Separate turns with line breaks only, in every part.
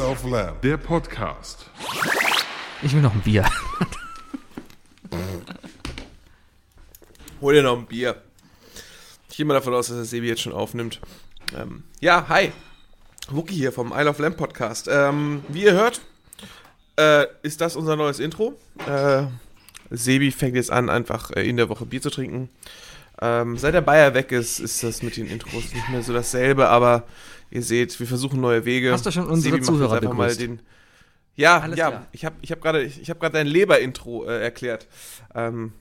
of Lamb.
Der Podcast.
Ich will noch ein Bier.
Hol dir noch ein Bier. Ich gehe mal davon aus, dass der Sebi jetzt schon aufnimmt. Ähm, ja, hi. Wookie hier vom Isle of Lamb Podcast. Ähm, wie ihr hört, äh, ist das unser neues Intro. Äh, Sebi fängt jetzt an, einfach äh, in der Woche Bier zu trinken. Ähm, seit der Bayer weg ist, ist das mit den Intros nicht mehr so dasselbe, aber ihr seht, wir versuchen neue Wege.
Hast du schon unsere
macht jetzt
Zuhörer
einfach mal
begrüßt?
den. Ja,
Alles
ja,
klar.
ich habe ich hab gerade ich ich hab grad dein Leber-Intro äh, erklärt. Ähm,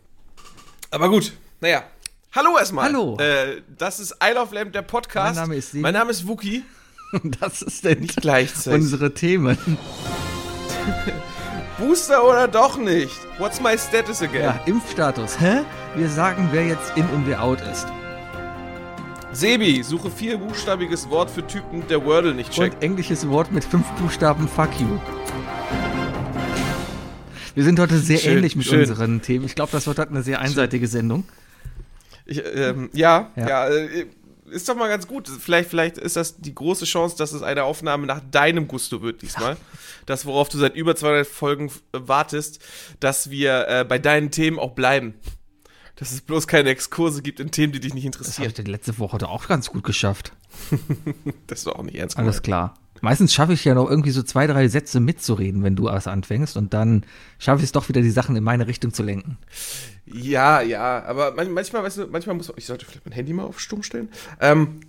aber gut, naja. Hallo erstmal.
Hallo.
Äh, das ist Isle of Lamb, der Podcast.
Mein Name ist Sebi.
Mein Name ist Wookie.
Das ist denn
Nicht gleichzeitig.
unsere Themen.
Booster oder doch nicht? What's my status again?
Ja, Impfstatus. Hä? Wir sagen, wer jetzt in und wer out ist.
Sebi, suche vierbuchstabiges Wort für Typen, der Wordle nicht checkt.
Und englisches Wort mit fünf Buchstaben, fuck you. Wir sind heute sehr
Schön,
ähnlich mit
schön.
unseren Themen. Ich glaube, das wird heute eine sehr einseitige Sendung.
Ich, ähm, ja,
Ja.
ja. äh, ist doch mal ganz gut. Vielleicht, vielleicht ist das die große Chance, dass es eine Aufnahme nach deinem Gusto wird diesmal. Das, worauf du seit über 200 Folgen äh, wartest, dass wir äh, bei deinen Themen auch bleiben. Dass es bloß keine Exkurse gibt in Themen, die dich nicht
Das habe
interessieren.
ich denn letzte Woche doch auch ganz gut geschafft.
Das war auch nicht ernst
Alles klar. Meistens schaffe ich ja noch irgendwie so zwei, drei Sätze mitzureden, wenn du was anfängst. Und dann schaffe ich es doch wieder, die Sachen in meine Richtung zu lenken.
Ja, ja, aber man, manchmal, weißt du, manchmal muss ich sollte vielleicht mein Handy mal auf Stumm stellen. Ähm,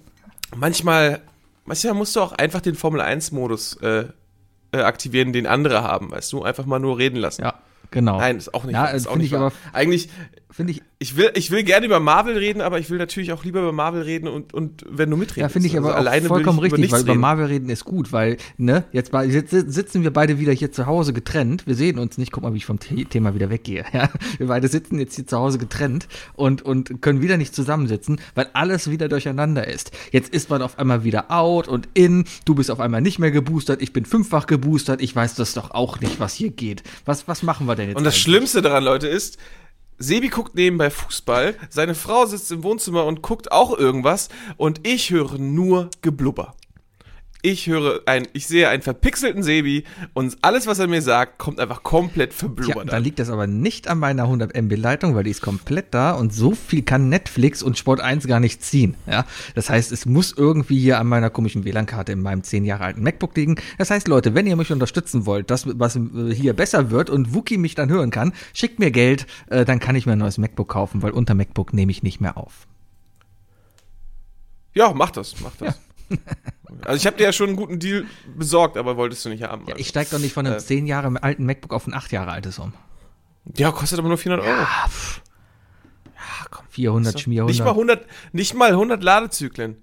manchmal, manchmal musst du auch einfach den Formel 1 Modus äh, äh, aktivieren, den andere haben, weißt du, einfach mal nur reden lassen.
Ja, genau.
Nein, ist auch nicht.
Ja,
ist auch
finde ich
wahr.
aber-
eigentlich
Finde ich
ich will ich will gerne über Marvel reden, aber ich will natürlich auch lieber über Marvel reden und und wenn du mitreden.
Ja,
Also
finde Also ich aber auch vollkommen richtig, weil über Marvel reden ist gut, weil, ne, jetzt, mal- jetzt sitzen wir beide wieder hier zu Hause getrennt. Wir sehen uns nicht, guck mal, wie ich vom The Thema wieder weggehe. Ja? Wir beide sitzen jetzt hier zu Hause getrennt und, und können wieder nicht zusammensitzen, weil alles wieder durcheinander ist. Jetzt ist man auf einmal wieder out und in, du bist auf einmal nicht mehr geboostert, ich bin fünffach geboostert, ich weiß das doch auch nicht, was hier geht. Was, was machen wir denn jetzt?
Und das
eigentlich?
Schlimmste daran, Leute, ist, Sebi guckt nebenbei Fußball, seine Frau sitzt im Wohnzimmer und guckt auch irgendwas und ich höre nur Geblubber. Ich höre ein, ich sehe einen verpixelten Sebi und alles, was er mir sagt, kommt einfach komplett
Tja,
verblubbert.
dann
an.
liegt das aber nicht an meiner 100 MB Leitung, weil die ist komplett da und so viel kann Netflix und Sport 1 gar nicht ziehen. Ja, das heißt, es muss irgendwie hier an meiner komischen WLAN-Karte in meinem 10 Jahre alten MacBook liegen. Das heißt, Leute, wenn ihr mich unterstützen wollt, das, was äh, hier besser wird und Wookie mich dann hören kann, schickt mir Geld, äh, dann kann ich mir ein neues MacBook kaufen, weil unter MacBook nehme ich nicht mehr auf.
ja, mach das, mach das. Also ich habe dir ja schon einen guten Deal besorgt, aber wolltest du nicht haben.
Ja,
also.
ich steige doch nicht von einem
Äh.
10 Jahre alten MacBook auf ein 8 Jahre altes um.
ja kostet aber nur 400 Euro.
Ah, pff. 400 Schmierhundert.
Nicht mal 100, nicht mal 100 Ladezyklen.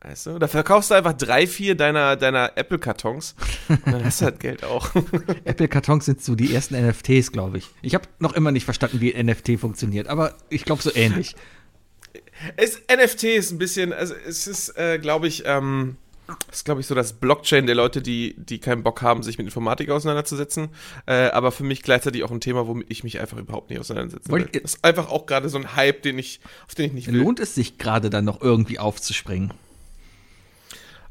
Weißt du? Da verkaufst du einfach drei, vier deiner, deiner Apple-Kartons. Und dann hast du halt Geld auch.
Apple-Kartons sind so die ersten NFTs, glaube ich. Ich habe noch immer nicht verstanden, wie NFT funktioniert, aber ich glaube so ähnlich.
Es, NFT ist ein bisschen, also es ist, äh, glaube ich, ähm, ist, glaube ich, so das Blockchain der Leute, die, die keinen Bock haben, sich mit Informatik auseinanderzusetzen. Äh, aber für mich gleichzeitig auch ein Thema, womit ich mich einfach überhaupt nicht auseinandersetzen will.
Wollt ihr-
Das ist einfach auch gerade so ein Hype, den ich, auf den ich nicht will.
Lohnt es sich gerade dann noch irgendwie aufzuspringen?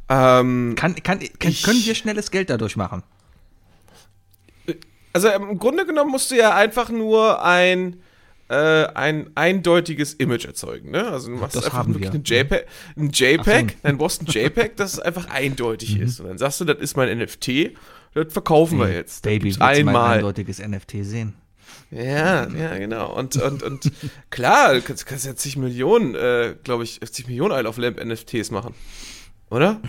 Ähm,
Kann, kann, kann,
Ich-
können wir schnelles Geld dadurch machen?
Also ähm, im Grunde genommen musst du ja einfach nur ein, äh, ein eindeutiges Image erzeugen, ne? Also du machst
Das
einfach
haben
wirklich
wir.
ein JPEG, ein JPEG
Ach so. Mhm.
dann brauchst du ein JPEG, das einfach eindeutig ist. Und dann sagst du, das ist mein NFT, das verkaufen wir jetzt. Das
Baby,
gibt's
willst du mal ein
einmal.
eindeutiges NFT sehen?
Ja, ja, genau. Und, und, und klar, du kannst, kannst ja zig Millionen, äh, glaube ich, zig Millionen Isle of Lamp NFTs machen. Oder?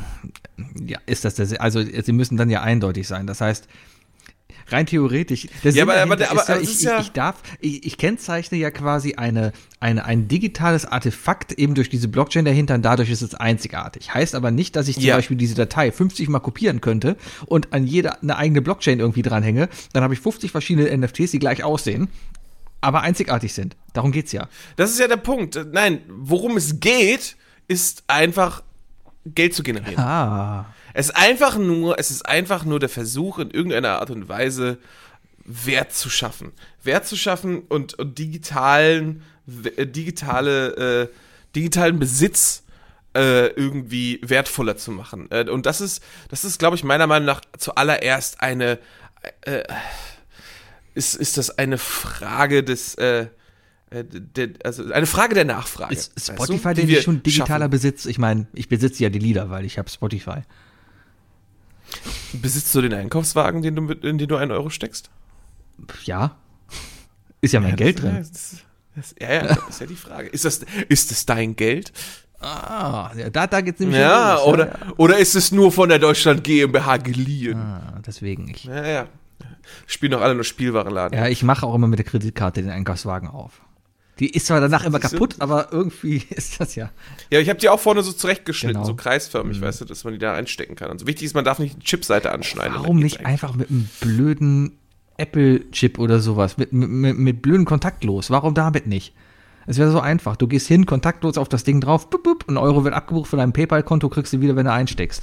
Ja, ist das der Sinn? Also, sie müssen dann ja eindeutig sein. Das heißt, rein theoretisch. Der
aber- aber-
dahinter
aber- aber es
ist
ist
ja,
ja-
ich, ich, ich darf, ich, ich kennzeichne ja quasi eine, eine, ein digitales Artefakt eben durch diese Blockchain dahinter und dadurch ist es einzigartig. Heißt aber nicht, dass ich zum
Ja.
Beispiel diese Datei 50 mal kopieren könnte und an jeder eine eigene Blockchain irgendwie dranhänge. Dann habe ich 50 verschiedene NFTs, die gleich aussehen, aber einzigartig sind. Darum geht's ja.
Das ist ja der Punkt. Nein, worum es geht, ist einfach Geld zu generieren.
Ah.
Es ist einfach nur, es ist einfach nur der Versuch, in irgendeiner Art und Weise Wert zu schaffen. Wert zu schaffen und, und digitalen, w- äh, digitale, äh, digitalen Besitz äh, irgendwie wertvoller zu machen. Äh, und das ist, das ist, glaube ich, meiner Meinung nach zuallererst eine, äh, ist, ist das eine Frage des, äh, der, also eine Frage der Nachfrage.
Ist Spotify weißt du, denn schon digitaler schaffen. Besitz? Ich meine, ich besitze ja die Lieder, weil ich habe Spotify.
Besitzt du den Einkaufswagen, den du, in den du einen Euro steckst?
Ja. Ist ja mein ja, Geld
das,
drin.
Ja, das, das, ja, ja, das ist ja die Frage. Ist das, ist das dein Geld?
Ah, ja, da, da geht's nämlich
ja, los, oder, ja. oder ist es nur von der Deutschland GmbH geliehen? Ah,
deswegen ich.
Ja, ja. Spielen doch alle nur Spielwarenladen.
Ja, ich mache auch immer mit der Kreditkarte den Einkaufswagen auf. Die ist zwar danach immer kaputt, aber irgendwie ist das ja.
Ja, ich habe die auch vorne so zurechtgeschnitten, genau. so kreisförmig, mhm. weißt du, dass man die da reinstecken kann. Also wichtig ist, man darf nicht die Chipseite anschneiden.
Warum nicht einfach mit einem blöden Apple-Chip oder sowas? Mit, mit, mit blöden kontaktlos? Warum damit nicht? Es wäre so einfach. Du gehst hin, kontaktlos auf das Ding drauf, bup, bup, ein Euro wird abgebucht von deinem PayPal-Konto, kriegst du wieder, wenn du einsteckst.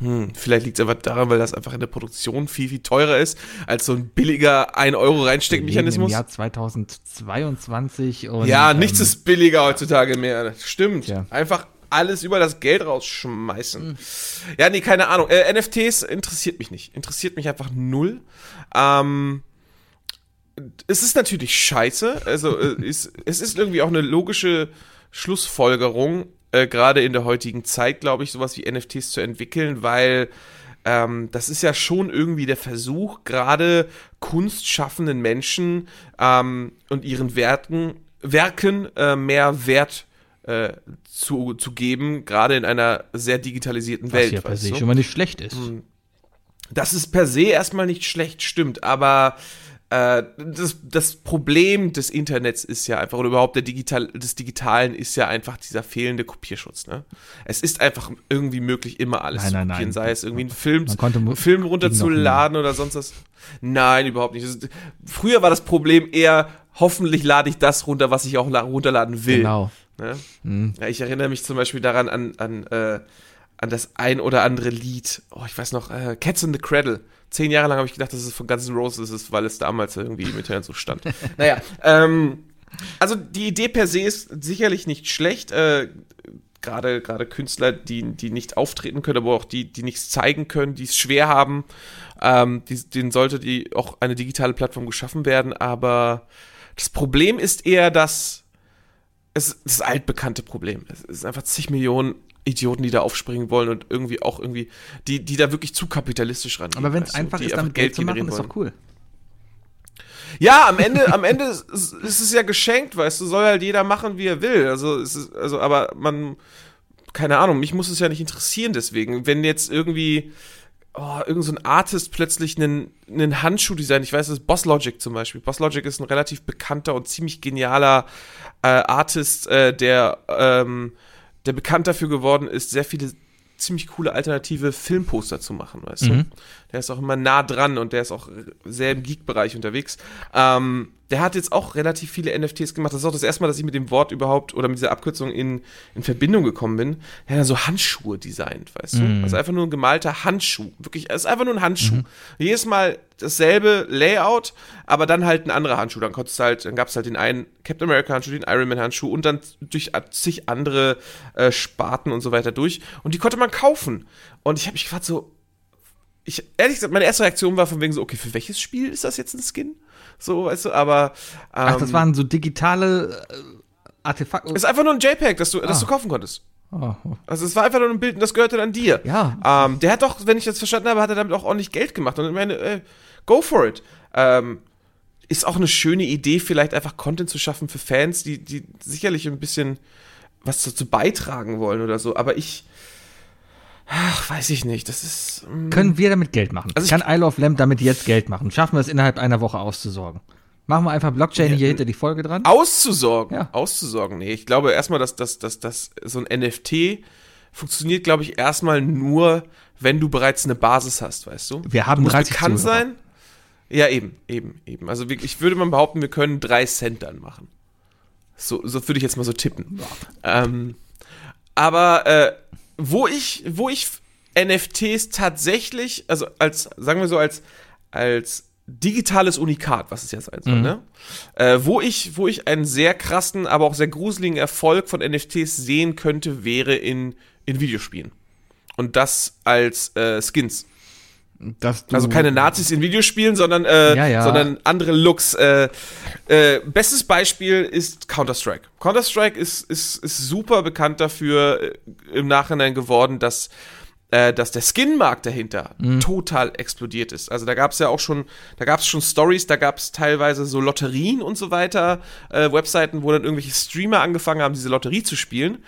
Hm, vielleicht liegt es einfach daran, weil das einfach in der Produktion viel, viel teurer ist, als so ein billiger 1-Euro-Reinsteckmechanismus.
Im Jahr 2022 und.
Ja, ähm, nichts ist billiger heutzutage mehr. Stimmt. Ja. Einfach alles über das Geld rausschmeißen. Mhm. Ja, nee, keine Ahnung. Äh, NFTs interessiert mich nicht. Interessiert mich einfach null. Ähm es ist natürlich scheiße. Also es, es ist irgendwie auch eine logische Schlussfolgerung, äh, gerade in der heutigen Zeit, glaube ich, sowas wie NFTs zu entwickeln, weil ähm, das ist ja schon irgendwie der Versuch, gerade kunstschaffenden Menschen ähm, und ihren Werken, Werken äh, mehr Wert äh, zu, zu geben, gerade in einer sehr
Was
digitalisierten Welt. Mhm.
Was ja per se so. schon mal nicht schlecht ist.
Das ist per se erstmal nicht schlecht, stimmt, aber äh, das, das, Problem des Internets ist ja einfach, oder überhaupt der Digital, des Digitalen ist ja einfach dieser fehlende Kopierschutz. Ne? Es ist einfach irgendwie möglich, immer alles
nein, zu kopieren, nein, nein.
sei es irgendwie einen Film, einen Film runterzuladen oder sonst was. Nein, überhaupt nicht. Ist, früher war das Problem eher, hoffentlich lade ich das runter, was ich auch runterladen will.
Genau.
Ne? Mhm. Ja, ich erinnere mich zum Beispiel daran an, an, äh, an das ein oder andere Lied. Oh, ich weiß noch, äh, Cats in the Cradle zehn Jahre lang habe ich gedacht, dass es von Guns N' Roses ist, weil es damals irgendwie im Internet so stand. naja, ähm, also die Idee per se ist sicherlich nicht schlecht. Äh, gerade gerade Künstler, die, die nicht auftreten können, aber auch die, die nichts zeigen können, die es schwer haben, ähm, die, denen sollte die auch eine digitale Plattform geschaffen werden. Aber das Problem ist eher, dass es das altbekannte Problem. Es ist einfach zig Millionen Idioten, die da aufspringen wollen und irgendwie auch irgendwie, die, die da wirklich zu kapitalistisch rangehen.
Aber wenn es also, einfach ist, damit Geld, Geld zu machen, ist doch cool.
Ja, am Ende, am Ende ist, ist, es ja geschenkt, weißt du, soll halt jeder machen, wie er will. Also, ist, also, aber man, keine Ahnung, mich muss es ja nicht interessieren, deswegen. Wenn jetzt irgendwie, oh, irgend so ein Artist plötzlich einen, einen Handschuh designt. Ich weiß, das ist Boss Logic zum Beispiel. Boss Logic ist ein relativ bekannter und ziemlich genialer äh, Artist, äh, der, ähm, der bekannt dafür geworden ist, sehr viele ziemlich coole alternative Filmposter zu machen, weißt mhm. du? Der ist auch immer nah dran und der ist auch sehr im Geek-Bereich unterwegs. Ähm, der hat jetzt auch relativ viele NFTs gemacht. Das ist auch das erste Mal, dass ich mit dem Wort überhaupt oder mit dieser Abkürzung in, in Verbindung gekommen bin. Der hat dann so Handschuhe designt, weißt mhm. du? Also einfach nur ein gemalter Handschuh. Wirklich, es ist einfach nur ein Handschuh. Mhm. Jedes Mal dasselbe Layout, aber dann halt ein anderer Handschuh. Dann konntest halt, dann gab es halt den einen Captain America Handschuh, den Iron Man Handschuh und dann durch zig andere äh, Sparten und so weiter durch. Und die konnte man kaufen. Und ich habe mich gefragt, so, ich, ehrlich gesagt, meine erste Reaktion war von wegen so, okay, für welches Spiel ist das jetzt ein Skin? So, weißt du, aber. Ähm, Ach,
das waren so digitale äh, Artefakte.
Ist einfach nur ein JPEG, das du, ah. das du kaufen konntest. Oh. Also es war einfach nur ein Bild und das gehörte dann dir.
Ja.
Ähm, der hat doch, wenn ich das verstanden habe, hat er damit auch ordentlich Geld gemacht. Und ich meine, äh, go for it. Ähm, ist auch eine schöne Idee, vielleicht einfach Content zu schaffen für Fans, die, die sicherlich ein bisschen was dazu beitragen wollen oder so. Aber ich, Ach, weiß ich nicht. Das ist. hm,
Mm. Können wir damit Geld machen? Also ich kann Isle of Lamb damit jetzt Geld machen? Schaffen wir es innerhalb einer Woche auszusorgen? Machen wir einfach Blockchain ja, hier hinter die Folge dran?
Auszusorgen? Ja. Auszusorgen? Nee, ich glaube erstmal, dass, dass, dass, dass so ein NFT funktioniert, glaube ich, erstmal nur, wenn du bereits eine Basis hast, weißt du?
Wir haben
du
30
bekannt Zuhörer. sein. Ja, eben, eben, eben. Also ich würde mal behaupten, wir können drei Cent dann machen. So, so würde ich jetzt mal so tippen. Ja. Ähm, aber äh, wo ich, wo ich NFTs tatsächlich, also als, sagen wir so, als, als digitales Unikat, was es ja sein soll, ne? Äh, wo, ich, wo ich einen sehr krassen, aber auch sehr gruseligen Erfolg von NFTs sehen könnte, wäre in, in Videospielen. Und das als äh, Skins.
Dass du,
Also keine Nazis in Videospielen, sondern, äh,
Ja, ja.
sondern andere Looks. Äh, äh, bestes Beispiel ist Counter-Strike. Counter-Strike ist, ist, ist super bekannt dafür äh, im Nachhinein geworden, dass, äh, dass der Skin-Markt dahinter
Mhm.
total explodiert ist. Also da gab es ja auch schon, da gab es schon Stories, da gab es teilweise so Lotterien und so weiter, äh, Webseiten, wo dann irgendwelche Streamer angefangen haben, diese Lotterie zu spielen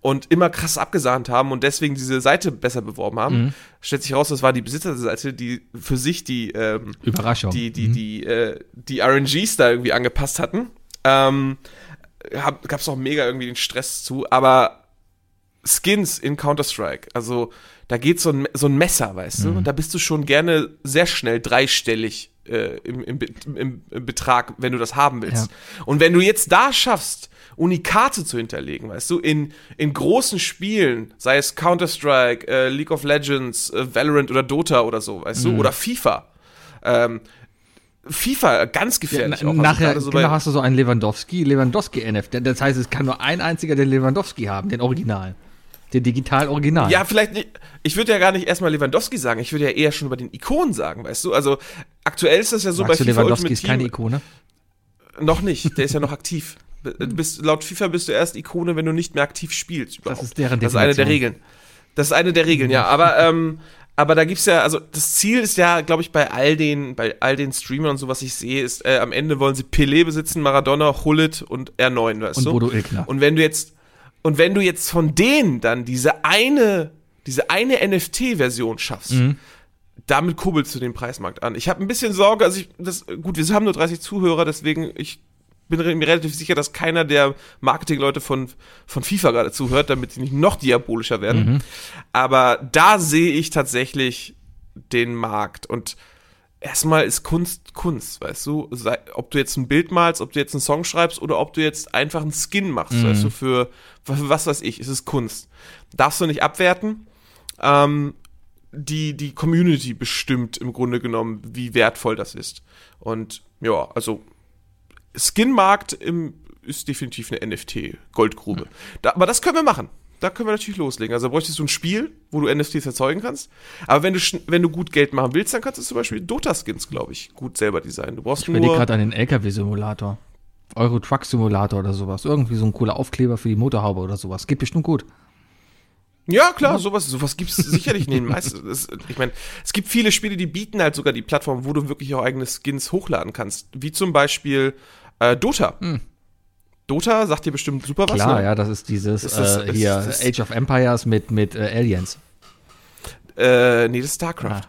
und immer krass abgesahnt haben und deswegen diese Seite besser beworben haben.
Mhm.
Stellt sich raus, das war die Besitzerseite, die für sich die ähm,
Überraschung.
die, die, die, äh, die RNGs da irgendwie angepasst hatten. Ähm, hab, gab's auch mega irgendwie den Stress zu, aber Skins in Counter-Strike, also da geht so ein, so ein Messer, weißt
Mhm.
du? Da bist du schon gerne sehr schnell dreistellig äh, im, im, Be- im, im Betrag, wenn du das haben willst. Und wenn du jetzt da schaffst, Unikate zu hinterlegen, weißt du, in, in großen Spielen, sei es Counter-Strike, äh, League of Legends, äh, Valorant oder Dota oder so, weißt
Mhm.
du, oder FIFA, ähm, FIFA, ganz gefährlich
Na-
auch. Also
nachher
gerade so
genau,
bei-
hast du so einen Lewandowski, Lewandowski NF. Das heißt, es kann nur ein einziger den Lewandowski haben, den Original. Den digital Original.
ja, vielleicht nicht. Ich würde ja gar nicht erstmal Lewandowski sagen. Ich würde ja eher schon über den Ikonen sagen, weißt du? Also aktuell ist das ja so
Sagst
bei
du,
FIFA
Lewandowski ist
Ultimate
keine
Team-
Ikone?
Noch nicht. Der ist ja noch aktiv. Du Bist, laut FIFA bist du erst Ikone, wenn du nicht mehr aktiv spielst. Überhaupt.
ist deren
Das ist eine der
Definition. Mhm.
Regeln. Das ist eine der Regeln, ja. Aber, ähm, aber da gibt's ja, also das Ziel ist ja, glaube ich, bei all den, bei all den Streamern und so, was ich sehe, ist, äh, am Ende wollen sie Pelé besitzen, Maradona, Hullet und R9, weißt
Und
du?
Bodo Ilkner.
Und wenn du jetzt, und wenn du jetzt von denen dann diese eine, diese eine NFT-Version schaffst, damit kurbelst du den Preismarkt an. Ich habe ein bisschen Sorge, also ich, das, gut, wir haben nur 30 Zuhörer, deswegen ich bin re- mir relativ sicher, dass keiner der Marketingleute von, von FIFA gerade zuhört, damit sie nicht noch diabolischer werden. Aber da sehe ich tatsächlich den Markt und erstmal ist Kunst Kunst, weißt du? Sei, ob du jetzt ein Bild malst, ob du jetzt einen Song schreibst oder ob du jetzt einfach einen Skin machst, weißt du, für, für was weiß ich, es ist Kunst. Darfst du nicht abwerten. Ähm, die, die Community bestimmt im Grunde genommen, wie wertvoll das ist. Und ja, also Skinmarkt im, ist definitiv eine NFT-Goldgrube. Da, aber das können wir machen. Da können wir natürlich loslegen. Also bräuchtest du ein Spiel, wo du NFTs erzeugen kannst. Aber wenn du, schn- wenn du gut Geld machen willst, dann kannst du zum Beispiel Dota-Skins, glaube ich, gut selber designen. Du brauchst
Ich überlege
nur.
gerade an den LKW-Simulator. Euro Truck Simulator oder sowas. Irgendwie so ein cooler Aufkleber für die Motorhaube oder sowas. Geht bestimmt gut.
Ja,
Mhm.
klar, sowas, sowas gibt's sicherlich in den meisten. Das, ich meine, es gibt viele Spiele, die bieten halt sogar die Plattform, wo du wirklich auch eigene Skins hochladen kannst. Wie zum Beispiel äh, Dota. Dota sagt dir bestimmt super was.
Hm. Klar,
ne?
ja, das ist dieses
Ist das-
äh,
ist
hier
das-
Age of Empires mit, mit äh, Aliens.
Äh, nee, das ist StarCraft.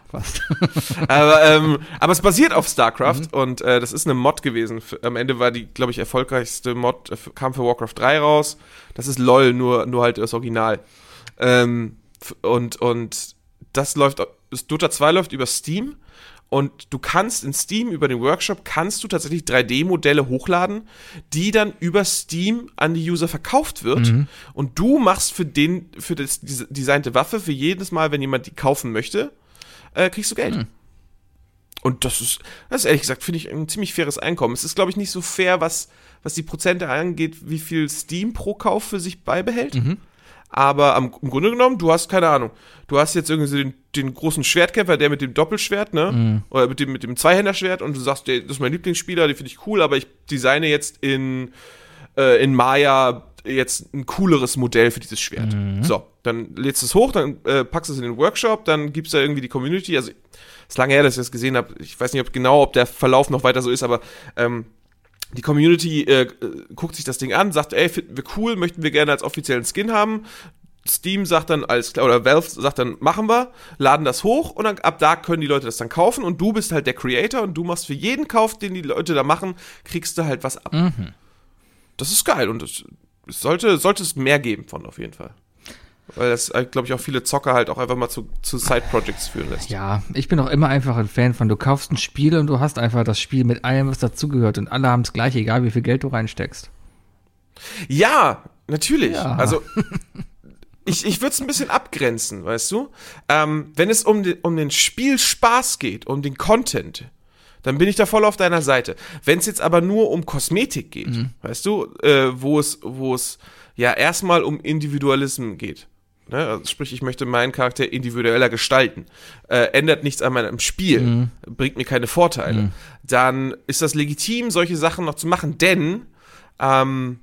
Ah, fast.
aber, ähm, aber es basiert auf StarCraft
Mhm.
und äh, das ist eine Mod gewesen. F- Am Ende war die, glaube ich, erfolgreichste Mod, äh, f- kam für Warcraft 3 raus. Das ist LOL, nur, nur halt das Original. Ähm, f- und, und das läuft, au- das Dota 2 läuft über Steam und du kannst in Steam über den Workshop kannst du tatsächlich 3D-Modelle hochladen, die dann über Steam an die User verkauft wird und du machst für den, für das diese designte Waffe für jedes Mal, wenn jemand die kaufen möchte, äh, kriegst du Geld. Und das ist, das ist ehrlich gesagt, finde ich ein ziemlich faires Einkommen. Es ist, glaube ich, nicht so fair, was, was die Prozente angeht, wie viel Steam pro Kauf für sich beibehält. Aber am, im Grunde genommen, du hast keine Ahnung. Du hast jetzt irgendwie so den, den großen Schwertkämpfer, der mit dem Doppelschwert, ne? Oder mit dem, mit dem Zweihänderschwert und du sagst, der, das ist mein Lieblingsspieler, den finde ich cool, aber ich designe jetzt in, äh, in Maya jetzt ein cooleres Modell für dieses Schwert. So, dann lädst du es hoch, dann äh, packst du es in den Workshop, dann gibst du da irgendwie die Community, also ist lange her, dass ich das gesehen habe. Ich weiß nicht ob genau, ob der Verlauf noch weiter so ist, aber ähm, die Community äh, äh, guckt sich das Ding an, sagt, ey, finden wir cool, möchten wir gerne als offiziellen Skin haben. Steam sagt dann alles klar, oder Valve sagt dann, machen wir, laden das hoch und dann, ab da können die Leute das dann kaufen und du bist halt der Creator und du machst für jeden Kauf, den die Leute da machen, kriegst du halt was ab. Das ist geil und es es sollte, sollte es mehr geben von auf jeden Fall. Weil das, glaube ich, auch viele Zocker halt auch einfach mal zu, zu Side-Projects führen lässt.
Ja, ich bin auch immer einfach ein Fan von, du kaufst ein Spiel und du hast einfach das Spiel mit allem, was dazugehört und alle haben es gleich, egal wie viel Geld du reinsteckst.
Ja, natürlich.
Ja.
Also ich, ich würde es ein bisschen abgrenzen, weißt du? Ähm, wenn es um, den- um den Spielspaß geht, um den Content, dann bin ich da voll auf deiner Seite. Wenn es jetzt aber nur um Kosmetik geht, weißt du, äh, wo es, wo es ja erstmal um Individualismus geht. Ne? Also sprich, ich möchte meinen Charakter individueller gestalten. Äh, ändert nichts an meinem Spiel, bringt mir keine Vorteile. Dann ist das legitim, solche Sachen noch zu machen, denn ähm,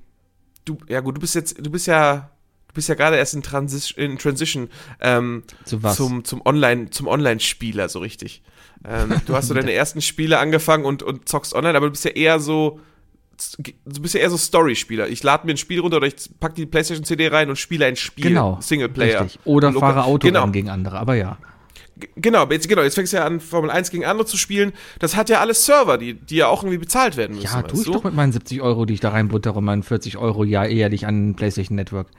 du, ja gut, du bist jetzt, du bist ja, du bist ja gerade erst in, Transis in Transition ähm,
Zu was?
zum zum Online zum Online-Spieler so richtig. Ähm, du hast so deine ersten Spiele angefangen und und zockst online, aber du bist ja eher so Du bist ja eher so Story-Spieler. Ich lade mir ein Spiel runter oder ich pack die PlayStation-CD rein und spiele ein Spiel.
Genau.
Singleplayer.
Richtig. Oder
Loka-
fahre Auto
genau.
gegen andere, aber ja.
G- Genau, jetzt, genau, jetzt fängst du ja an, Formel 1 gegen andere zu spielen. Das hat ja alles Server, die, die ja auch irgendwie bezahlt werden müssen.
Ja,
weißt
tu ich
du?
doch mit meinen 70 Euro, die ich da reinbuttere und meinen 40 Euro ja ehrlich an PlayStation Network.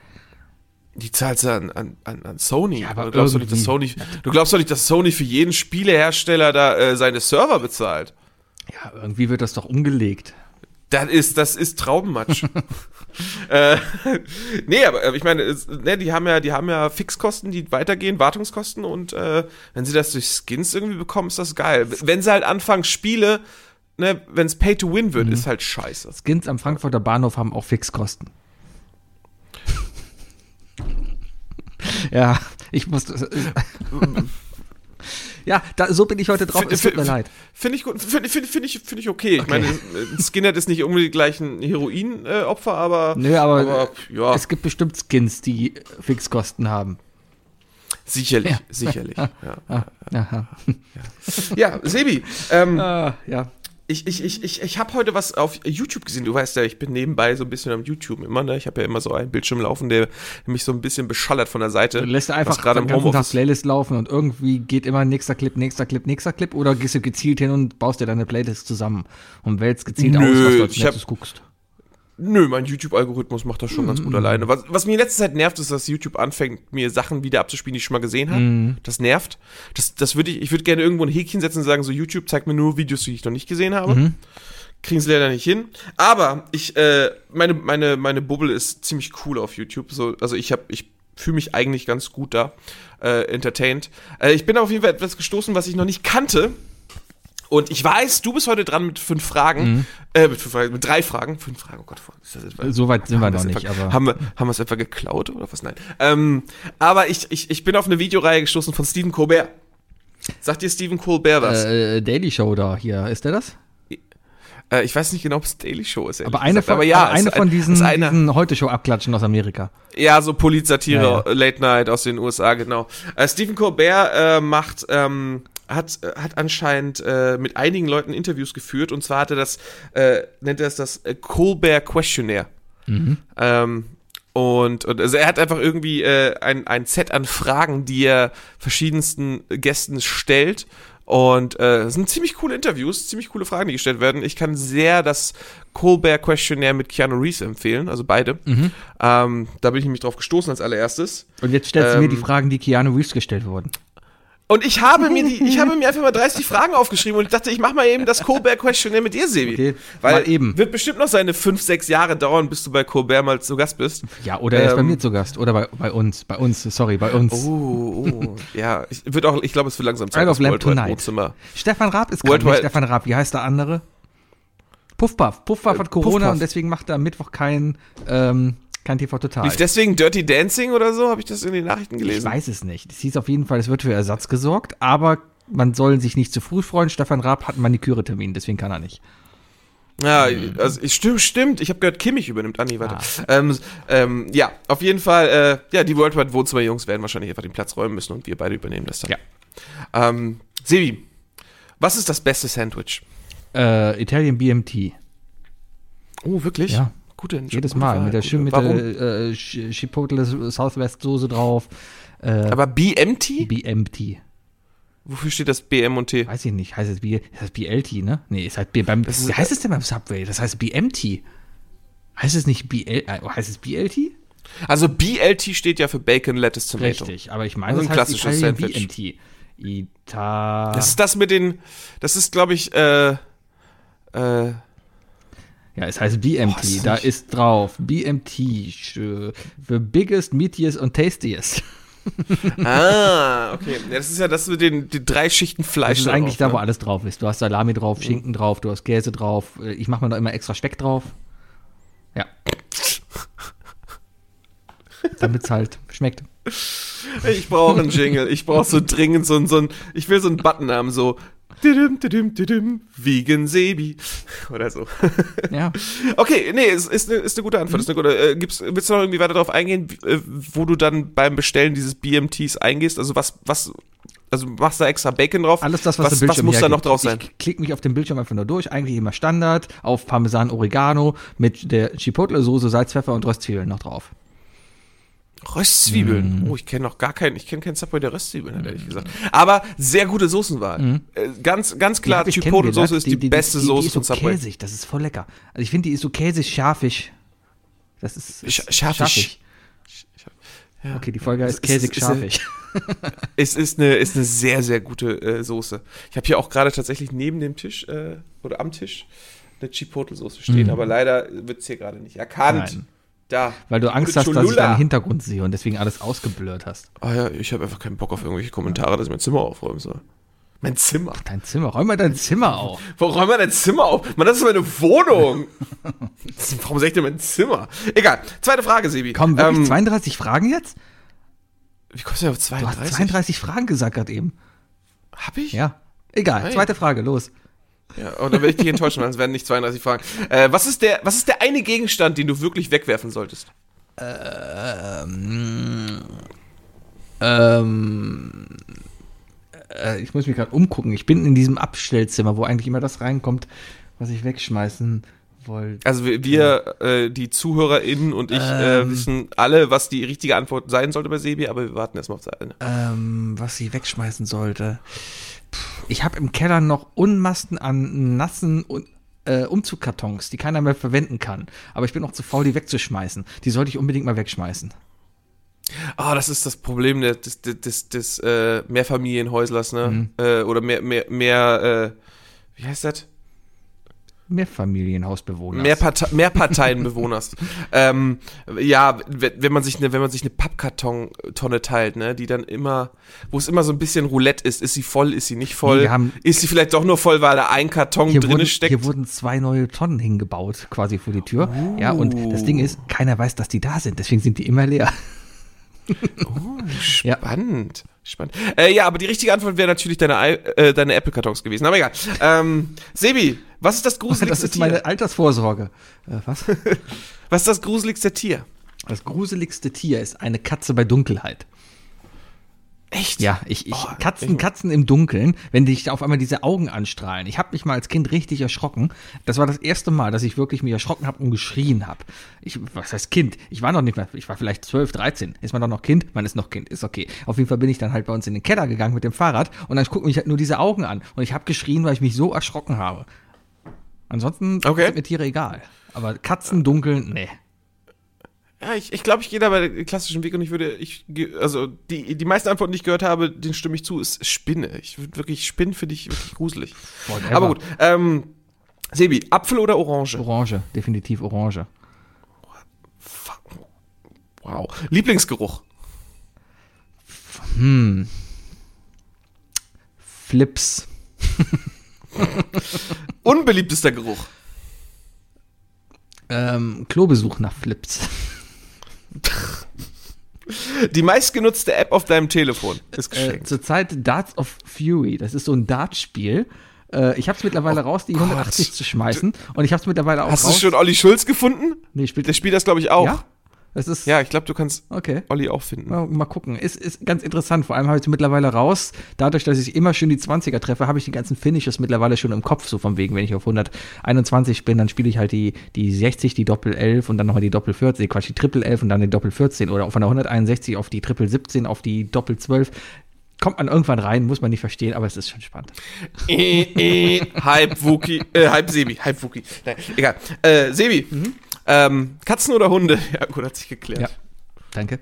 Die zahlst du an, an, an, an Sony.
aber
du, glaubst doch nicht, dass Sony
irgendwie.
du glaubst doch nicht, dass Sony für jeden Spielehersteller da äh, seine Server bezahlt.
Ja, irgendwie wird das doch umgelegt.
Das ist, das ist Traubenmatsch. äh, nee, aber äh, ich meine, es- ne, die haben ja, die haben ja Fixkosten, die weitergehen, Wartungskosten und äh, wenn sie das durch Skins irgendwie bekommen, ist das geil. Wenn sie halt anfangen, Spiele, ne, wenn es Pay to Win wird,
Mhm.
ist halt scheiße.
Skins am Frankfurter Bahnhof haben auch Fixkosten. ja, ich muss. äh, ja, da, so bin ich heute drauf. Es tut mir leid.
Finde ich gut, finde find, find ich, find ich okay. Ich meine, ein Skinhead ist nicht unbedingt gleich ein Heroin-Opfer, äh, Opfer, aber,
Nö, aber,
pf, ja,
es gibt bestimmt Skins, die äh, Fixkosten haben.
sicherlich, sicherlich. Ja,
Ah, aha.
ja Sebi, ähm,
Ah, ja.
ich, ich, ich, ich, ich habe heute was auf YouTube gesehen. Du weißt ja, ich bin nebenbei so ein bisschen am YouTube immer. Ne? Ich habe ja immer so einen Bildschirm laufen, der mich so ein bisschen beschallert von der Seite.
Du lässt
was
einfach
gerade
den
im
ganzen Tag
Homeoffice.
Playlist laufen und irgendwie geht immer nächster Clip, nächster Clip, nächster Clip oder gehst du gezielt hin und baust dir deine Playlist zusammen und wählst gezielt
Nö,
aus, was du als
ich hab-
nächstes guckst.
Nö, mein YouTube-Algorithmus macht das schon ganz gut alleine. Was, was mir in letzter Zeit nervt, ist, dass YouTube anfängt, mir Sachen wieder abzuspielen, die ich schon mal gesehen habe. Das nervt. Das, das würde ich, ich würde gerne irgendwo ein Häkchen setzen und sagen, so YouTube zeigt mir nur Videos, die ich noch nicht gesehen habe. Kriegen sie leider nicht hin. Aber ich, äh, meine, meine, meine Bubble ist ziemlich cool auf YouTube. So, also ich habe, ich fühle mich eigentlich ganz gut da, äh, entertained. Äh, ich bin auf jeden Fall etwas gestoßen, was ich noch nicht kannte. Und ich weiß, du bist heute dran mit fünf Fragen, äh, mit, fünf, Fragen, mit drei Fragen, fünf Fragen, oh Gott, ist das etwa,
So weit sind wir
haben
Mhm. noch
das
nicht,
etwa,
aber
haben wir, haben wir es etwa geklaut oder was? Nein. Ähm, aber ich, ich, ich bin auf eine Videoreihe gestoßen von Stephen Colbert. Sagt dir Stephen Colbert was?
äh, Daily Show da hier, ist der das?
Äh, ich weiß nicht genau, ob es Daily Show ist. ehrlich
Aber eine
gesagt.
von,
aber ja,
aber eine
ist,
von diesen,
Ist eine,
diesen Heute-Show-Abklatschen aus Amerika.
ja, so Polizatire,
Ja,
Late Night aus den USA, genau. Äh, Stephen Colbert äh, macht, ähm, hat, äh, hat anscheinend äh, mit einigen Leuten Interviews geführt und zwar hat er das, äh, nennt er es das äh, Colbert Questionnaire. Ähm, und, und also er hat einfach irgendwie äh, ein, ein Set an Fragen, die er verschiedensten Gästen stellt. Und äh, es sind ziemlich coole Interviews, ziemlich coole Fragen, die gestellt werden. Ich kann sehr das Colbert Questionnaire mit Keanu Reeves empfehlen, also beide.
Mhm.
Ähm, da bin ich nämlich drauf gestoßen als allererstes.
Und jetzt stellst du
Ähm,
mir die Fragen, die Keanu Reeves gestellt wurden.
Und ich habe mir die, ich habe mir einfach mal 30 Fragen aufgeschrieben und ich dachte, ich mache mal eben das Colbert Questionnaire mit dir, Sebi.
Okay,
Weil
mal eben.
wird bestimmt noch seine 5, 6 Jahre dauern, bis du bei Colbert mal zu Gast bist.
Ja, oder er ist bei
ähm,
mir zu Gast. Oder bei, bei uns. Bei uns, sorry, bei uns.
Oh, oh. ja, ich wird auch, ich glaube, es wird langsam
Isle of
dass
Lamp
World Wide
Tonight.
Wohnzimmer.
Stefan Raab ist
World
krank. Nicht
Wide-
Stefan Raab, wie heißt der andere? Puffpuff. Puffpuff hat Corona
Äh, Puffpuff.
und deswegen macht er am Mittwoch kein, ähm, kein TV Total.
Lief deswegen Dirty Dancing oder so? Habe ich das in den Nachrichten
Ich
gelesen?
weiß es nicht. Es hieß auf jeden Fall, es wird für Ersatz gesorgt, aber man soll sich nicht zu früh freuen. Stefan Raab hat einen Maniküre-Termin, deswegen kann er nicht.
Ja, also ich, stimmt, stimmt. Ich habe gehört, Kimmich übernimmt. Ah, nee, warte. Ähm, ähm, ja, auf jeden Fall, äh, ja, die World Wide Wohnzimmer Jungs werden wahrscheinlich einfach den Platz räumen müssen und wir beide übernehmen das dann.
Ja.
Ähm, Sebi, was ist das beste Sandwich?
Äh, Italian BMT.
Oh, wirklich?
Ja.
Gute Entscheidung.
Jedes Mal. Mit der,
Gute-
schön mit
Warum?
der äh, Ch- Chipotle Southwest Soße drauf. Äh,
Aber BMT?
BMT.
Wofür steht das BM und T?
Weiß ich nicht. Heißt es B ist das BLT, ne? Nee, ist halt B beim.
ist-
wie heißt es denn beim Subway? Das heißt BMT. Heißt es nicht BL, äh, heißt es BLT?
Also BLT steht ja für Bacon, Lettuce, Tomato.
Richtig, aber ich meine,
Also
das
ein
heißt
klassisches
Italian
Sandwich.
BMT. Ita
Das ist das mit den. Das ist, glaube ich, äh. äh
ja, es heißt BMT.
Boah, ist das
da
nicht-
ist drauf BMT. sch- The biggest, meatiest und tastiest.
ah, okay. Ja, das ist ja das mit den, den drei Schichten Fleisch.
Das ist eigentlich
drauf, Mhm.
da, wo alles drauf ist. Du hast Salami drauf, Schinken drauf, du hast Käse drauf. Äh, Ich mache mir da immer extra Speck drauf. Ja. Damit es halt schmeckt.
ne? Ich brauche einen Jingle. Ich brauche so dringend so einen, so einen, ich will so einen Button haben, so. Düdüm, düdüm, düdüm, vegan Sebi. Oder so.
Ja.
Okay, nee, es ist, eine, ist eine gute
Mhm.
Antwort. Ist eine gute, äh, gibt's, willst du noch irgendwie weiter darauf eingehen, wie- äh, wo du dann beim Bestellen dieses BMTs eingehst? Also was, was, also machst du extra Bacon drauf?
Alles das, was,
was,
der
was
Bildschirm
muss da noch
hergibt.
drauf sein?
Ich klicke mich auf dem Bildschirm einfach nur durch. Eigentlich immer Standard. Auf Parmesan Oregano mit der Chipotle-Soße, Salz, Pfeffer und Röstzwiebeln noch drauf. Mhm.
Röstzwiebeln. Oh, ich kenne noch gar keinen, ich kenne keinen Subway, der Röstzwiebeln hat, ehrlich gesagt. Aber sehr gute Soßenwahl. Äh, Ganz, ganz
Mhm.
klar,
hab ich
Chipotle-Soße
kennengelernt.
ist die, beste
die,
Soße
die ist so
von Subway.
käsig, das ist voll lecker. Also ich finde, die ist so käsig, scharfig. Das ist,
Sch-
ist
scharfig. Ja.
Okay, die Folge heißt
Es
käsig,
ist- es ist-
scharfig.
Es ist eine, ist eine sehr, sehr gute äh, Soße. Ich habe hier auch gerade tatsächlich neben dem Tisch äh, oder am Tisch eine Chipotle-Soße stehen, aber leider wird es hier gerade nicht erkannt.
Mhm. Nein.
Da.
Weil du
Die
Angst
gute
hast, dass ich
Cholula.
deinen Hintergrund sehe und deswegen alles ausgeblurrt hast.
Ah ja, ich habe einfach keinen Bock auf irgendwelche Kommentare, dass ich mein Zimmer aufräumen soll. Mein Zimmer.
Dein Zimmer, räum mal dein Zimmer auf.
Warum räumen wir dein Zimmer auf? Mann, das ist meine Wohnung. Warum sag ich denn mein Zimmer? Egal. Zweite Frage, Sebi.
Komm, wirklich
Ähm,
32 Fragen jetzt?
Wie kommst du denn auf
Du hast
32?
32 Fragen gesagt gerade eben.
Hab ich?
Ja. Egal,
Nein.
zweite Frage, los.
ja. Und dann werde ich dich enttäuschen, weil es werden nicht 32 Fragen. Äh, was, ist der, was ist der eine Gegenstand, den du wirklich wegwerfen solltest?
Ähm, äh, ich muss mich gerade umgucken. Ich bin in diesem Abstellzimmer, wo eigentlich immer das reinkommt, was ich wegschmeißen wollte.
Also wir, wir äh, die ZuhörerInnen und ich äh,
Ähm.
wissen alle, was die richtige Antwort sein sollte bei Sebi, aber wir warten erstmal auf seine.
Ähm, was ich wegschmeißen sollte. Puh, ich habe im Keller noch Unmasten an nassen und äh, Umzugkartons, die keiner mehr verwenden kann. Aber ich bin auch zu faul, die wegzuschmeißen. Die sollte ich unbedingt mal wegschmeißen.
Ah, das ist das Problem der- des, des, des, des äh, Mehrfamilienhäuslers, ne?
Mhm.
Äh, oder mehr, mehr, mehr, äh, wie heißt das?
Mehrfamilienhausbewohner.
Mehr, Parte mehr Parteien bewohnerst. ähm, ja, w- wenn man sich eine, wenn man sich eine Pappkartontonne teilt, ne, die dann immer, wo es immer so ein bisschen Roulette ist, ist sie voll, ist sie nicht voll,
Nee, wir haben-
ist sie vielleicht doch nur voll, weil da ein Karton
hier
drin
wurden,
steckt.
hier wurden zwei neue Tonnen hingebaut, quasi vor die Tür. Ja,
Oh.
und das Ding ist, keiner weiß, dass die da sind. Deswegen sind die immer leer. Ja.
Spannend. Spannend. Äh, ja, aber die richtige Antwort wäre natürlich deine, Ei- äh, deine Apple-Kartons gewesen. Aber egal. Ähm, Sebi, was ist das
Das
gruseligste
ist
Tier?
meine Altersvorsorge. Äh, was?
Was ist das gruseligste Tier?
Das gruseligste Tier ist eine Katze bei Dunkelheit.
Echt?
Ja, ich, ich
Oh,
Katzen, Katzen im Dunkeln, wenn dich auf einmal diese Augen anstrahlen. Ich habe mich mal als Kind richtig erschrocken. Das war das erste Mal, dass ich wirklich mich erschrocken habe und geschrien habe. Ich, was heißt Kind? Ich war noch nicht mal, ich war vielleicht 12, 13. Ist man doch noch Kind? Man ist noch Kind, ist okay. Auf jeden Fall bin ich dann halt bei uns in den Keller gegangen mit dem Fahrrad und dann gucken mich halt nur diese Augen an. Und ich habe geschrien, weil ich mich so erschrocken habe. Ansonsten
Okay.
sind mir Tiere egal. Aber Katzen, Dunkeln, nee.
Ja, ich, ich glaube, ich gehe da bei den klassischen Weg und ich würde, ich, ge- also die, die meisten Antworten, die ich gehört habe, denen stimme ich zu, ist Spinne. Ich würde wirklich, Spinnen finde ich wirklich gruselig.
Whatever.
Aber gut, ähm, Sebi, Apfel oder Orange?
Orange, definitiv Orange.
Wow. Lieblingsgeruch?
Flips.
Unbeliebtester Geruch?
Ähm, Klobesuch nach Flips.
Die meistgenutzte App auf deinem Telefon ist
Äh,
geschenkt.
Zurzeit Darts of Fury. Das ist so ein Dartspiel. Äh, ich habe es mittlerweile raus, die 180 zu schmeißen. Und ich habe es mittlerweile auch
Oh Hast du
raus.
schon Olli Schulz gefunden?
nee, spielt
Der spielt das, glaube ich, auch.
Ja? Ah. Das ist.
Ja, ich glaube, du kannst
Okay.
Olli auch finden.
Mal, mal gucken. Ist, ist ganz interessant. Vor allem habe ich es mittlerweile raus. Dadurch, dass ich immer schön die 20er treffe, habe ich die ganzen Finishes mittlerweile schon im Kopf. So von wegen, wenn ich auf 121 bin, dann spiele ich halt die, die 60, die Doppel 11 und dann nochmal die Doppel 14, Quatsch, die Triple 11 und dann die Doppel 14 oder von der 161 auf die Triple 17, auf die Doppel 12. Kommt man irgendwann rein, muss man nicht verstehen, aber es ist schon spannend.
äh, äh, halb Wookie, äh, halb Sebi, halb Wookie. Nein, egal. Äh, Sebi, ähm, Katzen oder Hunde? Ja, gut, hat sich
Mhm. Ja.
geklärt.
Danke.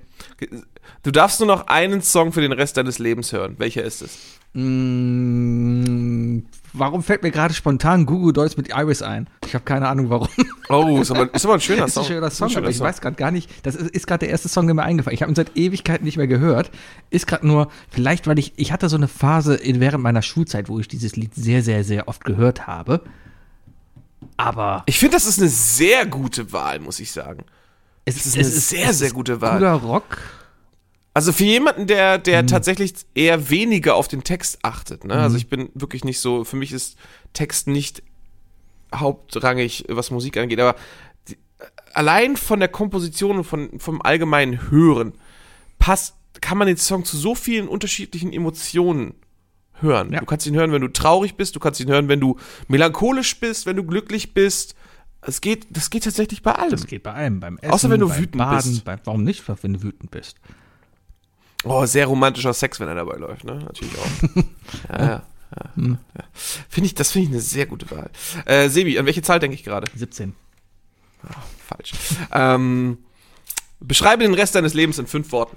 Du darfst nur noch einen Song für den Rest deines Lebens hören. Welcher ist es?
Mm, warum fällt mir gerade spontan Gugu Dolls mit Iris ein? Ich habe keine Ahnung warum.
Oh, ist aber, ist aber ein schöner Song.
Ist ein schöner Song, aber ich weiß gerade gar nicht, das ist, ist gerade der erste Song, der mir eingefallen ist. Ich habe ihn seit Ewigkeiten nicht mehr gehört. Ist gerade nur, vielleicht, weil ich, ich hatte so eine Phase in, während meiner Schulzeit, wo ich dieses Lied sehr, sehr, sehr oft gehört habe. Aber
Ich finde, das ist eine sehr gute Wahl, muss ich sagen.
es,
Das ist eine sehr, sehr gute Wahl.
Cooler Rock.
Also für jemanden, der, der tatsächlich eher weniger auf den Text achtet, ne? Also ich bin wirklich nicht so, für mich ist Text nicht hauptrangig, was Musik angeht, aber die, allein von der Komposition und von, vom allgemeinen Hören passt, kann man den Song zu so vielen unterschiedlichen Emotionen hören.
Ja.
Du kannst ihn hören, wenn du traurig bist, du kannst ihn hören, wenn du melancholisch bist, wenn du glücklich bist. Es geht, das geht tatsächlich bei allem.
Das geht bei allem, beim Essen,
Außer wenn du
beim
wütend
Baden,
bist.
Beim, warum nicht, wenn du wütend bist?
Oh, sehr romantischer Sex, wenn er dabei läuft, ne? Natürlich auch. ja, ja. ja. ja. Finde ich, das finde ich eine sehr gute Wahl. Äh, Sebi, an welche Zahl denke ich gerade?
17.
Falsch. ähm, beschreibe den Rest deines Lebens in fünf Worten.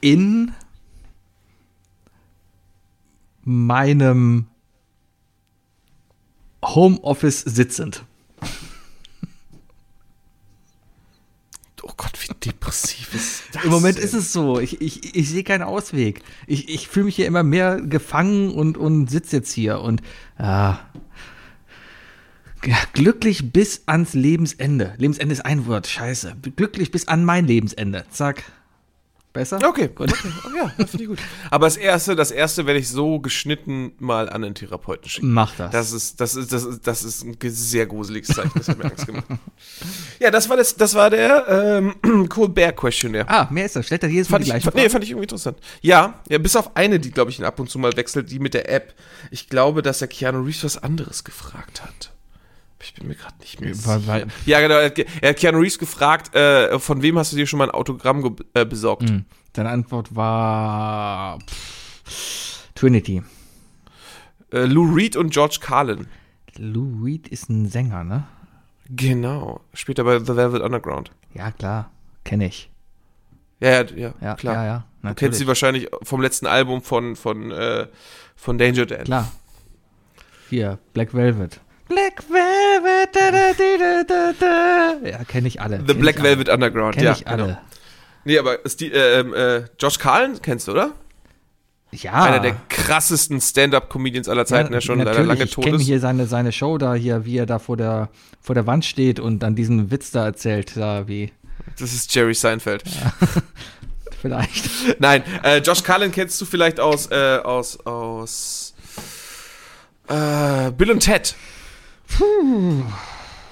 in meinem Homeoffice sitzend.
Oh Gott, wie depressiv ist das?
Im Moment ist es so. Ich, ich, ich sehe keinen Ausweg. Ich, ich fühle mich hier immer mehr gefangen und, und sitze jetzt hier und ah. Ja, glücklich bis ans Lebensende. Lebensende ist ein Wort. Scheiße. Glücklich bis an mein Lebensende. Zack. Besser?
Okay,
Gut.
okay. Oh, ja, das finde ich gut. Aber das erste, das erste werde ich so geschnitten mal an einen Therapeuten schicken.
Mach das.
Das ist, das ist, das ist, das ist ein ge- sehr gruseliges Zeichen, das hat mir Angst gemacht. Ja, das war das, das war der ähm, Colbert Questionnaire.
ah, mehr ist das. Stellt das jedes Mal
Fand
die
ich,
gleiche
fand, nee, fand ich irgendwie interessant. Ja, ja, bis auf eine, die, glaube ich, ihn ab und zu mal wechselt, die mit der App. Ich glaube, dass der Keanu Reeves was anderes gefragt hat. Ich bin mir gerade nicht mehr
Weil-
sicher.
weil-
Ja, genau. Er hat, ge- er hat Keanu Reeves gefragt, äh, von wem hast du dir schon mal ein Autogramm ge- äh, besorgt?
Hm. Deine Antwort war pff, Trinity.
Äh, Lou Reed und George Carlin.
Lou Reed ist ein Sänger, ne?
Genau. Später bei The Velvet Underground.
Ja, klar. Kenne ich.
Ja, ja, ja,
Ja,
klar.
ja, ja.
du kennst sie wahrscheinlich vom letzten Album von, von, äh, von Danger Dan.
Klar. Hier, Black Velvet. Black Velvet. Da, da, di, da, da, da. Ja, kenne ich alle.
The
Kenn
Black
ich alle.
Velvet Underground,
Kenne
ja.
ich alle.
Genau. Nee, aber ist die, äh, ähm, äh, Josh Carlin kennst du, oder?
Ja.
Einer der krassesten Stand-Up-Comedians aller Zeiten, der schon leider
natürlich.
lange
ich
tot
kenn
ist.
hier seine, seine Show da hier, wie er da vor der, vor der Wand steht und dann diesen Witz da erzählt, da wie.
Das ist Jerry Seinfeld.
Vielleicht.
Nein, äh, Josh Carlin kennst du vielleicht aus, äh, aus, aus äh, Bill und Ted.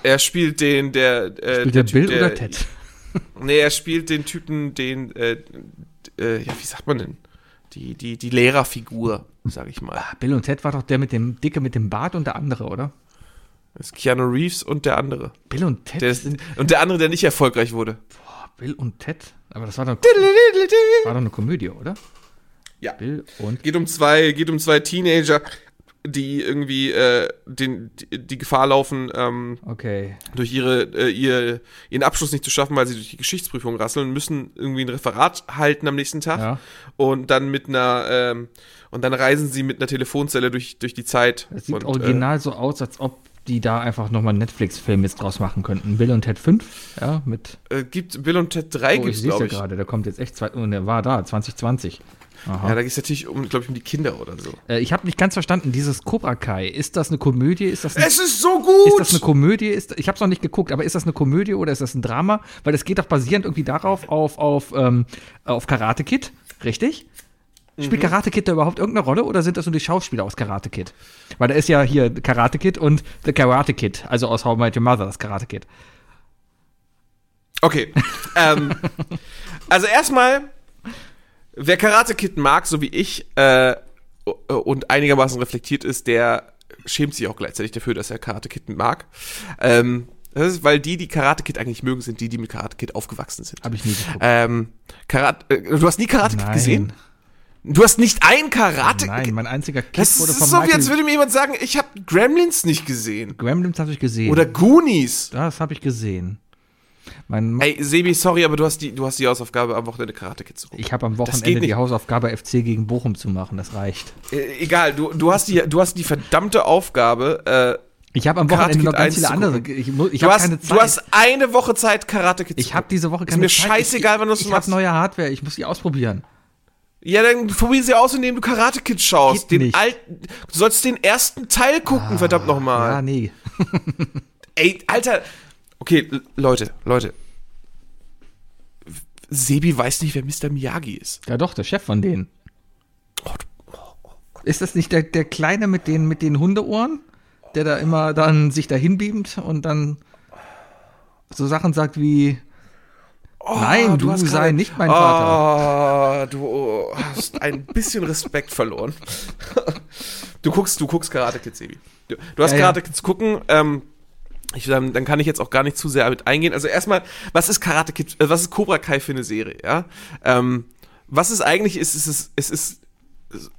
Er spielt den, der, äh,
Spielt der
Typ,
Bill oder Ted?
Nee, er spielt den Typen, den, äh, äh, ja, wie sagt man denn? Die, die, die Lehrerfigur, sag ich mal.
Bill und Ted war doch der mit dem Dicke mit dem Bart und der andere, oder?
Das ist Keanu Reeves und der andere.
Bill und Ted
Der ist,
sind.
und der andere, der nicht erfolgreich wurde.
Boah, Bill und Ted? Aber das war doch, war doch eine Komödie, oder?
Ja.
Bill und.
Geht um zwei, geht um zwei Teenager, die irgendwie äh, den, die, die Gefahr laufen, ähm,
Okay.
durch ihre, äh, ihr, ihren Abschluss nicht zu schaffen, weil sie durch die Geschichtsprüfung rasseln, müssen irgendwie ein Referat halten am nächsten Tag
Ja.
und dann mit einer ähm, und dann reisen sie mit einer Telefonzelle durch, durch die Zeit.
Das sieht
und, äh,
original so aus, als ob die da einfach nochmal einen Netflix-Film jetzt draus machen könnten. Bill und Ted 5, ja, mit.
Äh, äh, gibt Bill und Ted
Oh,
3
ich
gibt's,
sehe es
glaube
ja
ich.
gerade, der kommt jetzt echt. Zwei, und der war da, 2020. Aha.
Ja, da geht's natürlich um, glaube ich, um die Kinder oder so.
äh, ich habe nicht ganz verstanden, dieses Cobra Kai, ist das eine Komödie? Ist das ein
Es ist so
Ist
gut!
das eine Komödie? Ist, ich habe es noch nicht geguckt, aber ist das eine Komödie oder ist das ein Drama? Weil das geht doch basierend irgendwie darauf auf, auf, ähm, auf Karate Kid, richtig? Spielt
Mhm.
Karate Kid da überhaupt irgendeine Rolle oder sind das nur die Schauspieler aus Karate Kid? Weil da ist ja hier Karate Kid und The Karate Kid, also aus How I Met Your Mother, das Karate Kid.
Okay. ähm, also erstmal, wer Karate Kid mag, so wie ich, äh, und einigermaßen reflektiert ist, der schämt sich auch gleichzeitig dafür, dass er Karate Kid mag. Ähm, das ist, weil die, die Karate Kid eigentlich mögen, sind die, die mit Karate Kid aufgewachsen sind.
Habe ich nie geguckt.
Ähm, Karate, äh, du hast nie Karate Kid
Nein.
gesehen? Du hast nicht ein Karate
Nein, mein einziger Kid
Äh, Das
wurde
ist
von
so, wie als
Michael
würde mir jemand sagen, ich habe Gremlins nicht gesehen.
Gremlins habe ich gesehen.
Oder Goonies.
das habe ich gesehen. Mein
Ey, Sebi, sorry, aber du hast die, du hast die Hausaufgabe am Wochenende Karate Kid zu gucken.
ich habe am
Das geht
Wochenende
nicht.
die Hausaufgabe FC gegen Bochum zu machen, das reicht.
Äh, egal, du, du, hast die, du hast die verdammte Aufgabe. Äh,
Ich habe am
Karate
Wochenende
Kid
noch ganz
1
viele
zu
andere.
gucken.
Ich, mu- ich
du,
habe
hast,
keine Zeit.
du hast eine Woche Zeit, Karate Kid
ich habe diese Woche
Ist
keine
mir
Zeit.
scheißegal, wann du's
ich, ich
machst.
habe neue Hardware, ich muss die ausprobieren.
Ja, dann probier sie aus, indem du Karate Kid schaust.
Geht
Den
nicht. Ah,
alten, du sollst den ersten Teil gucken, verdammt nochmal.
Ja, nee.
Ey, Alter. Okay, L- Leute, Leute. Sebi weiß nicht, wer Mr. Miyagi ist.
Ja doch, der Chef von denen. Ist das nicht der, der Kleine mit den, mit den Hundeohren, der da immer dann sich dahin beamt und dann so Sachen sagt wie Nein, du
Oh, hast
sei
gerade-
nicht mein Vater.
Ah, du hast ein bisschen Respekt verloren. Du guckst, du guckst Karate Kid, Sebi. Du, du hast
Ja, ja.
Karate Kids gucken. Ähm, ich, ähm, dann, dann kann ich jetzt auch gar nicht zu sehr damit eingehen. Also erstmal, was ist Karate Kid, äh, was ist Cobra Kai für eine Serie, ja? Ähm, was es eigentlich ist, es ist, es ist,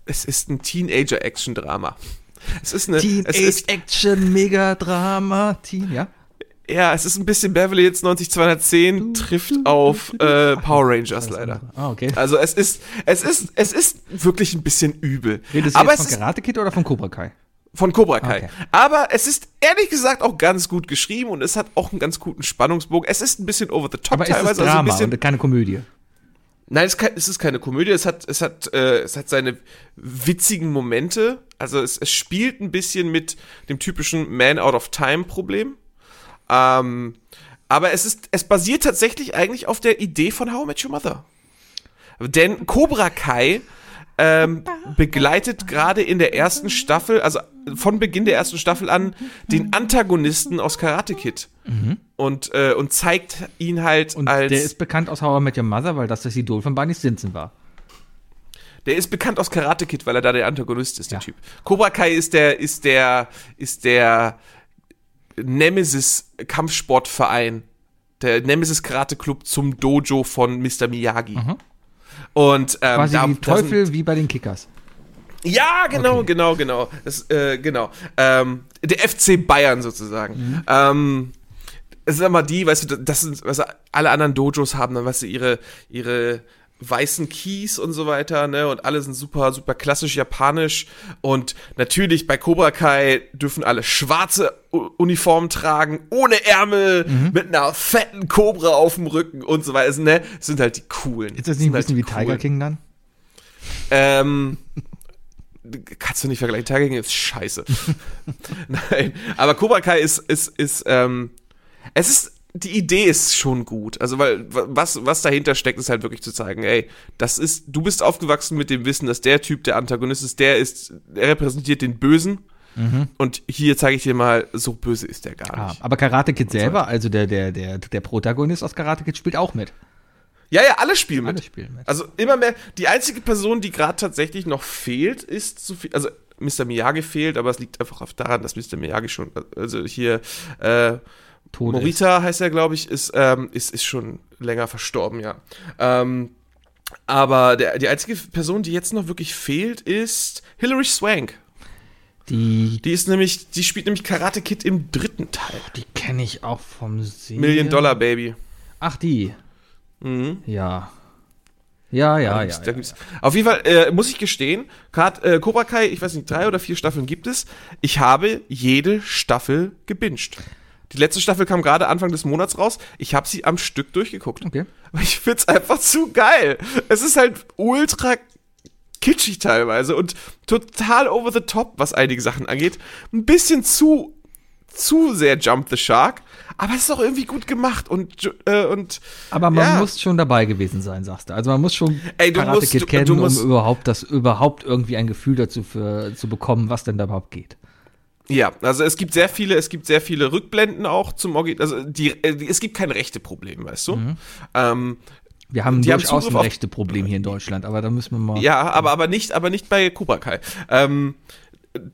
es ist ein Teenager-Action-Drama. Es ist eine, es ist,
Action Mega Drama Teen, ja?
Ja, es ist ein bisschen Beverly Hills 90210 trifft auf äh, Power Rangers leider.
Ah, okay.
Also es ist, es ist, es ist wirklich ein bisschen übel.
Redest du
Aber
jetzt
es
von
ist
Karate Kid oder von Cobra Kai?
von Cobra Kai.
Okay.
Aber es ist ehrlich gesagt auch ganz gut geschrieben und es hat auch einen ganz guten Spannungsbogen. Es ist ein bisschen over the top
Aber es ist
teilweise,
Drama
also ein bisschen.
und keine Komödie.
Nein, es, kann, es ist keine Komödie. Es hat, es hat, äh, es hat seine witzigen Momente. Also es, es spielt ein bisschen mit dem typischen Man out of Time Problem. Ähm, aber es ist, es basiert tatsächlich eigentlich auf der Idee von How I Met Your Mother. Denn Cobra Kai ähm, begleitet gerade in der ersten Staffel, also von Beginn der ersten Staffel an, den Antagonisten aus Karate Kid. Und, äh, und zeigt ihn halt
Mhm. Und
als.
der ist bekannt aus How I Met Your Mother, weil das das Idol von Barney Stinson war.
Ähm, Der ist bekannt aus Karate Kid, weil er da der Antagonist ist, der
Ja.
Typ. Cobra Kai ist der, ist der, ist der Nemesis Kampfsportverein. Der Nemesis Karate Club zum Dojo von Mr. Miyagi. Und ähm,
Mhm. Quasi
da-
wie
da sind-
Teufel wie bei den Kickers.
ja, genau, genau, genau. Das, äh, genau. Ähm, der FC Bayern sozusagen.
Mhm.
Ähm, es sind immer die, weißt du, das sind, was alle anderen Dojos haben, dann weißt du, ihre, ihre weißen Keys und so weiter, ne? Und alle sind super, super klassisch japanisch. Und natürlich bei Cobra Kai dürfen alle schwarze U- Uniformen tragen, ohne Ärmel,
Mhm.
mit einer fetten Cobra auf dem Rücken und so weiter, ne? Das sind halt die coolen.
Ist das nicht ein
Sind halt
bisschen
die
wie Tiger
coolen.
King dann?
Ähm, kannst du nicht vergleichen. Tiger King ist scheiße. Nein, aber Cobra Kai ist, ist, ist, ähm, es ist, die Idee ist schon gut. Also, weil, wa- was, was dahinter steckt, ist halt wirklich zu zeigen, ey, das ist, du bist aufgewachsen mit dem Wissen, dass der Typ der Antagonist ist, der ist, er repräsentiert den Bösen. Und hier zeige ich dir mal, so böse ist der gar
Mhm. Ah,
nicht.
aber Karate Kid selber, also der, der, der, der Protagonist aus Karate Kid spielt auch mit.
Ja, ja, alle spielen mit.
Alle spielen mit.
Also immer mehr. Die einzige Person, die gerade tatsächlich noch fehlt, ist so viel. Also Mr. Miyagi fehlt, aber es liegt einfach auf- daran, dass Mr. Miyagi schon, also hier äh,
Tod ist.
Morita heißt er, glaube ich, ist, ähm, ist ist schon länger verstorben, ja. Ähm, aber der, die einzige Person, die jetzt noch wirklich fehlt, ist Hilary Swank.
Die,
Die ist nämlich, die spielt nämlich Karate Kid im dritten Teil.
die kenne ich auch vom Sehen.
Million Dollar Baby.
Ach, die.
Mhm.
Ja. Ja, ja,
Da
Ah, ja.
gibt's- da
ja.
gibt's. Auf jeden Fall äh, muss ich gestehen, Grad, äh, Cobra Kai, ich weiß nicht, drei oder vier Staffeln gibt es. Ich habe jede Staffel gebinged. Die letzte Staffel kam gerade Anfang des Monats raus. Ich habe sie am Stück durchgeguckt.
Okay.
Aber Ich find's einfach zu geil. Es ist halt ultra kitschig teilweise und total over the top, was einige Sachen angeht. Ein bisschen zu zu sehr Jump the Shark, aber es ist auch irgendwie gut gemacht und ju- äh, und
Aber man
Ja.
muss schon dabei gewesen sein, sagst du. Also man muss schon
Ey, du
Karate
musst-
Kid
du-
kennen,
du musst-
um überhaupt das überhaupt irgendwie ein Gefühl dazu für, zu bekommen, was denn da überhaupt geht.
Ja, also es gibt sehr viele, es gibt sehr viele Rückblenden auch zum Original. Also die, äh, die- es gibt kein rechte Problem, weißt du?
Mhm.
Ähm,
Wir haben
Die haben
durchaus
Zugriff
ein
auf-
rechte Problem hier in Deutschland, aber da müssen wir mal.
ja, aber, aber nicht, aber nicht bei Cobra Kai. Ähm,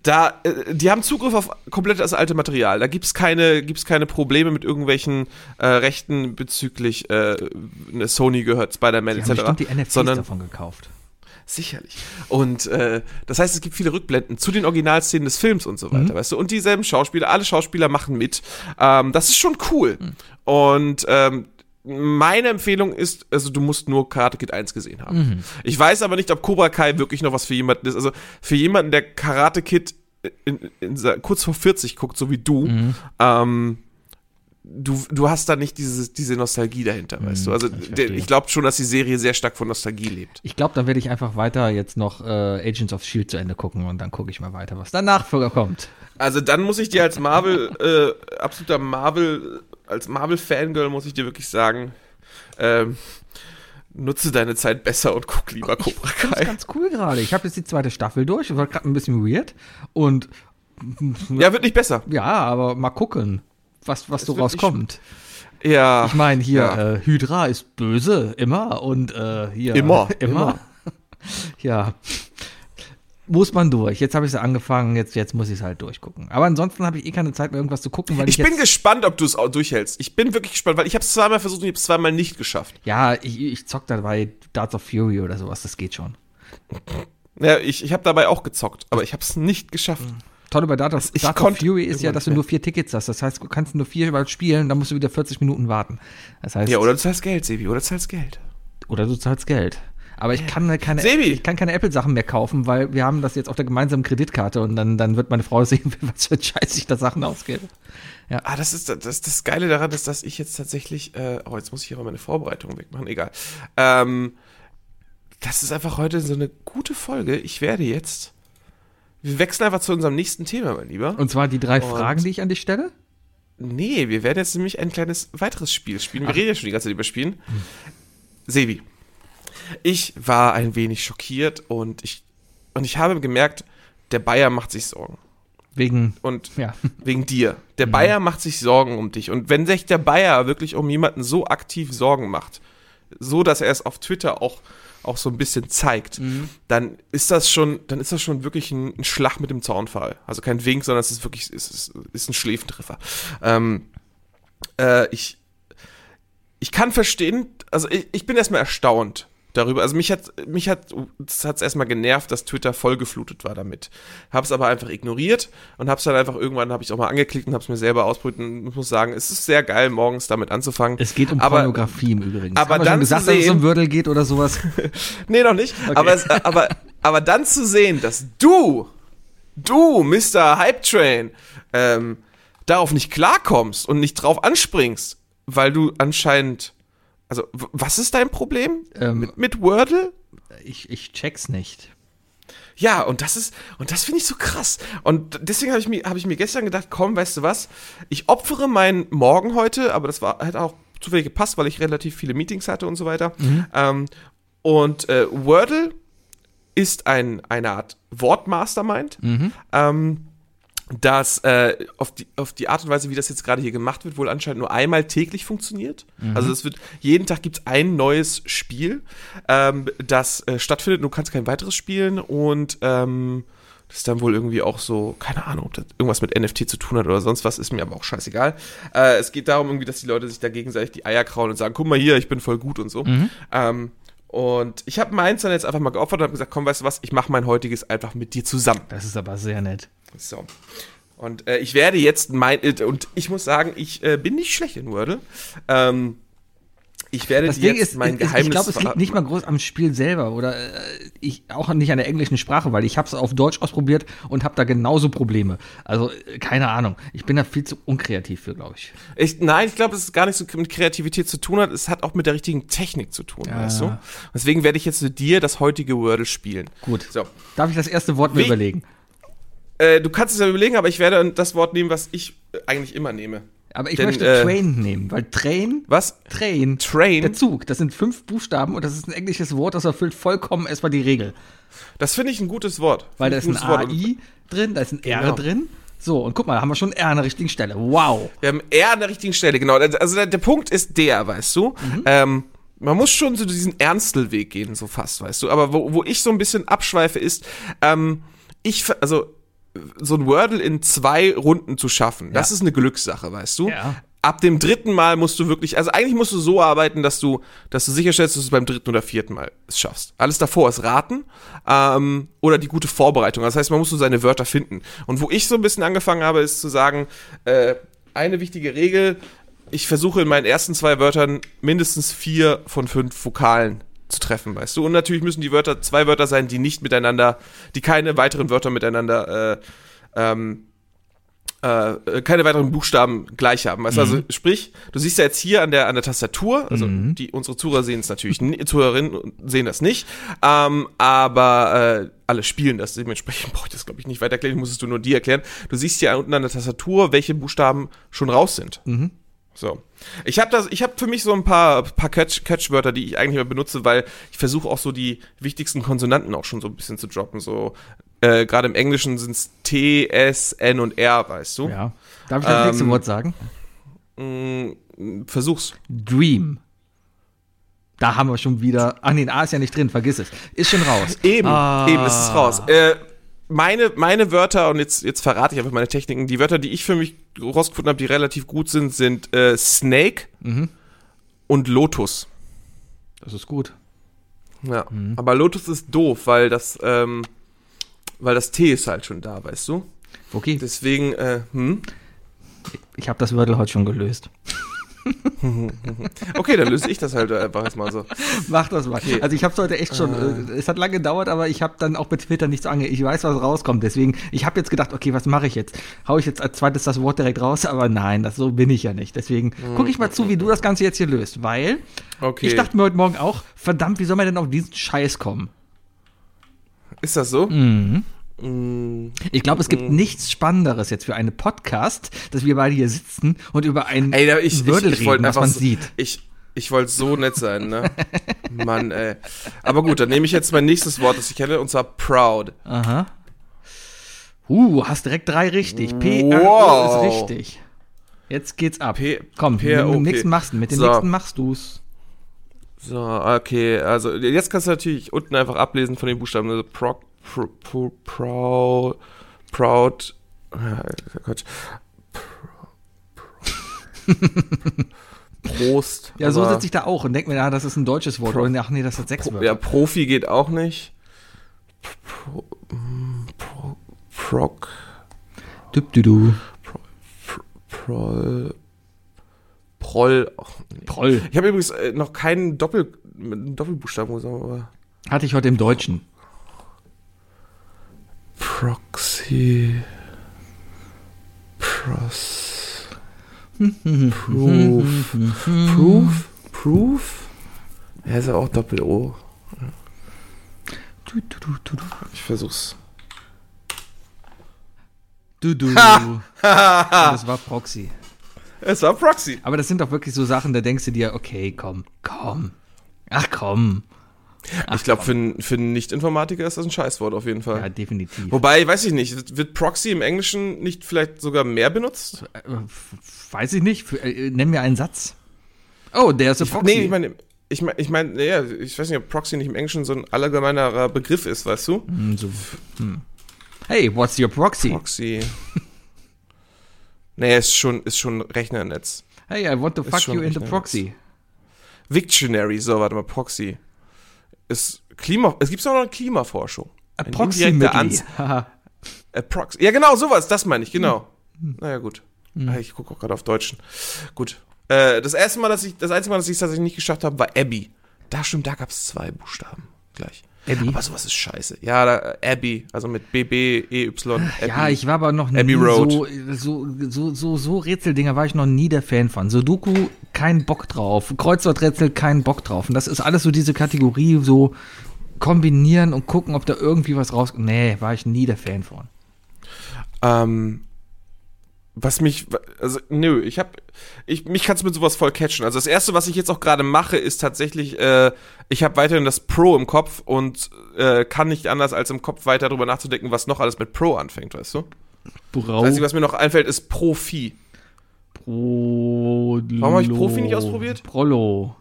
da, äh, die haben Zugriff auf komplett das alte Material. Da gibt's keine, gibt's keine Probleme mit irgendwelchen äh, Rechten bezüglich äh, ne, Sony gehört, Spider-Man
die
etc.
haben bestimmt die NFTs
sondern
davon gekauft.
Sicherlich. Und äh, das heißt, es gibt viele Rückblenden zu den Originalszenen des Films und so
Mhm.
weiter, weißt du? Und dieselben Schauspieler, alle Schauspieler machen mit. Ähm, das ist schon cool.
Mhm.
Und ähm, meine Empfehlung ist, also du musst nur Karate Kid 1 gesehen haben.
Mhm.
Ich weiß aber nicht, ob Cobra Kai wirklich noch was für jemanden ist. Also für jemanden, der Karate Kid in, in, sa- kurz vor 40 guckt, so wie du,
Mhm.
ähm, du, du hast da nicht diese, diese Nostalgie dahinter, weißt du? Also
Mhm. ich
der,
verstehe.
ich glaube schon, dass die Serie sehr stark von Nostalgie lebt.
Ich glaube, dann werde ich einfach weiter jetzt noch äh, Agents of Shield zu Ende gucken und dann gucke ich mal weiter, was danach für- kommt.
Also dann muss ich dir als Marvel, äh, absoluter Marvel, als Marvel-Fangirl muss ich dir wirklich sagen, ähm, nutze deine Zeit besser und guck lieber Cobra
Das ist
Kai.
ganz cool gerade. Ich habe jetzt die zweite Staffel durch. War gerade ein bisschen weird. Und
Ja, wird nicht besser.
ja, aber mal gucken, was, was so
wird nicht
rauskommt.
Ja.
Ich meine, hier,
Ja.
äh, Hydra ist böse, immer. Und äh, hier.
Immer,
Immer. ja. Muss man durch. Jetzt habe ich es angefangen, jetzt, jetzt muss ich es halt durchgucken. Aber ansonsten habe ich eh keine Zeit mehr, irgendwas zu gucken, weil ich,
Ich bin
jetzt,
gespannt, ob du es auch durchhältst. Ich bin wirklich gespannt, weil ich habe es zweimal versucht und ich habe es zweimal nicht geschafft.
Ja, ich, ich zock dabei Darts of Fury oder sowas, das geht schon.
Ja, ich, ich habe dabei auch gezockt, aber ich habe es nicht geschafft.
Mhm. Tolle bei Data,
ich
Data
konnte
Fury ist ja,
irgendwann
dass du
nicht
nur vier Tickets hast. Das heißt, du kannst nur vier Mal spielen, dann musst du wieder 40 Minuten warten. Das heißt,
Ja, oder du zahlst Geld, Sebi, oder du zahlst Geld.
oder du zahlst Geld. Aber ich kann halt keine,
Sebi!
ich kann keine Apple-Sachen mehr kaufen, weil wir haben das jetzt auf der gemeinsamen Kreditkarte und dann, dann wird meine Frau sehen, was für Scheiß ich da Sachen ausgebe.
Ah, das ist das, das, das Geile daran, ist, dass ich jetzt tatsächlich. Äh, oh, jetzt muss ich hier mal meine Vorbereitung wegmachen, egal. Ähm, das ist einfach heute so eine gute Folge. Ich werde jetzt. Wir wechseln einfach zu unserem nächsten Thema, mein Lieber.
Und zwar die drei
Und-
Fragen, die ich an dich stelle.
Nee, wir werden jetzt nämlich ein kleines weiteres Spiel spielen. Wir reden ja schon die ganze Zeit über Spielen. Sebi, ich war ein wenig schockiert und ich, und ich habe gemerkt, der Bayer macht sich Sorgen.
Wegen,
Und
ja,
wegen dir. Der Bayer macht sich Sorgen um dich. Und wenn sich der Bayer wirklich um jemanden so aktiv Sorgen macht, so dass er es auf Twitter auch, auch so ein bisschen zeigt, dann ist das schon, dann ist das schon wirklich ein, ein Schlag mit dem Zaunfall. Also kein Wink, sondern es ist wirklich, es ist, ist ein Schläfentreffer. Ähm, äh, ich, ich kann verstehen, also ich, ich bin erstmal erstaunt darüber. Also mich hat mich hat es hat's erstmal genervt, dass Twitter vollgeflutet war damit. Hab's aber einfach ignoriert und hab's dann einfach irgendwann habe ich auch mal angeklickt und hab's mir selber ausprobiert und muss sagen, es ist sehr geil morgens damit anzufangen.
es geht um
aber,
Pornografie im Übrigen.
aber
Haben wir
dann
schon gesagt,
zu
dass es
sehen-
um Würdel geht oder sowas.
Nee, noch nicht, aber es, äh, aber aber dann zu sehen, dass du du Mr. Hype Train ähm, darauf nicht klarkommst und nicht drauf anspringst, weil du anscheinend also w- was ist dein Problem
Ähm,
mit, mit Wordle?
Ich, ich check's nicht.
Ja, und das ist, und das finde ich so krass. Und deswegen habe ich, mir- hab ich mir gestern gedacht, komm, weißt du was, ich opfere meinen Morgen heute, aber das war, hat auch zufällig gepasst, weil ich relativ viele Meetings hatte und so weiter. Ähm, und äh, Wordle ist ein, eine Art Wortmastermind. Ähm, dass äh, auf, die, auf die Art und Weise, wie das jetzt gerade hier gemacht wird, wohl anscheinend nur einmal täglich funktioniert. Also es wird, jeden Tag gibt es ein neues Spiel, ähm, das äh, stattfindet und du kannst kein weiteres spielen und ähm, das ist dann wohl irgendwie auch so, keine Ahnung, ob das irgendwas mit NFT zu tun hat oder sonst was, ist mir aber auch scheißegal. Äh, es geht darum irgendwie, dass die Leute sich da gegenseitig die Eier krauen und sagen, guck mal hier, ich bin voll gut und so. Ähm, und ich habe meins dann jetzt einfach mal geopfert und habe gesagt, komm, weißt du was, ich mache mein heutiges einfach mit dir zusammen.
Das ist aber sehr nett.
So. Und äh, ich werde jetzt mein. äh, Und ich muss sagen, ich äh, bin nicht schlecht in Wordle. Ähm, ich werde
Das
dir
Ding
jetzt
ist,
mein
ich,
Geheimnis
ich glaube, es liegt
verraten.
nicht mal groß am Spiel selber oder äh, ich, auch nicht an der englischen Sprache, weil ich habe es auf Deutsch ausprobiert und habe da genauso Probleme. Also äh, keine Ahnung. Ich bin da viel zu unkreativ für, glaube ich.
Ich, nein, ich glaube, dass es gar nicht so mit Kreativität zu tun hat. Es hat auch mit der richtigen Technik zu tun, weißt du? Deswegen werde ich jetzt mit dir das heutige Wordle spielen.
Gut.
So.
Darf ich das erste Wort mir
Wie-
überlegen?
Äh, du kannst es ja überlegen, aber ich werde das Wort nehmen, was ich äh, eigentlich immer nehme.
Aber ich
Denn,
möchte
äh,
Train nehmen, weil Train,
Was?
Train,
Train?
der Zug, das sind fünf Buchstaben und das ist ein englisches Wort, das erfüllt vollkommen erstmal die Regel.
Das finde ich ein gutes Wort.
Weil da
Finde
ist
ich
ein
gutes Wort. Und
AI drin, da ist ein R
Genau.
drin. So, und guck mal, da haben wir schon ein R an der richtigen Stelle. Wow.
Wir haben R an der richtigen Stelle, genau. Also der, der Punkt ist der, weißt du. Ähm, man muss schon so diesen Ernstelweg gehen, so fast, weißt du. Aber wo, wo ich so ein bisschen abschweife, ist, ähm, ich, ver- also so ein Wordle in zwei Runden zu schaffen, das ist eine Glückssache, weißt du.
Ja.
ab dem dritten Mal musst du wirklich, also eigentlich musst du so arbeiten, dass du, dass du sicherstellst, dass du es beim dritten oder vierten Mal es schaffst. Alles davor ist Raten ähm, oder die gute Vorbereitung. Das heißt, man muss so seine Wörter finden. Und wo ich so ein bisschen angefangen habe, ist zu sagen, äh, eine wichtige Regel, ich versuche in meinen ersten zwei Wörtern mindestens vier von fünf Vokalen zu treffen, weißt du. Und natürlich müssen die Wörter zwei Wörter sein, die nicht miteinander, die keine weiteren Wörter miteinander, äh, ähm, äh, keine weiteren Buchstaben gleich haben. Weißt? du? Also sprich, du siehst ja jetzt hier an der an der Tastatur, also
Mhm.
die unsere Zuhörer sehen es natürlich, ni- Zuhörerinnen sehen das nicht, ähm, aber äh, alle spielen das. Dementsprechend brauche ich das glaube ich nicht weiter erklären, ich muss es du nur dir erklären. Du siehst ja unten an der Tastatur, welche Buchstaben schon raus sind.
Mhm.
So. Ich habe das, ich habe für mich so ein paar, paar Catch, Catchwörter, die ich eigentlich immer benutze, weil ich versuche auch so die wichtigsten Konsonanten auch schon so ein bisschen zu droppen. So, äh, gerade im Englischen sind's T, S, N und R, weißt du?
Ja. Darf ich das
Ähm,
nächste Wort sagen?
Mm, versuch's.
Dream. Da haben wir schon wieder. Ach nee, ein A ist ja nicht drin, vergiss es. Ist schon raus.
Eben,
Ah.
eben, es ist raus. Äh, meine, meine Wörter, und jetzt, jetzt verrate ich einfach meine Techniken, die Wörter, die ich für mich rausgefunden habe, die relativ gut sind, sind äh, Snake und Lotus.
Das ist gut.
Ja. Aber Lotus ist doof, weil das, ähm, weil das T ist halt schon da, weißt du?
Okay,
Deswegen, äh, hm?
ich habe das Wörtel heute schon gelöst.
Okay, dann löse ich das halt einfach erstmal so.
Mach das mal.
Okay.
Also ich habe es heute echt schon, äh, es hat lange gedauert, aber ich habe dann auch bei Twitter nichts ange... Ich weiß, was rauskommt, deswegen, ich habe jetzt gedacht, okay, was mache ich jetzt? Hau ich jetzt als zweites das Wort direkt raus? Aber nein, das, so bin ich ja nicht. Deswegen gucke ich mal zu, wie du das Ganze jetzt hier löst, weil
Okay.
ich dachte mir heute Morgen auch, verdammt, wie soll man denn auf diesen Scheiß kommen?
ist das so?
Mhm.
Mm,
Ich glaube, es gibt nichts Spannenderes jetzt für einen Podcast, dass wir beide hier sitzen und über einen
Ey, da, ich, ich,
Wörtel
ich wollte
reden, was
einfach
man
so,
sieht.
Ich, ich wollte so nett sein, ne? Mann, ey. Aber gut, dann nehme ich jetzt mein nächstes Wort, das ich kenne, und zwar proud.
Aha. Uh, hast direkt drei richtig. P
Wow.
R O ist richtig. Jetzt geht's ab.
P-
Komm,
P-
mit dem
okay.
nächsten machst du, mit dem
So.
nächsten machst du's.
So, okay, also jetzt kannst du natürlich unten einfach ablesen von den Buchstaben. Also pro, pro, pro, proud, proud, ja, Quatsch. Pro, pro, Prost.
Ja, so
aber-
sitze ich da auch und denk mir, ah, das ist ein deutsches Wort. Oder ach nee, das hat sechs
Ja,
Wörter.
Profi geht auch nicht. Pro, mm, pro, proc,
Düb, dü, du.
prol, prol. ach, nee.
Proll.
Ich habe übrigens äh, noch keinen Doppel, mit einem Doppelbuchstaben gesagt, aber
Hatte ich heute im Deutschen.
Proxy. Pros. Proof. Proof? Proof? Ja, ist ja auch Doppel-O.
Du, du, du, du,
Ich versuch's.
du. du, du. Und das war Proxy.
Es war Proxy.
Aber das sind doch wirklich so Sachen, da denkst du dir, okay, komm, komm. Ach komm.
ich glaube, für, einen- für einen Nicht-Informatiker ist das ein Scheißwort auf jeden Fall.
Ja, definitiv.
Äh, Wobei, weiß ich nicht, wird- wird Proxy im Englischen nicht vielleicht sogar mehr benutzt?
Äh, f- Weiß ich nicht. Für, äh, nenn mir einen Satz. Oh, der ist a Proxy.
Nee, ich meine, ich meine, ich mein, naja, ich weiß nicht, ob Proxy nicht im Englischen so ein allgemeinerer Begriff ist, weißt du?
Hm, so, hm. Hey, what's your proxy?
Proxy. Naja, ist schon, ist schon Rechnernetz.
Hey, I want to
Ist
fuck
schon
you in the
richtig
proxy.
Victionary, so, warte mal, Proxy. Ist Klima, es gibt auch noch eine Klimaforschung.
Äh,
Ein
Approximately.
indirekter Ans-
Haha.
Approx ja, genau, sowas, das meine ich, genau.
Hm.
Naja, gut. Ah, Ich gucke auch gerade auf Deutschen. Gut. Äh, das erste Mal, dass ich, das einzige Mal, dass ich es tatsächlich nicht geschafft habe, war Abby. Da stimmt, da gab es zwei Buchstaben gleich.
Abby?
Aber sowas ist scheiße. Ja, da, Abby, also mit B, B, E, Y, Abby.
Ah, ja, ich war aber noch nie
Abbey Road.
so, so, so, so, so Rätseldinger war ich noch nie der Fan von. Sudoku, kein Bock drauf. Kreuzworträtsel, kein Bock drauf. Und das ist alles so diese Kategorie, so kombinieren und gucken, ob da irgendwie was rauskommt. Nee, war ich nie der Fan von.
Ähm, was mich, also nö, ich hab, ich, mich kannst mit sowas voll catchen. Also das erste, was ich jetzt auch gerade mache, ist tatsächlich, äh, ich habe weiterhin das Pro im Kopf und äh, kann nicht anders, als im Kopf weiter drüber nachzudenken, was noch alles mit Pro anfängt, weißt du?
Oh.
Das Einzige, was mir noch einfällt, ist Profi.
Prolo.
Warum hab ich Profi nicht ausprobiert?
Prollo.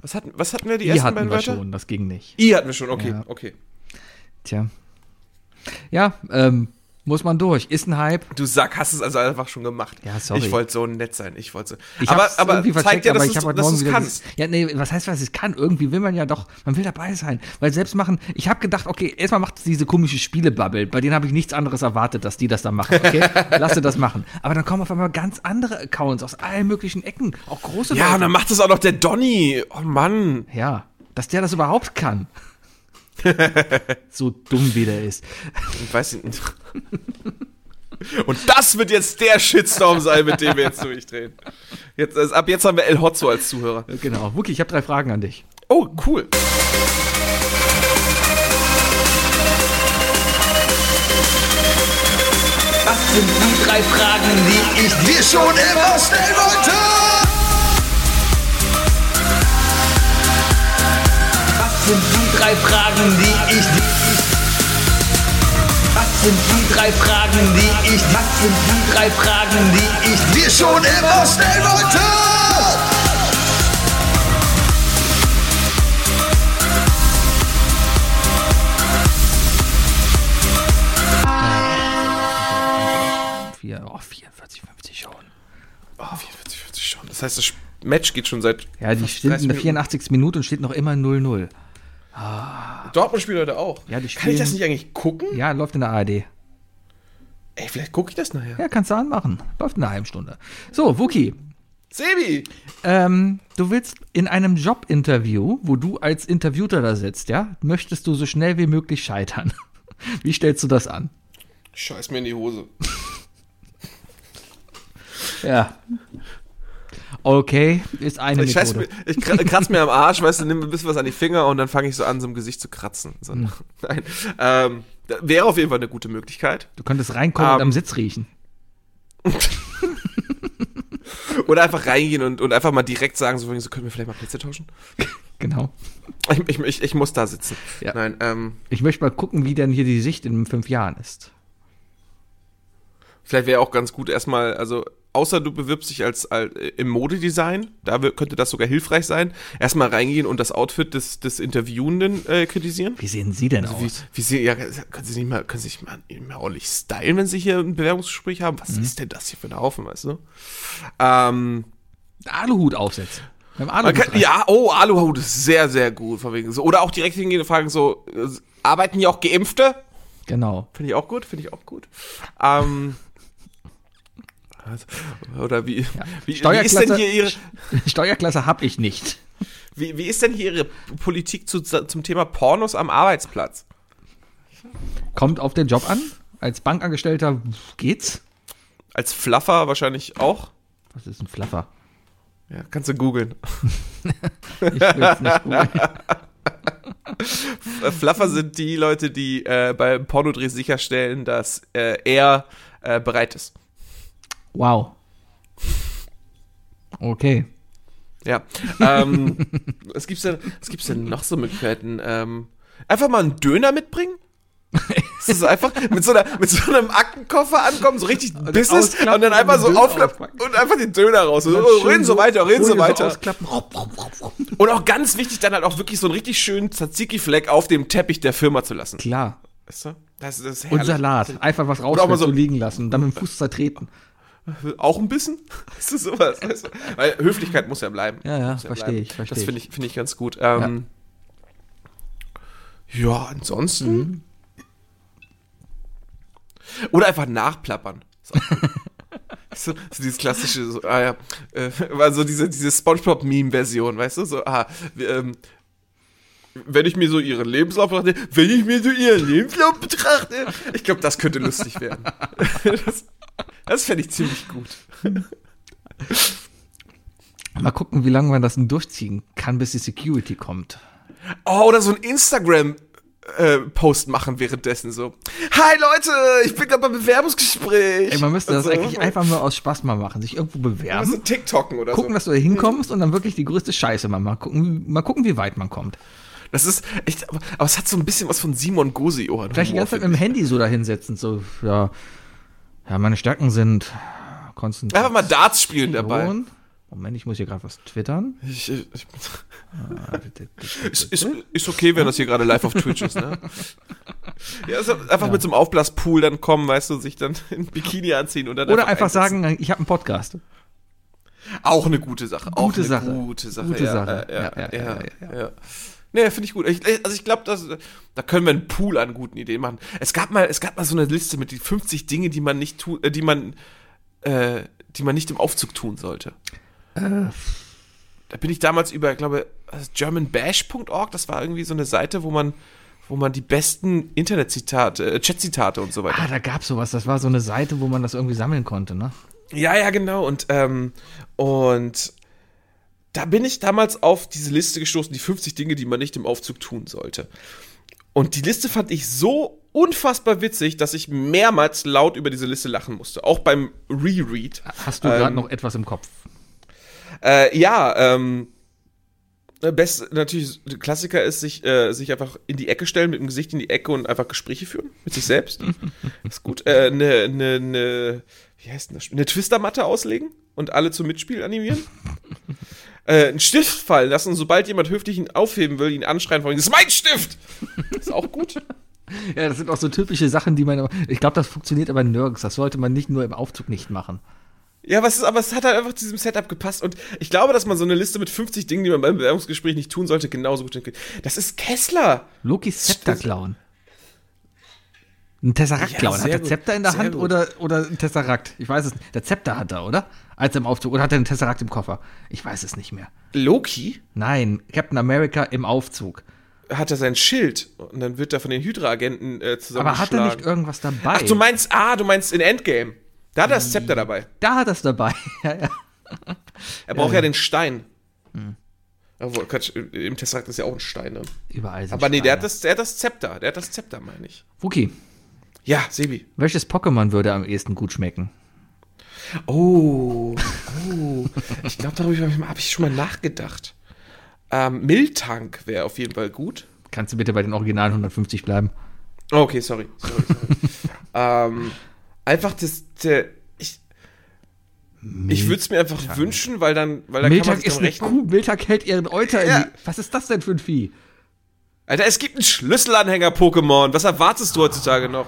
Was hatten, was hatten wir die
Die
ersten
hatten
beiden
wir
Wörter?
schon, das ging nicht.
I hatten wir schon, okay,
Ja.
okay.
Tja. Ja, ähm, Muss man durch. Ist ein Hype.
Du Sack, hast es also einfach schon gemacht.
Ja, sorry.
Ich wollte so nett sein. Ich wollte so.
Ich
aber
hab's
aber
irgendwie
zeig
vercheckt,
dir, dass
aber
du
ich habe heute Morgen
es
wieder
kannst.
Ja, nee, was heißt, was es kann? Irgendwie will man ja doch, man will dabei sein. Weil selbst machen, ich habe gedacht, okay, erstmal macht es diese komische Spielebubble, bei denen habe ich nichts anderes erwartet, dass die das dann machen, okay? Lasse das machen. Aber dann kommen auf einmal ganz andere Accounts aus allen möglichen Ecken, auch große
Ja,
Leute.
und dann macht es auch noch der Donny. Oh Mann.
Ja, dass der das überhaupt kann. so dumm wie der ist.
Ich weiß nicht. Und das wird jetzt der Shitstorm sein, mit dem wir jetzt durchdrehen. Jetzt, also ab jetzt haben wir El Hotzo als Zuhörer.
Genau. Wookie, ich habe drei Fragen an dich.
Oh, cool.
Das sind die drei Fragen, die ich dir schon immer stellen wollte. Was sind die drei Fragen, die ich dir... Was sind die drei Fragen, die ich... Was sind die drei Fragen, die ich dir schon immer stellen wollte?
Vier, oh, 44, 50 schon.
Oh, 44, 40 schon. Das heißt, das Match geht schon seit.
Ja, die
fast
sind
30
in der
Minuten.
84. Minute und steht noch immer 0-0.
Dortmund spielt heute auch.
Ja, die
Kann ich das
spielen-
nicht eigentlich gucken?
Ja, läuft in der ARD.
Ey, vielleicht gucke ich das nachher.
Ja, kannst du anmachen. Läuft in einer halben Stunde. So, Wookie,
Sebi!
ähm, du willst in einem Jobinterview, wo du als Interviewter da sitzt, ja, möchtest du so schnell wie möglich scheitern. Wie stellst du das an?
Scheiß mir in die Hose.
Ja. Okay, ist eine
Ich, scheiß mir,
Methode.
ich kra- kratz mir am Arsch, weißt du, nimm ein bisschen was an die Finger und dann fange ich so an, so im Gesicht zu kratzen. So, Nein. Ähm, da- wäre auf jeden Fall eine gute Möglichkeit.
Du könntest reinkommen und
Ähm,
am Sitz riechen.
Oder einfach reingehen und, und einfach mal direkt sagen, so, von wegen so können wir vielleicht mal Plätze tauschen?
Genau.
Ich, ich, ich, ich muss da sitzen.
Ja.
Nein, ähm,
Ich möchte mal gucken, wie denn hier die Sicht in fünf Jahren ist.
vielleicht wäre auch ganz gut erstmal, also außer du bewirbst dich als, als im Modedesign, da wär- könnte das sogar hilfreich sein, erstmal reingehen und das Outfit des, des Interviewenden äh, kritisieren.
Wie sehen Sie denn
Also Wie,
aus?
wie sie, ja, können sie nicht mal, können sie sich mal, mal ordentlich stylen, wenn sie hier ein Bewerbungsgespräch haben? Was ist denn das hier für ein Haufen, weißt du? Ähm,
Aluhut aufsetzen. Mit dem
man
Aluhut
kann,
rein.
ja, oh, Aluhaut ist sehr, sehr gut. Von wegen so. Oder auch direkt hingehen und fragen so, äh, arbeiten hier auch Geimpfte?
Genau.
Finde ich auch gut, finde ich auch gut. Ähm, also, oder wie, wie, wie ist denn
Steuerklasse,
hier ihre,
Steuerklasse habe ich nicht.
wie, wie ist denn hier ihre Politik zu, zum Thema Pornos am Arbeitsplatz?
Kommt auf den Job an. Als Bankangestellter geht's.
Als Fluffer wahrscheinlich auch.
Was ist ein Flaffer?
Ja, kannst du googeln.
Ich will's nicht googeln.
Äh, Fluffer sind die Leute, die äh, beim Pornodreh sicherstellen, dass äh, er äh, bereit ist.
Wow. Okay.
Ja. Ähm, was gibt's denn, was gibt's denn noch so Möglichkeiten? Ähm, einfach mal einen Döner mitbringen? Es ist einfach mit so, einer, mit so einem Aktenkoffer ankommen, so richtig Business
ausklappen
und dann einfach
und
so
den Döner
aufklappen
auspacken.
und einfach den Döner raus. So, oh, reden so weiter, reden so weiter.
Ausklappen.
Und auch ganz wichtig, dann halt auch wirklich so einen richtig schönen Tzatziki-Fleck auf dem Teppich der Firma zu lassen.
Klar.
Weißt du? Das, das ist
Und
herrlich.
Salat. Einfach was
auch mal
rausholen,
so-
so liegen lassen und dann mit dem Fuß zertreten.
Auch ein bisschen? Weißt du, sowas? Weißt du? Weil Höflichkeit muss ja bleiben.
Ja, ja,
Muss
verstehe
bleiben.
ich, verstehe
Das
ich.
finde ich, finde ich ganz gut. Ähm, ja. ansonsten.
Mhm.
Oder einfach nachplappern. So. so, so dieses klassische, so, ah ja, äh, also diese, diese Spongebob-Meme-Version, weißt du? So, ah, wir, ähm, wenn ich mir so ihren Lebenslauf betrachte, wenn ich mir so ihren Lebenslauf betrachte, ich glaube, das könnte lustig werden. das das fände ich ziemlich gut.
Mal gucken, wie lange man das denn durchziehen kann, bis die Security kommt.
Oh, oder so ein Instagram-Post machen währenddessen so. Hi Leute, ich bin gerade beim Bewerbungsgespräch.
Ey, man müsste das
Und so.
eigentlich einfach nur aus Spaß mal machen. Sich irgendwo
Oder so
bewerben,
TikToken oder
gucken,
so.
dass du da hinkommst und dann wirklich die größte Scheiße mal machen. Gucken, mal gucken, wie weit man kommt.
Das ist echt, aber, aber es hat so ein bisschen was von Simon Gose, Johann.
Vielleicht die ganze Zeit mit dem Handy so dahinsetzen, so, ja, ja, meine Stärken sind
Einfach
Konzentration.
mal Darts spielen dabei.
Moment, ich muss hier gerade was twittern.
Ich, ich, Hm? ist, ist, ist okay, wenn das hier gerade live auf Twitch ist, ne? Ja, also einfach mit so einem Aufblaspool dann kommen, weißt du, sich dann in Bikini anziehen und dann
Oder einfach
einsetzen.
sagen, ich habe einen Podcast.
Auch eine gute Sache. auch
Gute
eine
Sache.
Gute Sache.
Gute
ja,
Sache.
Ja,
Ja,
ja,
ja,
ja. ja. Nee, finde ich gut. Ich, also ich glaube, da können wir einen Pool an guten Ideen machen. Es gab mal, es gab mal so eine Liste mit die 50 Dinge, die man nicht tun, äh, die man, äh, die man nicht im Aufzug tun sollte. Äh. Da bin ich damals über, ich glaube, also germanbash.org, das war irgendwie so eine Seite, wo man, wo man die besten Internetzitate, äh, Chatzitate und so weiter
Ah, da gab's sowas. Das war so eine Seite, wo man das irgendwie sammeln konnte, ne?
Ja, ja, genau. Und, ähm, und da bin ich damals auf diese Liste gestoßen, die 50 Dinge, die man nicht im Aufzug tun sollte. Und die Liste fand ich so unfassbar witzig, dass ich mehrmals laut über diese Liste lachen musste. Auch beim Reread.
Hast du
Ähm,
gerade noch etwas im Kopf?
Äh, ja, ähm, ne, best, natürlich, der Klassiker ist, sich, äh, sich einfach in die Ecke stellen, mit dem Gesicht in die Ecke und einfach Gespräche führen mit sich selbst. ist gut. Äh, ne, ne, ne, wie heißt denn das? Eine Twistermatte auslegen und alle zum Mitspiel animieren. Äh, einen Stift fallen lassen, und sobald jemand höflich ihn aufheben will, ihn anschreien von das ist mein Stift! Ist auch gut.
Ja, das sind auch so typische Sachen, die man. Ich glaube, das funktioniert aber nirgends. Das sollte man nicht nur im Aufzug nicht machen.
Ja, was ist, aber es hat halt einfach zu diesem Setup gepasst. Und ich glaube, dass man so eine Liste mit 50 Dingen, die man beim Bewerbungsgespräch nicht tun sollte, genauso gut hinkriegt. Das ist Kessler!
Lokis Zepter
Stimmt.
klauen. Ein Tesserakt
Ja,
klauen.
sehr
hat er
gut,
Zepter in der
sehr
Hand
gut.
oder, oder ein Tesserakt? Ich weiß es nicht. Der Zepter hat er, oder? Als er im Aufzug. Oder hat er einen Tesserakt im Koffer? Ich weiß es nicht mehr.
Loki?
Nein, Captain America im Aufzug.
hat er sein Schild und dann wird er von den Hydra-Agenten äh,
Aber hat er
zusammengeschlagen.
nicht irgendwas dabei?
Ach, du meinst, ah, du meinst in Endgame. Da hat er das Zepter dabei.
da hat er es dabei. ja, ja.
Er braucht ja, den Stein. Obwohl, Quatsch, im Tesseract ist ja auch ein Stein. Ne?
Überall sind
Aber nee, der hat,
Steine.
das, der hat das Zepter. Der hat das Zepter, meine ich.
Wookie,
Ja, Sebi.
welches Pokémon würde am ehesten gut schmecken?
Oh, oh. ich glaube, darüber habe ich schon mal nachgedacht. Ähm, Miltank wäre auf jeden Fall gut.
Kannst du bitte bei den originalen 150 bleiben?
Oh, okay, sorry. sorry, sorry. ähm, einfach das. Der, ich ich würde es mir einfach wünschen, weil dann, weil dann kann man
Miltag
sich
ist
dann
eine
rechnen.
Kuh, Miltag hält ihren Euter
Ja.
in die... Was ist das denn für ein Vieh?
Alter, es gibt einen Schlüsselanhänger-Pokémon. Was erwartest du heutzutage noch?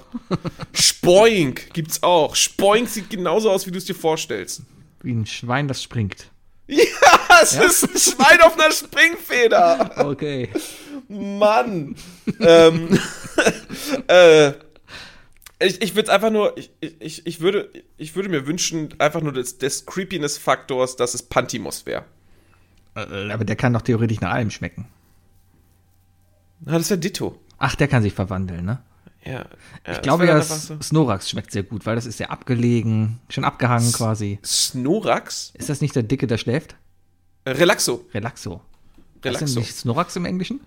Spoink gibt's auch. Spoink sieht genauso aus, wie du es dir vorstellst.
Wie ein Schwein, das springt.
Ja, es ist ein Schwein auf einer Springfeder.
Okay.
Mann. ähm, äh, ich, ich würde einfach nur, ich, ich, ich, würde, ich würde mir wünschen, einfach nur des, des Creepiness-Faktors, dass es Pantimos wäre.
Äh, Aber der kann doch theoretisch nach allem schmecken.
Na, das wäre Ditto.
Ach, der kann sich verwandeln, ne?
Ja.
Ich glaube ja, Snorax schmeckt sehr gut, weil das ist sehr abgelegen, schon abgehangen quasi.
Snorax?
Ist das nicht der Dicke, der schläft?
Äh, Relaxo.
Relaxo. Ist denn
Relaxo.
nicht Snorax im Englischen?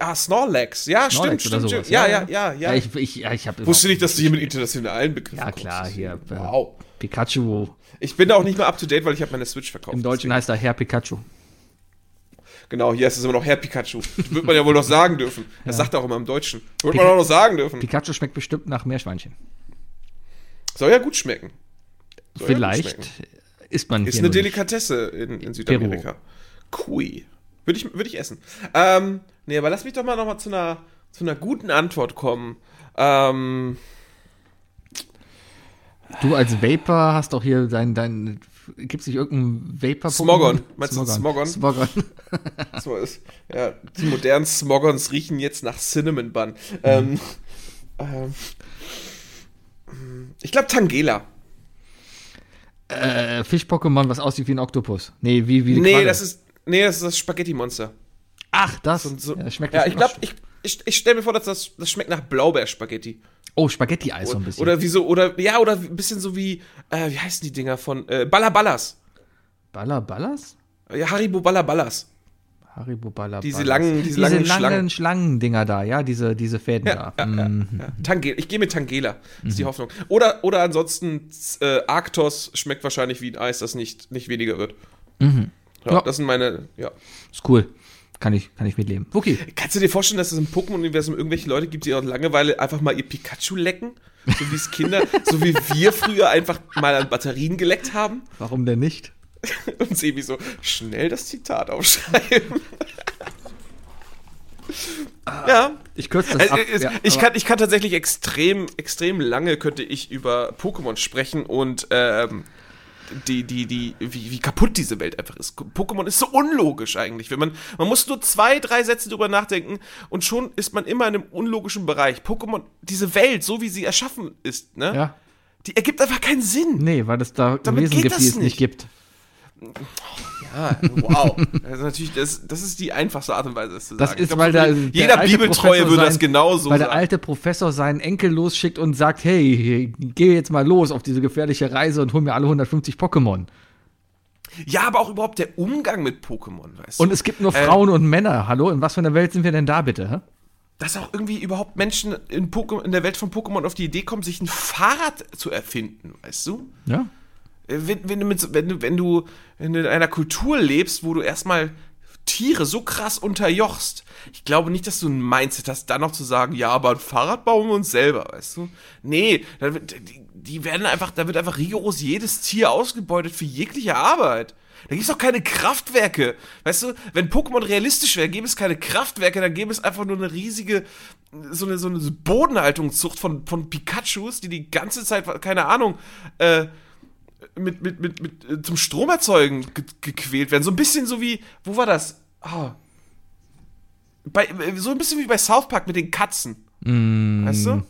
Ah, Snorlax. Ja,
Snorlax
stimmt,
oder
stimmt, stimmt.
sowas,
Ja,
ja,
ja, ja, ja.
Ja, ich, ich, ja, ich hab überhaupt-
Wusste nicht, dass du hier mit internationalen Begriffen
Ja, klar,
kommst.
hier. äh,
Wow.
Pikachu.
Ich bin da auch nicht mehr up to date, weil ich habe meine Switch verkauft.
Im Deutschen heißt er Herr Pikachu.
Genau, hier ist es immer noch Herr Pikachu. Das wird man ja wohl noch sagen dürfen. Das sagt er auch immer im Deutschen. Wird man auch noch sagen dürfen.
Pikachu schmeckt bestimmt nach Meerschweinchen.
Soll ja gut schmecken. Soll ja gut
Vielleicht
schmecken.
ist man
Ist
hier
eine
nur nicht.
Delikatesse in, in Südamerika. Kui. Würde ich, würde ich essen. Ähm, nee, aber lass mich doch mal nochmal zu einer, zu einer guten Antwort kommen. Ähm,
Du als Vapor hast doch hier dein. dein Gibt es nicht irgendeinen Vapor?
Smogon. Meinst du
Smogon? Smogon.
so ist, ja, die modernen Smoggons riechen jetzt nach Cinnamon Bun.
Mhm.
Ähm, ähm, ich glaube Tangela.
Äh, Fisch-Pokémon, was aussieht wie ein Oktopus. Nee, wie, wie eine
Nee,
Qualle.
das ist, nee, das ist das Spaghetti-Monster.
Ach, das.
Und so-
ja, schmeckt
ja,
das
ich glaube, ich, ich, ich stelle mir vor, dass das, das schmeckt nach Blaubeerspaghetti.
Oh, Spaghetti-Eis so ein bisschen.
Oder wie so, oder ja, oder ein bisschen so wie, äh, wie heißen die Dinger von äh, Ballaballas.
Baller Ballas?
Ja, Haribo Ballaballas.
Haribo Baller
Diese
Ballas.
langen- diese langen Schlangen.
Schlangendinger da, ja, diese, diese Fäden da. Mm.
Ja, Tangela. Ich gehe mit Tangela, ist
Mhm.
die Hoffnung. Oder, oder ansonsten, z- äh, Arktos schmeckt wahrscheinlich wie ein Eis, das nicht, nicht weniger wird. Ja,
Mhm. Ja.
Das sind meine, ja.
Ist cool. Kann ich, kann ich mitleben. Wookie.
Kannst du dir vorstellen, dass es im Pokémon-Universum irgendwelche Leute gibt, die aus Langeweile einfach mal ihr Pikachu lecken? So wie es Kinder, so wie wir früher einfach mal an Batterien geleckt haben?
Warum denn nicht?
Und Sebi so, schnell das Zitat aufschreiben. Ja.
Ich kürze das
Also,
ab.
es-
ja,
ich,
aber-
kann, ich kann tatsächlich extrem, extrem lange könnte ich über Pokémon sprechen und ähm, die, die, die, wie, wie kaputt diese Welt einfach ist. Pokémon ist so unlogisch eigentlich. Wenn man, man muss nur zwei, drei Sätze drüber nachdenken und schon ist man immer in einem unlogischen Bereich. Pokémon, diese Welt, so wie sie erschaffen ist, ne?
Ja.
Die ergibt einfach keinen Sinn.
Nee, weil es da
Damit
Wesen
geht
gibt,
das
die es
nicht.
nicht gibt.
Ja, wow. Das ist natürlich, das, das ist die einfachste Art und Weise, das zu sagen.
Das
Ich
ist,
glaub,
weil
so
da
jeder Bibeltreue würde das genauso
Weil der
sagen.
alte Professor seinen Enkel losschickt und sagt, hey, geh jetzt mal los auf diese gefährliche Reise und hol mir alle 150 Pokémon.
Ja, aber auch überhaupt der Umgang mit Pokémon, weißt
Und
du?
es gibt nur
Äh,
Frauen und Männer. Hallo, in was für einer Welt sind wir denn da bitte? hä?
dass auch irgendwie überhaupt Menschen in, Poké- in der Welt von Pokémon auf die Idee kommen, sich ein Fahrrad zu erfinden, weißt du?
Ja.
Äh, Wenn, wenn, du, mit, so- wenn, du, wenn, du, wenn du in einer Kultur lebst, wo du erstmal Tiere so krass unterjochst, ich glaube nicht, dass du ein Mindset hast, dann noch zu sagen, ja, aber ein Fahrrad bauen wir uns selber, weißt du? Nee, da wird, die, die werden einfach, da wird einfach rigoros jedes Tier ausgebeutet für jegliche Arbeit. Da gibt's doch keine Kraftwerke. Weißt du, wenn Pokémon realistisch wäre, gäbe es keine Kraftwerke, dann gäbe es einfach nur eine riesige, so eine, so eine Bodenhaltungszucht von, von Pikachus, die die ganze Zeit, keine Ahnung, äh, mit, mit, mit, mit äh, zum Stromerzeugen ge gequält werden. So ein bisschen so wie, wo war das? Ah. Bei, äh, so ein bisschen wie bei South Park mit den Katzen. weißt du?
Mm.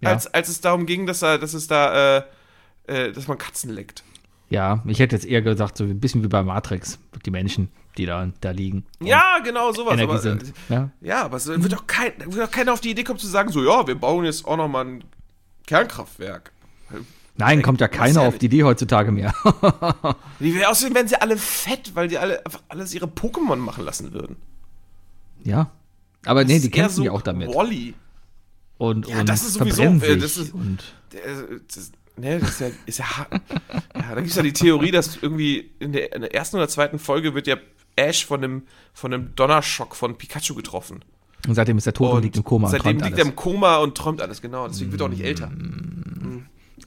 ja.
Als, als es darum ging, dass, da, dass es da, äh, äh, dass man Katzen leckt.
Ja, ich hätte jetzt eher gesagt, so ein bisschen wie bei Matrix, die Menschen, die da, da liegen. und
Ja, genau, sowas.
Energie
aber, äh,
sind. Ja.
Ja, aber es wird doch, kein, wird doch keiner auf die Idee kommen zu sagen, so, ja, wir bauen jetzt auch nochmal ein Kernkraftwerk.
Nein, kommt ja
äh, ist
keiner
ja
auf die Idee heutzutage mehr.
Die, wär- außerdem werden sie alle fett, weil die alle einfach alles ihre Pokémon machen lassen würden.
ja. Aber nee,
Das
die
ist eher
kämpfen ja auch damit.
Wall-E.
Und,
Ja,
und
das ist sowieso-
verbrennen
äh,
sich.
das ist-
und
Der- das- Ne, das ist ja, ist ja, ha- ja da gibt es ja die Theorie, dass irgendwie in der, in der ersten oder zweiten Folge wird ja Ash von einem, von einem Donnerschock von Pikachu getroffen.
und seitdem ist er tot und, liegt im Koma und
seitdem
träumt
liegt
alles. Mm,
er im Koma und träumt alles, genau. Deswegen wird er auch nicht älter.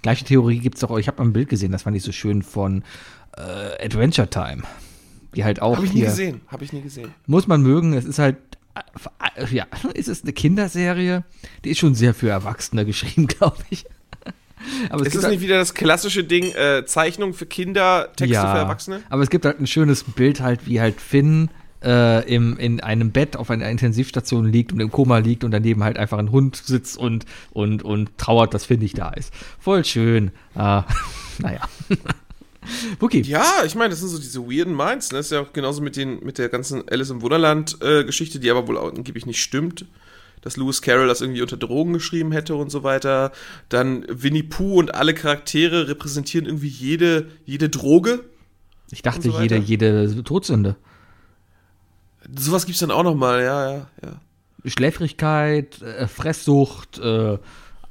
Gleiche Theorie gibt's doch auch. Ich habe mal ein Bild gesehen, das fand ich so schön von äh, Adventure Time. Die halt auch.
Habe ich nie
hier,
gesehen, habe ich nie gesehen.
Muss man mögen. Es ist halt. äh, Ja, ist es eine Kinderserie? Die ist schon sehr für Erwachsene geschrieben, glaube ich. Aber es
Ist
gibt
das
halt-
nicht wieder das klassische Ding, äh, Zeichnung für Kinder, Texte für Erwachsene?
Aber es gibt halt ein schönes Bild halt, wie halt Finn äh, im, in einem Bett auf einer Intensivstation liegt und im Koma liegt und daneben halt einfach ein Hund sitzt und, und, und trauert, dass Finn nicht da ist. Voll schön. Äh, naja. Wookie.
Ja, ich meine, das sind so diese weirden Minds. Ne? Das ist ja auch genauso mit, den, mit der ganzen Alice im Wunderland-Geschichte, die aber wohl auch angeblich nicht stimmt. Dass Lewis Carroll das irgendwie unter Drogen geschrieben hätte und so weiter. Dann Winnie Pooh und alle Charaktere repräsentieren irgendwie jede, jede Droge.
ich dachte,
und so
jede,
weiter.
jede Todsünde.
Sowas gibt's dann auch nochmal, ja, ja, ja.
Schläfrigkeit, äh, Fresssucht, äh,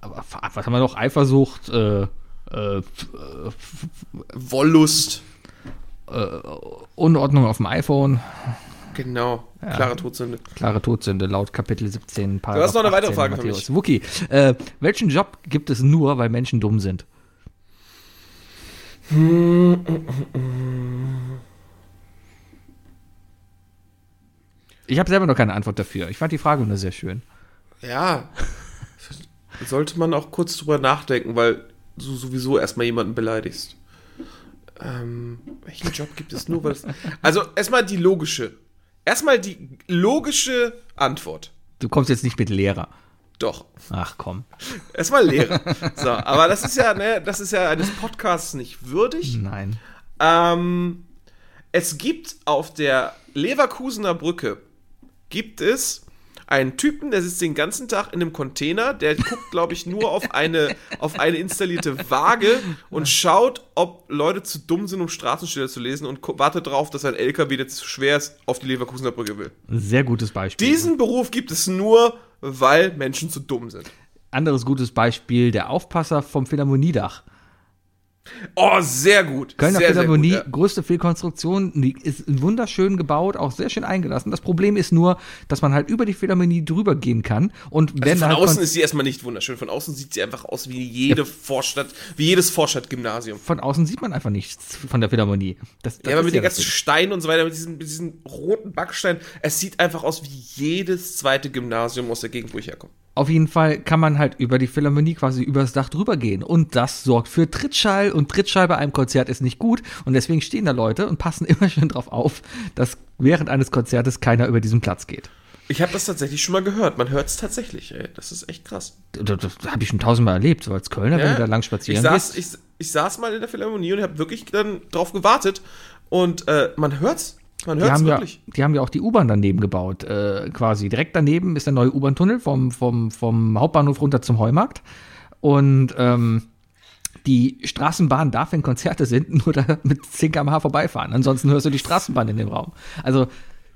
aber f- was haben wir noch? Eifersucht, äh, äh, f- äh, f-
Wollust.
Unordnung auf dem iPhone,
Genau. Klare Todsünde.
Klare Todsünde, laut Kapitel 17, Paragraph
hast noch eine weitere
18,
Frage für
Matthäus. Wookie, äh, welchen Job gibt es nur, weil Menschen dumm sind? Ich habe selber noch keine Antwort dafür. Ich fand die Frage nur sehr schön.
Ja. Sollte man auch kurz drüber nachdenken, weil du sowieso erstmal jemanden beleidigst. Ähm, welchen Job gibt es nur? Weil es, also erstmal die logische. Erstmal die logische Antwort.
Du kommst jetzt nicht mit Lehrer.
Doch.
Ach komm.
Erstmal Lehrer. So, aber das ist ja, ne, das ist ja eines Podcasts nicht würdig.
Nein.
Ähm, es gibt auf der Leverkusener Brücke gibt es einen Typen, der sitzt den ganzen Tag in einem Container, der guckt, glaube ich, nur auf eine, auf eine installierte Waage und schaut, ob Leute zu dumm sind, um Straßenschilder zu lesen und gu- wartet darauf, dass ein LKW, der zu schwer ist, auf die Leverkusener Brücke will.
Ein Sehr gutes Beispiel.
Diesen Beruf gibt es nur, weil Menschen zu dumm sind.
Anderes gutes Beispiel, der Aufpasser vom Philharmoniedach.
Oh, sehr gut.
Kölner
sehr,
Philharmonie,
sehr gut,
größte Fehlkonstruktion, die ist wunderschön gebaut, auch sehr schön eingelassen. Das Problem ist nur, dass man halt über die Philharmonie drüber gehen kann und
ja.
wenn
Also Von
halt
außen
kon-
ist sie erstmal nicht wunderschön. Von außen sieht sie einfach aus wie jede Vorstadt, wie jedes Vorstadtgymnasium.
von außen sieht man einfach nichts von der Philharmonie. Das, das
Ja, aber
ist
mit den
das
ganzen
Ding.
Steinen und so weiter, mit diesen, mit diesen roten Backsteinen, es sieht einfach aus wie jedes zweite Gymnasium aus der Gegend, wo ich herkomme.
Auf jeden Fall kann man halt über die Philharmonie quasi übers Dach drüber gehen. Und das sorgt für Trittschall. Und Trittschall bei einem Konzert ist nicht gut. Und deswegen stehen da Leute und passen immer schön drauf auf, dass während eines Konzertes keiner über diesen Platz geht.
Ich habe das tatsächlich schon mal gehört. Man hört es tatsächlich, ey. Das ist echt krass.
Das, das habe ich schon tausendmal erlebt, so als Kölner, wenn
Ja.
du da lang spazieren
ich saß,
gehst.
ich, ich saß mal in der Philharmonie und habe wirklich dann drauf gewartet. Und äh, man hört's. Man
Die
hört's
haben, ja,
wirklich.
die haben ja auch die U-Bahn daneben gebaut, äh, quasi. Direkt daneben ist der neue U-Bahn-Tunnel vom, vom, vom Hauptbahnhof runter zum Heumarkt. Und ähm, die Straßenbahn darf, wenn Konzerte sind, nur da mit 10 km/h vorbeifahren. Ansonsten hörst du die Straßenbahn in dem Raum. Also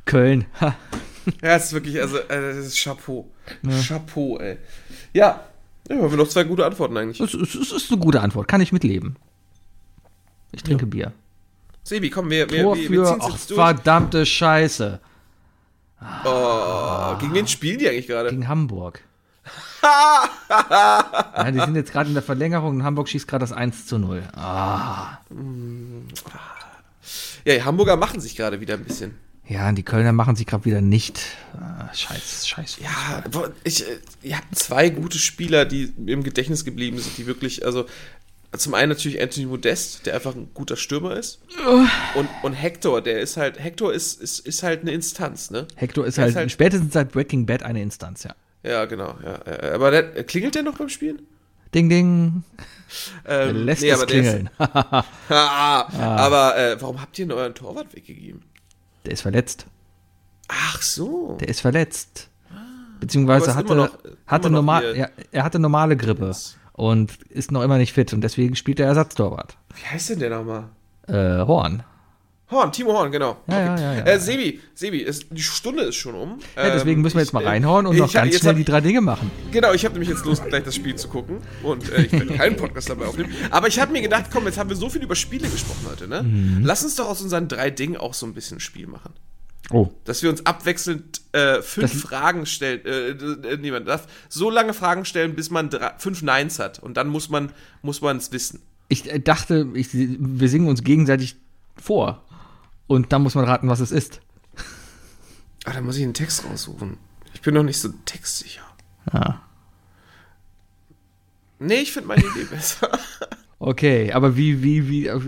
Köln. Ha.
Ja, es ist wirklich, also, äh, das ist Chapeau. Chapeau, ey. Ja. ja, haben wir noch zwei gute Antworten eigentlich.
Es, es, es ist eine gute Antwort. Kann ich mitleben. Ich trinke Bier.
Sebi, komm, wir, wir,
Tor
wir, wir
für,
ziehen's
ach,
jetzt durch.
verdammte Scheiße.
Oh, gegen wen spielen die eigentlich gerade?
Gegen Hamburg. ja, die sind jetzt gerade in der Verlängerung und Hamburg schießt gerade das 1 zu Ah, 0.
Ja, die Hamburger machen sich gerade wieder ein bisschen.
Ja, und die Kölner machen sich gerade wieder nicht. Ah, scheiß, scheiß.
Ja, wo- ich, äh, ihr habt zwei gute Spieler, die mir im Gedächtnis geblieben sind, die wirklich, also zum einen natürlich Anthony Modest, der einfach ein guter Stürmer ist. Und, und Hector, der ist halt, Hector ist, ist, ist halt eine Instanz, ne?
Hector ist
Der
halt,
ist halt-
spätestens seit Breaking Bad eine Instanz, ja.
Ja, genau. Ja. äh, Aber der, klingelt der noch beim Spielen?
Ding, ding.
Ähm,
Lässt
nee,
es
aber der ist-
klingeln.
Ah, Aber äh, warum habt ihr denn euren Torwart weggegeben?
Der ist verletzt.
Ach so.
Der ist verletzt.
Aber
Beziehungsweise
ist
hatte,
immer noch-
hatte
immer noch
normal,
hier-
ja, er hatte normale Grippe und ist noch immer nicht fit und deswegen spielt der Ersatztorwart.
Wie heißt denn der nochmal?
Äh, Horn.
Horn, Timo Horn, genau.
Ja, ja, ja, ja.
äh, Sebi, Sebi, es, die Stunde ist schon um.
Ja, deswegen
Ähm,
müssen wir
ich-
jetzt mal
äh,
reinhauen und noch
ich- jetzt
ganz schnell
hab-
die drei Dinge machen.
Genau, ich habe nämlich jetzt Lust, gleich das Spiel zu gucken. Und äh, ich werde keinen Podcast dabei aufnehmen. Aber ich habe mir gedacht, komm, jetzt haben wir so viel über Spiele gesprochen heute, ne?
Mhm.
Lass uns doch aus unseren drei Dingen auch so ein bisschen ein Spiel machen.
Oh.
Dass wir uns abwechselnd äh, fünf
Das-
Fragen stellen. Äh, d- äh, nee, man darf so lange Fragen stellen, bis man drei, fünf Neins hat. Und dann muss man muss man es wissen.
Ich äh, dachte, ich, wir singen uns gegenseitig vor. Und dann muss man raten, was es ist.
Ah, da muss ich einen Text raussuchen. Ich bin noch nicht so textsicher.
Ah.
Nee, ich finde meine Idee besser.
Okay, aber wie, wie, wie, äh,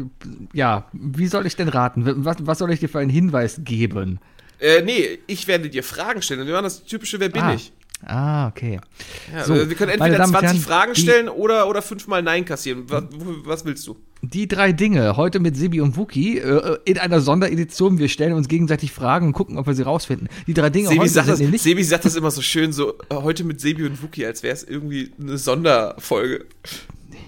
ja, wie soll ich denn raten? Was, was soll ich dir für einen Hinweis geben?
Äh, nee, ich werde dir Fragen stellen. Und wir machen das typische Wer bin
ah.
ich?
Ah, okay.
Ja,
So,
äh, wir können
meine
entweder
Damen und
20
Herren,
Fragen
die-
stellen oder, oder fünfmal Nein kassieren. Was, was willst du?
Die drei Dinge, heute mit Sibi und Wuki, äh, in einer Sonderedition. Wir stellen uns gegenseitig Fragen und gucken, ob wir sie rausfinden. Die drei Dinge
Sebi
heute
sagt,
sind
das,
nämlich.
Sebi sagt das immer so schön, so äh, heute mit Sebi und Wookie, als wäre es irgendwie eine Sonderfolge.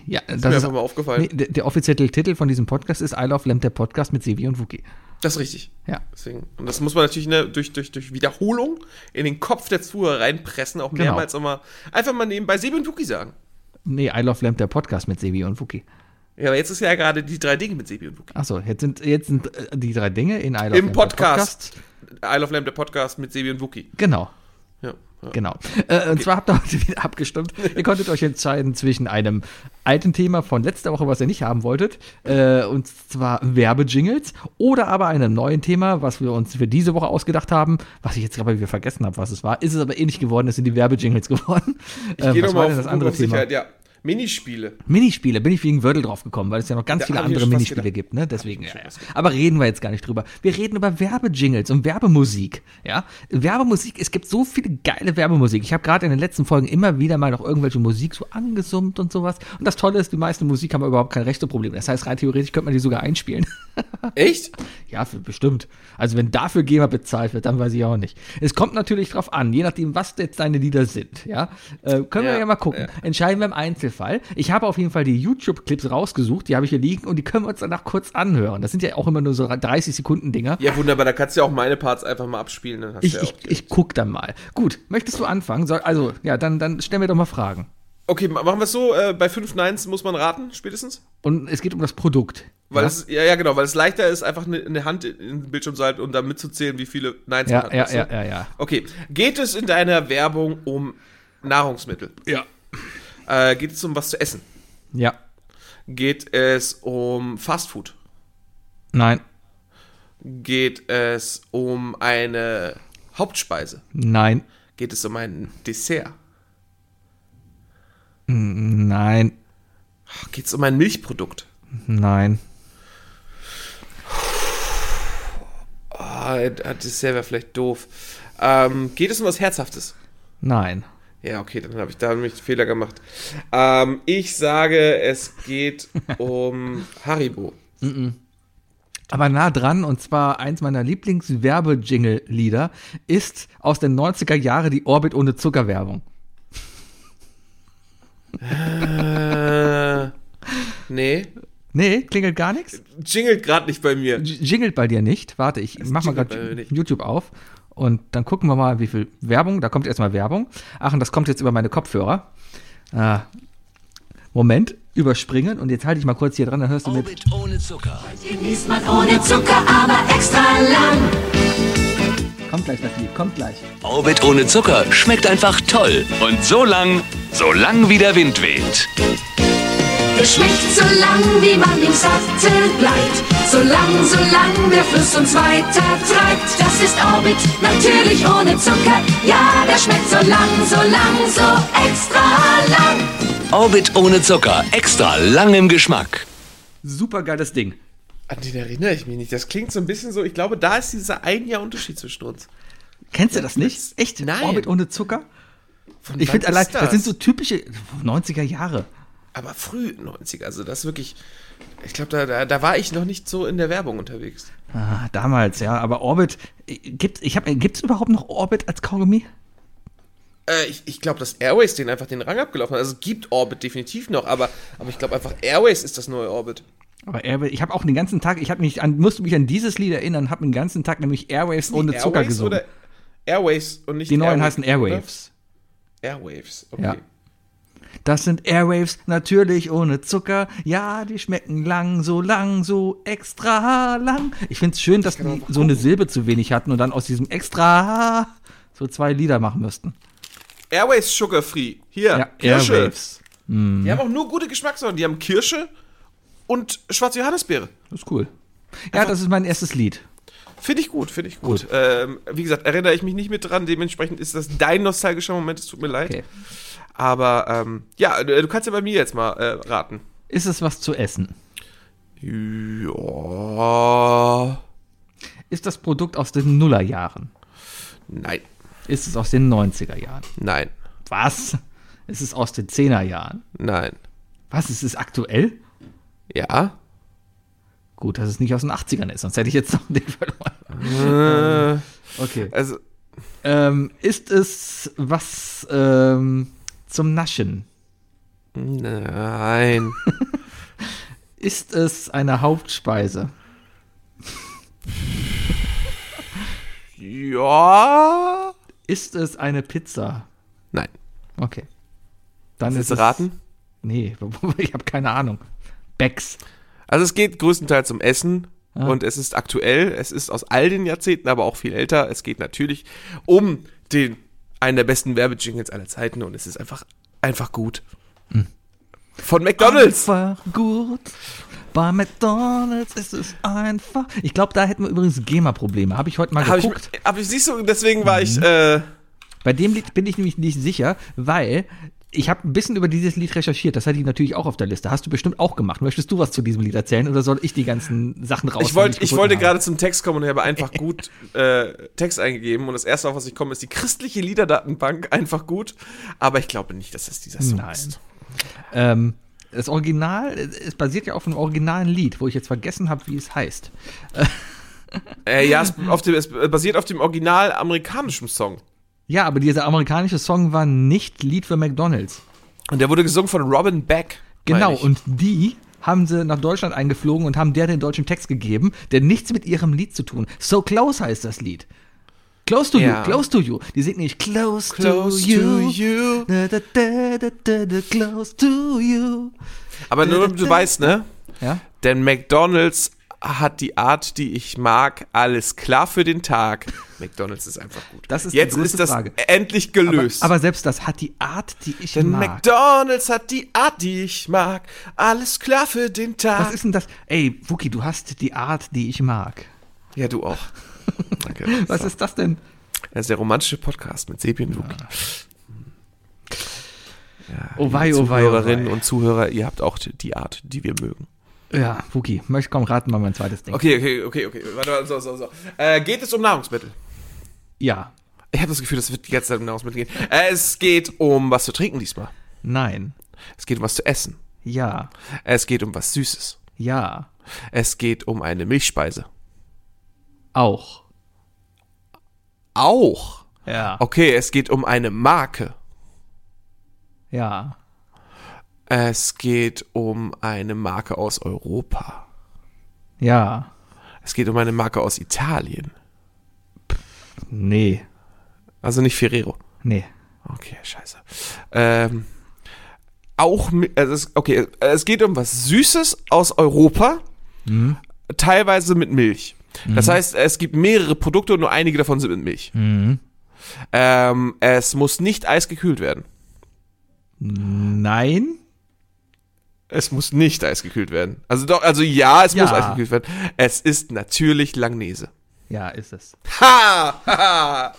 ja,
Ist mir
das ist,
einfach mal aufgefallen.
nee, der, der offizielle Titel von diesem Podcast ist I Love Lamp, der Podcast mit Sibi und Wuki.
Das ist richtig.
Ja.
Deswegen. Und das muss man natürlich ne, durch, durch, durch Wiederholung in den Kopf der Zuhörer reinpressen, auch
Genau.
mehrmals immer. Einfach mal nebenbei Sebi und Wookie sagen.
Nee, I Love Lamp, der Podcast mit Sibi und Wuki.
Ja, aber jetzt ist ja gerade die drei Dinge mit Sebi und Wookie.
Achso, jetzt sind, jetzt sind äh, die drei Dinge in I Love
Im
Lamp, der
Podcast. Isle of Lamb, der Podcast mit Sebi und Wookie.
Genau.
Ja. ja.
Genau. Äh, und zwar habt ihr heute wieder abgestimmt. ihr konntet euch entscheiden zwischen einem alten Thema von letzter Woche, was ihr nicht haben wolltet, äh, und zwar Werbejingles, oder aber einem neuen Thema, was wir uns für diese Woche ausgedacht haben, was ich jetzt gerade wieder vergessen habe, was es war. Ist es aber ähnlich geworden, es sind die Werbejingles geworden. Ich
Geh
was
nochmal
war
auf,
denn das andere
auf
Thema?
Sicherheit, ja. Minispiele.
Minispiele, bin ich wegen Wordle drauf gekommen, weil es ja noch ganz
Ja,
viele
hab ich mir
andere
schon fast
Minispiele
gedacht.
gibt, ne? Deswegen, ja, ja. Aber reden wir jetzt gar nicht drüber. Wir reden über Werbejingles und Werbemusik, ja? Werbemusik, es gibt so viele geile Werbemusik. Ich habe gerade in den letzten Folgen immer wieder mal noch irgendwelche Musik so angesummt und sowas. Und das Tolle ist, die meiste Musik haben überhaupt kein Rechteproblem. Das heißt, rein theoretisch könnte man die sogar einspielen.
Echt?
Ja, für, bestimmt. Also wenn dafür GEMA bezahlt wird, dann weiß ich auch nicht. Es kommt natürlich drauf an, je nachdem, was jetzt deine Lieder sind. Ja, äh, können
Ja,
wir ja mal gucken. Entscheiden wir im Einzelfall. Ich habe auf jeden Fall die YouTube-Clips rausgesucht, die habe ich hier liegen und die können wir uns danach kurz anhören. Das sind ja auch immer nur so 30 Sekunden Dinger.
Ja, wunderbar, da kannst du ja auch meine Parts einfach mal abspielen. Dann hast
ich,
du ja
ich,
auch
ich guck dann mal. Gut, möchtest du anfangen? Soll, also ja, dann dann stellen wir doch mal Fragen.
Okay, ma- machen wir es so, äh, bei fünf Nines muss man raten, spätestens.
Und es geht um das Produkt.
Weil
ja?
es, ja, ja, genau, weil es leichter ist, einfach eine, eine Hand in in den Bildschirm zu halten und dann mitzuzählen, wie viele Nines man
ja, ja,
weißt du?
ja, ja, ja.
Okay, geht es in deiner Werbung um Nahrungsmittel?
Ja.
Äh, geht es um was zu essen?
Ja.
Geht es um Fastfood?
Nein.
Geht es um eine Hauptspeise?
Nein.
Geht es um ein Dessert?
Nein.
Geht es um ein Milchprodukt?
Nein.
Ah, ein Dessert wäre vielleicht doof. Ähm, geht es um was Herzhaftes?
Nein.
Ja, okay, dann habe ich da nämlich einen Fehler gemacht. Ähm, ich sage, es geht um Haribo.
Aber nah dran, und zwar eins meiner Lieblings-Werbe-Jingle-Lieder ist aus den 90er Jahre die Orbit ohne Zucker-Werbung.
Äh, nee.
Nee, klingelt gar nichts?
Jingelt gerade nicht bei mir.
J- Jingelt bei dir nicht. Warte, ich mach mal
jingelt bei mir
gerade
nicht.
YouTube auf. Und dann gucken wir mal, wie viel Werbung. Da kommt erstmal Werbung. Ach, und das kommt jetzt über meine Kopfhörer. Ah. Moment, überspringen. Und jetzt halte ich mal kurz hier dran, dann hörst du mit.
Orbit ohne Zucker.
Genießt man ohne Zucker, aber extra lang.
Kommt gleich das Lied, kommt gleich.
Orbit ohne Zucker schmeckt einfach toll. Und so lang, so lang wie der Wind weht.
Es schmeckt so lang, wie man im Sattel bleibt. So lang, so lang der Fluss uns weiter treibt. Das ist Orbit, natürlich ohne Zucker. Ja, der schmeckt so lang, so lang, so extra lang.
Orbit ohne Zucker, extra lang im Geschmack.
Super geiles Ding.
An den erinnere ich mich nicht. Das klingt so ein bisschen so, ich glaube, da ist dieser ein Jahr Unterschied zwischen uns.
Kennst du das nicht? Echt?
Nein.
Orbit ohne Zucker?
Von
Ich
wann
finde
ist
allein, das? sind so typische 90er Jahre.
Aber früh 90er, also das wirklich. Ich glaube, da, da, da war ich noch nicht so in der Werbung unterwegs.
Ah, damals, ja. Aber Orbit, äh, gibt ich hab, gibt's überhaupt noch Orbit als Kaugummi?
Äh, ich ich glaube, dass Airways den einfach den Rang abgelaufen hat. Also es gibt Orbit definitiv noch, aber, aber ich glaube einfach, Airways ist das neue Orbit.
Aber Airway, ich habe auch den ganzen Tag, ich hab mich an, musste mich an dieses Lied erinnern, habe den ganzen Tag nämlich Airwaves ohne
Airways
Zucker gesungen.
Oder Airways und nicht
Die neuen
Airwaves,
heißen Airwaves.
oder? Airwaves, okay.
Ja. Das sind Airwaves, natürlich ohne Zucker. Ja, die schmecken lang, so lang, so extra lang. Ich find's schön, dass die so eine Silbe zu wenig hatten und dann aus diesem extra so zwei Lieder machen müssten.
Airways Sugar Free. Hier,
Ja,
Kirsche.
Airwaves. Hm.
Die haben auch nur gute Geschmackssorten. Die haben Kirsche und schwarze Johannisbeere.
Das ist cool. Ja,
Also
das ist mein erstes Lied.
Finde ich gut, finde ich gut. Ähm, wie gesagt, erinnere ich mich nicht mit dran. Dementsprechend ist das dein nostalgischer Moment. Es tut mir leid.
Okay.
Aber ähm, ja, du du kannst ja bei mir jetzt mal äh, raten.
Ist es was zu essen?
Ja.
Ist das Produkt aus den Nullerjahren?
Nein,
Ist es aus den 90er Jahren?
nein,
Was? Ist es aus den 10er Jahren?
nein.
Was? Ist es aktuell?
Ja.
Gut, dass es nicht aus den 80ern ist, sonst hätte ich jetzt noch den verloren. Ähm,
Äh,
Okay.
also,
Ähm, ist es was ähm, zum Naschen?
nein.
Ist es eine Hauptspeise?
ja.
Ist es eine Pizza?
Nein.
Okay. Dann ist
Willst du
es.
raten?
Nee, ich habe keine Ahnung. Becks.
Also es geht größtenteils um Essen und es ist aktuell, es ist aus all den Jahrzehnten, aber auch viel älter. Es geht natürlich um den einen der besten Werbejingles aller Zeiten und es ist einfach einfach gut. Hm. Von McDonald's.
Einfach gut. Bei McDonalds ist es einfach. Ich glaube, da hätten wir übrigens GEMA-Probleme. Habe ich heute mal
Habe ich,
geguckt.
hab ich siehst du, deswegen war ich äh,
Bei dem Lied bin ich nämlich nicht sicher, weil ich habe ein bisschen über dieses Lied recherchiert. Das hatte ich natürlich auch auf der Liste. Hast du bestimmt auch gemacht. Möchtest du was zu diesem Lied erzählen oder soll ich die ganzen Sachen raus?
ich wollte ich wollte gerade zum Text kommen und habe einfach gut äh, Text eingegeben und das erste auf was ich komme ist die christliche Liederdatenbank einfach gut, aber ich glaube nicht, dass das dieser Song
Nein.
ist.
Ähm, das Original, es basiert ja auf einem originalen Lied, wo ich jetzt vergessen habe, wie es heißt.
Äh, ja, es, auf dem, es basiert auf dem original amerikanischen Song.
Ja, aber dieser amerikanische Song war nicht Lied für McDonalds.
Und der wurde gesungen von Robin Beck.
Genau,
meine ich.
und die haben sie nach Deutschland eingeflogen und haben der den deutschen Text gegeben, der nichts mit ihrem Lied zu tun. So Close heißt das Lied. Close to
Ja.
you, close to you. Die singt nicht close,
Close
to you.
to you.
Da, da, da, da, da, da, close to you.
Aber nur, damit du weißt, ne?
Ja?
Denn McDonalds hat die Art, die ich mag. Alles klar für den Tag. McDonalds ist einfach gut.
Das ist die
Jetzt
größte
ist das
Frage.
endlich gelöst.
Aber selbst das hat die Art, die ich
denn
mag.
McDonalds hat die Art, die ich mag. Alles klar für den Tag.
Was ist denn das? Ey, Wookie, du hast die Art, die ich mag.
ja, du auch. Danke.
Was ist das denn?
Das ist der romantische Podcast mit Sebi und Wookie.
Oh wei, oh wei, oh
Zuhörerinnen
wei.
und Zuhörer, ihr habt auch die Art, die wir mögen.
Ja, Wookie, möchte komm raten mal mein zweites Ding.
Okay, okay, okay, okay. Warte, warte, so, so, so. Äh, geht es um Nahrungsmittel?
Ja,
Ich habe das Gefühl, das wird die ganze Zeit um Nahrungsmittel gehen. Äh, es geht um was zu trinken diesmal.
nein,
Es geht um was zu essen.
ja,
Es geht um was Süßes.
ja,
Es geht um eine Milchspeise.
auch.
Auch.
Ja,
Okay, es geht um eine Marke.
ja,
Es geht um eine Marke aus Europa.
ja,
Es geht um eine Marke aus Italien.
nee,
Also nicht Ferrero.
nee,
Okay, scheiße. Ähm, auch, mi- also es, okay, es geht um was Süßes aus Europa, Mhm. teilweise mit Milch. Das heißt, es gibt mehrere Produkte und nur einige davon sind mit Milch. Ähm, es muss nicht eisgekühlt werden.
nein,
Es muss nicht eisgekühlt werden. Also doch, also ja, es
Ja.
muss eisgekühlt werden. Es ist natürlich Langnese.
ja, ist es.
Ha! Haha!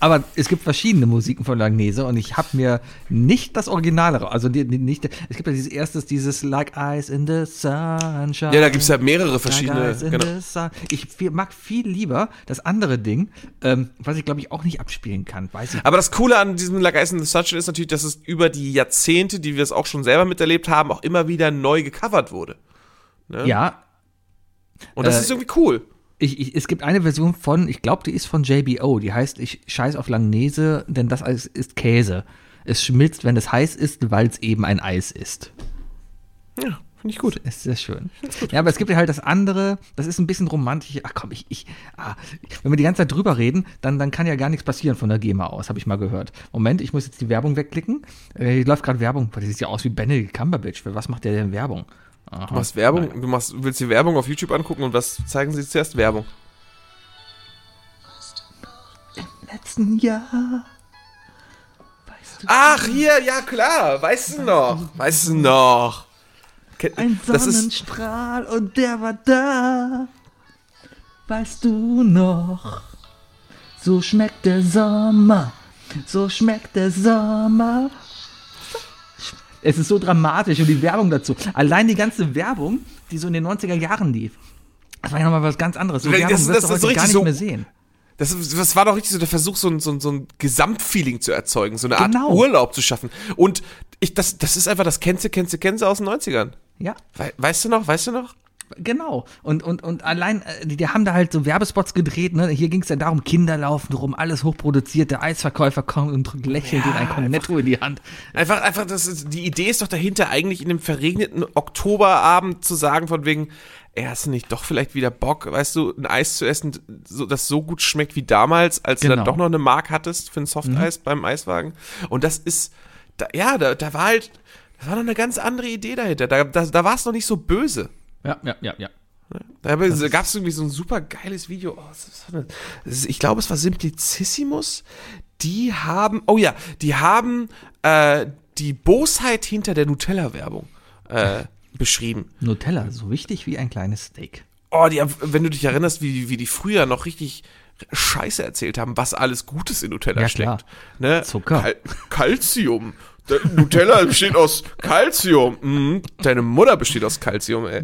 Aber es gibt verschiedene Musiken von Langnese und ich habe mir nicht das Originale, ra- also die, die, nicht, es gibt ja dieses erstes, dieses Like Ice in the Sunshine.
Ja, da gibt's ja mehrere verschiedene.
Guys in
Genau.
the sun. Ich viel, mag viel lieber das andere Ding, ähm, was ich glaube ich auch nicht abspielen kann. Weiß ich.
Aber das Coole an diesem Like Ice in the Sunshine ist natürlich, dass es über die Jahrzehnte, die wir es auch schon selber miterlebt haben, auch immer wieder neu gecovert wurde.
ja,
Und das
Äh,
ist irgendwie cool.
ich, ich, es gibt eine Version von, ich glaube, die ist von JBO. Die heißt Ich scheiß auf Langnese, denn das Eis ist Käse. Es schmilzt, wenn es heiß ist, weil es eben ein Eis ist.
Ja, finde ich gut.
Ist sehr schön. Ja, aber es gibt ja halt das andere, das ist ein bisschen romantisch. Ach komm, ich, ich, ah, wenn wir die ganze Zeit drüber reden, dann, dann kann ja gar nichts passieren von der GEMA aus, habe ich mal gehört. Moment, ich muss jetzt die Werbung wegklicken. Äh, hier läuft gerade Werbung, weil die sieht ja aus wie Benedict Cumberbatch. Für was macht der denn Werbung? Aha.
Du machst Werbung, du machst, willst dir Werbung auf YouTube angucken und was zeigen sie zuerst? Werbung.
Letzten Jahr.
Ach, hier, ja klar, weißt du noch, weißt du noch. Ke- Das ist,
und der war da. Weißt du noch? So schmeckt der Sommer. So schmeckt der Sommer. Es ist so dramatisch und die Werbung dazu. Allein die ganze Werbung, die so in den 90er Jahren lief. Das war ja nochmal was ganz anderes. So
Das-
Werbung
das-
wirst
das
du
ist
heute
richtig
gar nicht
so-
mehr sehen.
das, ist, das war doch richtig so der Versuch, so ein, so ein, so ein Gesamtfeeling zu erzeugen, so eine Art
Genau.
Urlaub zu schaffen. Und ich, das, das ist einfach das Kenze, Kenze, Kenze aus den 90ern.
Ja,
Wei- Weißt du noch, weißt du noch?
Genau. Und, und, und allein, äh, die, die haben da halt so Werbespots gedreht, ne? Hier ging es ja darum, Kinder laufen drum, alles hochproduziert, der Eisverkäufer kommt und drückt lächelnd ja, ein Cornetto in die Hand.
Einfach, einfach, das ist, die Idee ist doch dahinter, eigentlich in dem verregneten Oktoberabend zu sagen, von wegen, ey, hast du nicht doch vielleicht wieder Bock, weißt du, ein Eis zu essen, so, das so gut schmeckt wie damals, als du dann
Genau.
doch noch eine Mark hattest für ein Softeis beim Eiswagen. Und das ist, da, ja, da, da war halt, das war noch eine ganz andere Idee dahinter. Da, da, da war es noch nicht so böse.
Ja, ja, ja, ja.
Da gab es irgendwie so ein super geiles Video. Oh, was ist das denn? Das ist- ich glaube, es war Simplicissimus. Die haben, oh ja, die haben äh, die Bosheit hinter der Nutella-Werbung äh, beschrieben.
Nutella, so wichtig wie ein kleines Steak.
Oh, die haben, wenn du dich erinnerst, wie, wie die früher noch richtig Scheiße erzählt haben, was alles Gutes in Nutella
Ja, klar.
steckt. Ne?
Zucker.
Kal Calcium. Der Nutella besteht aus Calcium. Mhm. Deine Mutter besteht aus Calcium, ey.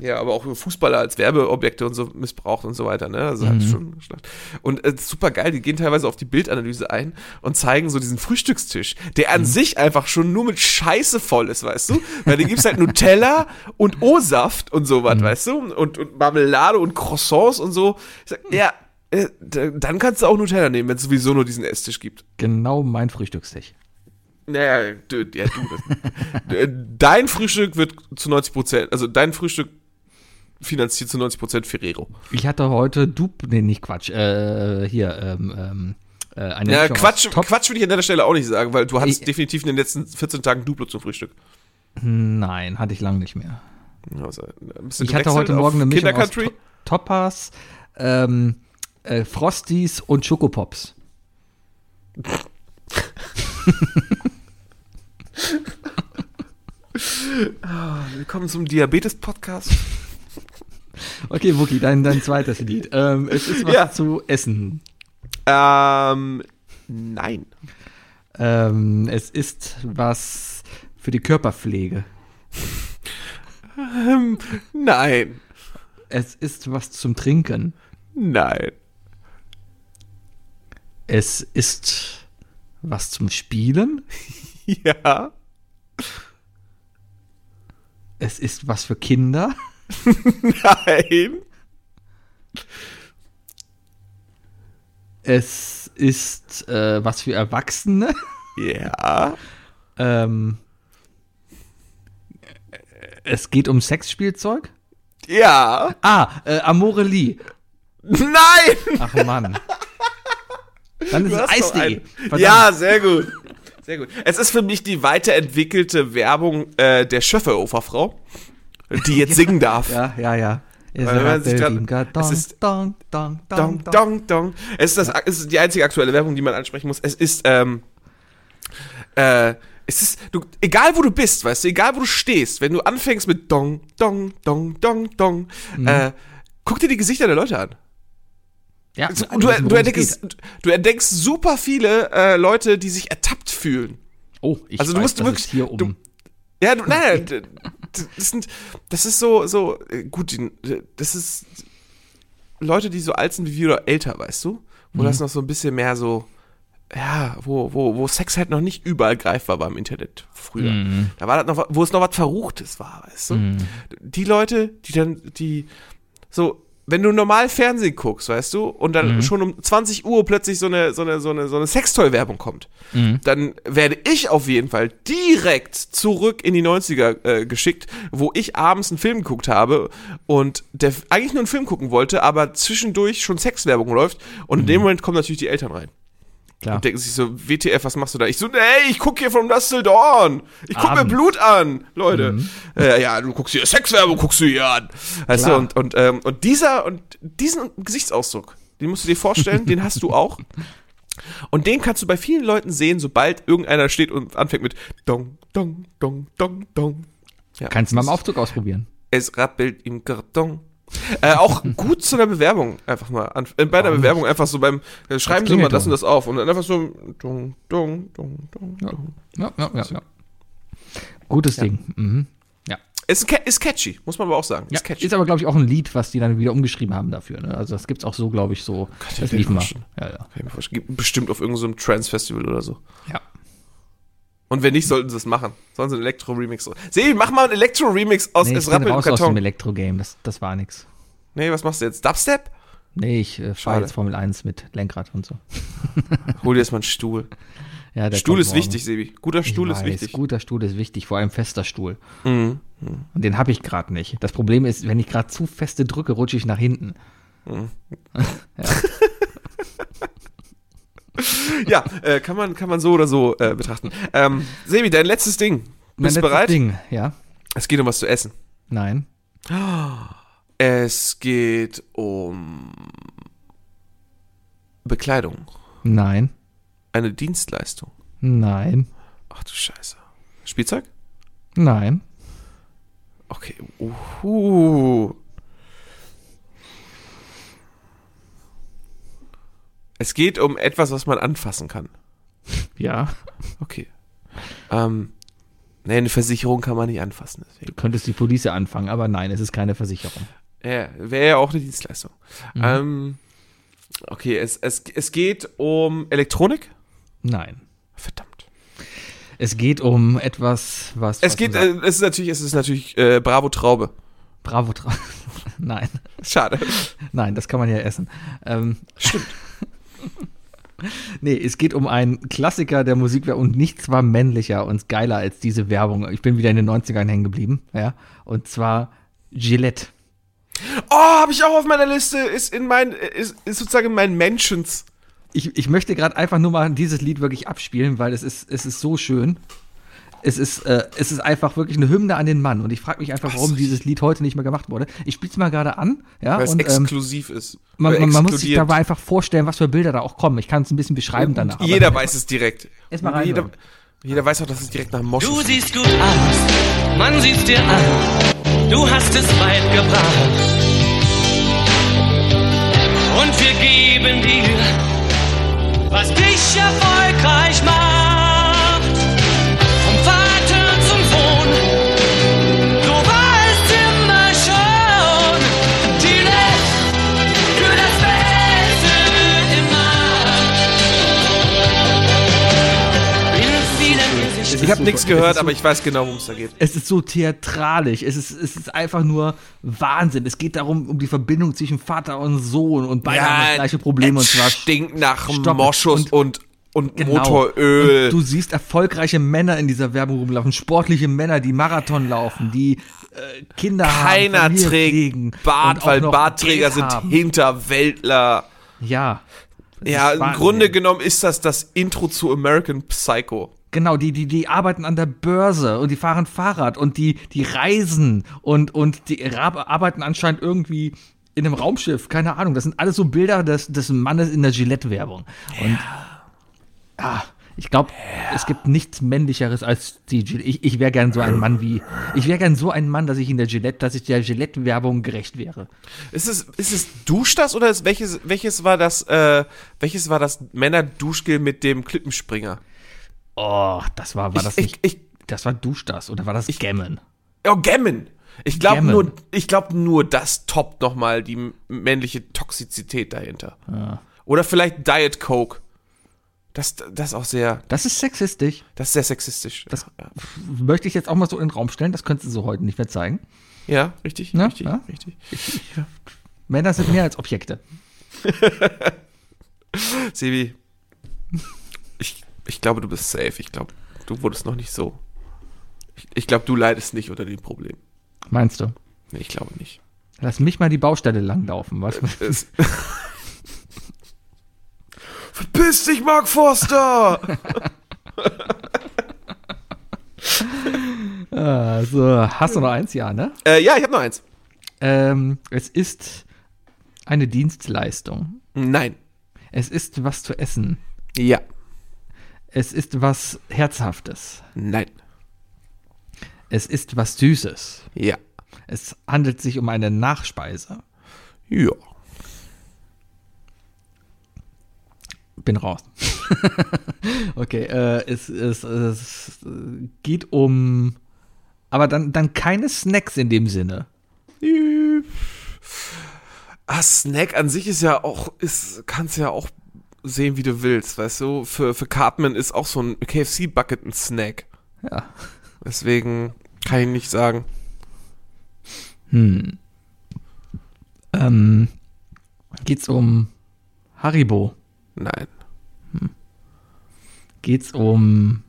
Ja, aber auch Fußballer als Werbeobjekte und so missbraucht und so weiter, ne? Also halt schon schlecht. Und äh, super geil, die gehen teilweise auf die Bildanalyse ein und zeigen so diesen Frühstückstisch, der an sich einfach schon nur mit Scheiße voll ist, weißt du? Weil da gibt's halt Nutella und O-Saft und sowas, weißt du? Und, und Marmelade und Croissants und so. Ich sag, ja, äh, d- dann kannst du auch Nutella nehmen, wenn es sowieso nur diesen Esstisch gibt.
Genau mein Frühstückstisch.
Naja, du, Äh, ja, du. das- Dein Frühstück wird zu 90 Prozent, also dein Frühstück finanziert zu 90% Ferrero.
Ich hatte heute Dupe, nee, nicht Quatsch, äh, hier, ähm, ähm, äh, eine
Ja,
Mischung aus
Quatsch,
Top
Quatsch würde ich an der Stelle auch nicht sagen, weil du hattest
Ich-
definitiv in den letzten 14 Tagen Duplo zum Frühstück.
Nein, hatte ich lange nicht mehr.
Also, ein bisschen
Ich hatte
gewechselt
heute
auf
Morgen eine Mischung aus
Kindercountry.
To- Toppas, ähm, äh, Frosties und Schokopops.
Willkommen zum Diabetes-Podcast.
Okay, Wookie, dein, dein zweites Lied. Ähm, es ist was
Ja.
zu essen.
ähm, nein.
Ähm, es ist was für die Körperpflege.
Ähm, nein.
Es ist was zum Trinken.
Nein.
Es ist was zum Spielen.
Ja.
Es ist was für Kinder.
Nein.
Es ist äh, was für Erwachsene.
Ja.
Ähm, es geht um Sexspielzeug.
Ja.
Ah, äh, Amore Lee.
Nein.
Ach Mann. Dann ist
Du
es
hast doch
Eis.de.
einen.
Verdammt.
Ja, sehr gut. Sehr gut. Es ist für mich die weiterentwickelte Werbung äh, der Schöfferoferfrau, die jetzt singen darf.
Ja, ja, ja. Es
Weil wenn man sich dran-
Es
es ist-
ist dong, dong, dong,
Dong,
dong.
dong, dong. Es ist, das, es ist die einzige aktuelle Werbung, die man ansprechen muss. Es ist, ähm, äh, es ist, du, egal wo du bist, weißt du, egal wo du stehst, wenn du anfängst mit dong, dong, dong, dong, dong,
Mhm.
äh, guck dir die Gesichter der Leute an.
Ja,
Also,
wir
du,
wissen,
du,
worum es
entdeckst, du entdeckst super viele äh, Leute, die sich ertappt fühlen.
geht. Oh, ich
also du
weiß,
musst
dass
wirklich-
es hier um.
du- Ja, du, nein, d- d- das sind, das ist so, so, äh, gut, die- d- das ist Leute, die so alt sind wie wir oder älter, weißt du?
Mhm.
Wo das noch so ein bisschen mehr so, ja, wo, wo, wo Sex halt noch nicht überall greifbar war im Internet früher.
Mhm.
Da war das noch, wa- wo es noch was Verruchtes war, weißt du? Die Leute, die dann, die, so, wenn du normal Fernsehen guckst, weißt du, und dann schon um 20 Uhr plötzlich so eine, so eine, so eine, so eine Sextoy-Werbung kommt, dann werde ich auf jeden Fall direkt zurück in die 90er äh, geschickt, wo ich abends einen Film geguckt habe und der f- eigentlich nur einen Film gucken wollte, aber zwischendurch schon Sexwerbung läuft und in dem Moment kommen natürlich die Eltern rein.
Klar.
Und denken sich so, WTF, was machst du da? Ich so, nee, ich guck hier vom Dusk Till Dawn. Ich guck mir
Abends.
Blut an, Leute.
Mhm.
Äh, ja, du guckst hier Sexwerbung, guckst du hier an. Weißt du,
Klar.
und, und, ähm, und dieser, und diesen Gesichtsausdruck, den musst du dir vorstellen, den hast du auch. Und den kannst du bei vielen Leuten sehen, sobald irgendeiner steht und anfängt mit Dong, Dong, Dong, Dong, Dong. Ja,
Kannst du mal im Aufzug ausprobieren.
Es rappelt im Karton. Äh, auch gut zu einer Bewerbung einfach mal. An, äh, bei der Bewerbung einfach so beim äh, Schreiben Sie mal das und das auf und dann einfach so Dong, Dong, Dong, Dong, Dong.
Ja, ja, ja. ja. Gutes Ding. Mhm. Ja.
Ist, ca- ist catchy, muss man aber auch sagen.
ja.
Ist catchy.
Ist aber, glaube ich, auch ein Lied, was die dann wieder umgeschrieben haben dafür. Ne? Also das gibt's auch so, glaube ich, so. das
den
lief mal.
Arschen.
Ja, ja.
Kann ich mir vorstellen. Gibt Bestimmt auf irgendeinem Trance-Festival oder so.
ja.
Und wenn nicht, sollten sie es machen. Sollen sie einen Elektro-Remix. so- Sebi, mach mal einen Elektro-Remix aus
Nee, ich
Es
bin
rappelt im
raus aus dem
Karton.
Elektro-Game. Das, das war nix.
Nee, was machst du jetzt? Dubstep?
Nee, ich äh, fahre
Schade.
jetzt Formel 1 mit Lenkrad und so.
Hol dir erstmal einen Stuhl.
Ja, der
Stuhl
kommt
ist
morgen.
wichtig, Sebi. Guter
Ich
Stuhl ist
weiß,
wichtig. Mhm.
Guter Stuhl ist wichtig, vor allem fester Stuhl. Und den habe ich gerade nicht. Das Problem ist, wenn ich gerade zu feste drücke, rutsche ich nach hinten.
Ja, äh, kann, man, kann man so oder so äh, betrachten. Ähm, Sebi, dein letztes Ding. Bist du
letztes
bereit?
Ding, ja?
Es geht um was zu essen.
Nein.
Es geht um Bekleidung.
Nein.
Eine Dienstleistung.
Nein.
Ach du Scheiße. Spielzeug?
Nein.
Okay. Uhu. Es geht um etwas, was man anfassen kann.
Ja.
Okay. Ähm, nee, eine Versicherung kann man nicht anfassen.
Du
Deswegen.
könntest die Police anfangen, aber nein, es ist keine Versicherung.
Ja, wäre ja auch eine Dienstleistung.
Mhm.
Ähm, okay, es, es, es geht um Elektronik.
Nein.
Verdammt.
Es geht um etwas, was.
Es
was
geht,
unser-
äh, es ist natürlich, es ist natürlich äh, Bravo Traube.
Bravo dran. nein.
Schade.
Nein, das kann man ja essen. Ähm, Stimmt. Nee, es geht um einen Klassiker der Musikwelt und nichts war männlicher und geiler als diese Werbung. Ich bin wieder in den 90ern hängen geblieben, ja. Und zwar Gillette.
Oh, habe ich auch auf meiner Liste. Ist in mein, ist, ist sozusagen in meinen Mentions.
Ich, ich möchte gerade einfach nur mal dieses Lied wirklich abspielen, weil es ist, es ist so schön. Es ist, äh, es ist einfach wirklich eine Hymne an den Mann. Und ich frage mich einfach, warum dieses Lied heute nicht mehr gemacht wurde. Ich spiele es mal gerade an. Ja,
Weil es
und, ähm,
exklusiv ist.
man,
Weil
man, man muss sich
exkludiert.
dabei einfach vorstellen, was für Bilder da auch kommen. Ich kann es ein bisschen beschreiben danach. aber-
Jeder weiß es direkt.
Erst mal rein,
jeder,
Leute.
jeder weiß auch, dass es direkt nach Mosch
Du siehst gut aus, man sieht's dir an, du hast es weit gebracht. Und wir geben dir, was dich erfolgreich macht. Vom Vater zum Sohn, du warst immer schon die Welt für das Beste immer. In vielen Sicht
Ich habe nichts gehört, aber ich weiß genau, worum es da geht.
Es ist so theatralisch. Es ist, es ist einfach nur Wahnsinn. Es geht darum, um die Verbindung zwischen Vater und Sohn und beide haben das gleiche Problem und
es
zwar
stinkt nach
Stopp.
Moschus und, und,
Genau.
Motoröl.
Und du siehst erfolgreiche Männer in dieser Werbung rumlaufen, sportliche Männer, die Marathon laufen, die äh, Kinder
Keiner
haben, Familie pflegen
trägt
und
Bart,
auch
weil
noch
Bartträger
Geld
sind
haben.
Hinterwäldler.
Ja. Das
Ja,
ist
im
Wahnsinn.
Grunde genommen ist das das Intro zu American Psycho.
Genau, die, die, die arbeiten an der Börse und die fahren Fahrrad und die, die reisen und, und die ra- arbeiten anscheinend irgendwie in einem Raumschiff, keine Ahnung. Das sind alles so Bilder des, des Mannes in der Gillette-Werbung. Und ah, ich glaube, es gibt nichts männlicheres als die Gillette. Ich, ich wäre gern so ein Mann wie. Ich wäre gern so ein Mann, dass ich in der Gillette, dass ich der Gillette-Werbung gerecht wäre.
Ist es, ist es Dusch das oder ist welches, welches war das, äh, welches war das Männer-Duschgel mit dem Klippenspringer?
Oh, das war, war das
ich,
nicht.
ich,
das war Duschdas oder war das Gammen?
oh, Gemmen. Ich glaube
Gemmen.
nur, ich glaube nur, das toppt nochmal die m- männliche Toxizität dahinter.
Ah.
Oder vielleicht Diet Coke. Das, das ist auch sehr,
Das ist sexistisch.
das ist sehr sexistisch.
Das-
ja.
Möchte ich jetzt auch mal so in den Raum stellen, das könntest du so heute nicht mehr zeigen.
ja, richtig,
Ja,
richtig,
ja.
richtig.
Männer sind mehr als Objekte.
Sebi, ich, ich glaube, du bist safe. Ich glaube, du wurdest noch nicht so. Ich, ich glaube, du leidest nicht unter dem Problem.
Meinst du?
Nee, ich glaube nicht.
Lass mich mal die Baustelle langlaufen. Was?
Es- Verpiss dich, Mark Forster!
Ah, so, hast du noch eins? Ja, ne?
äh, ja, ich habe noch eins.
Ähm, es ist eine Dienstleistung.
Nein.
Es ist was zu essen.
Ja.
Es ist was Herzhaftes.
Nein.
Es ist was Süßes.
Ja.
Es handelt sich um eine Nachspeise.
Ja.
Bin raus. okay, äh, es, es, es äh, geht um. Aber dann, dann keine Snacks in dem Sinne.
Ah, Snack an sich ist ja auch, ist, kannst ja auch sehen, wie du willst, weißt du? Für, für Cartman ist auch so ein KFC-Bucket ein Snack.
Ja.
Deswegen kann ich nicht sagen.
Ähm, geht's um Haribo?
Nein.
Geht's um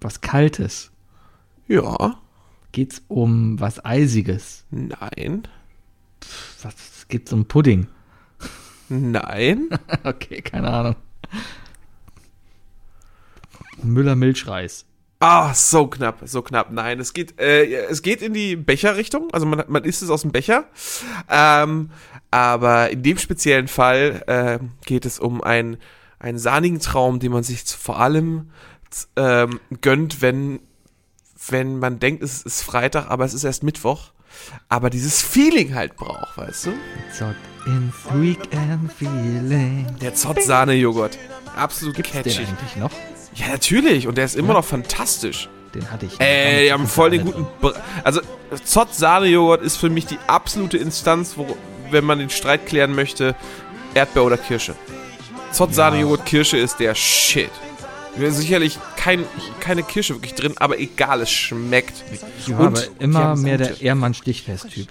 was Kaltes?
Ja.
Geht's um was Eisiges?
Nein.
Was gibt's um Pudding?
Nein.
Okay, keine Ahnung. Müller Milchreis.
Ah, so knapp, so knapp. Nein, es geht, äh, es geht in die Becherrichtung. Also man, man isst es aus dem Becher. Ähm, aber in dem speziellen Fall äh, geht es um einen, einen sahnigen Traum, den man sich z- vor allem z- ähm, gönnt, wenn, wenn man denkt, es ist Freitag, aber es ist erst Mittwoch. Aber dieses Feeling halt braucht, weißt du?
Zott ins Weekend Feeling.
Der Zott-Sahne-Joghurt. Absolut
Den
catchy.
eigentlich noch?
Ja, natürlich. Und der ist immer noch fantastisch.
Den hatte ich.
Ey, die haben voll den
Sahne
guten. Br also, Zott-Sahne-Joghurt ist für mich die absolute Instanz, wo, wenn man den Streit klären möchte: Erdbeer oder Kirsche. Zott-Sahne-Joghurt-Kirsche ist der Shit. Wir haben sicherlich kein, keine Kirsche wirklich drin, aber egal, es schmeckt.
Ich
Und
war aber immer
die
mehr
haben's
der Also Ehrmann-Stichfest-Typ.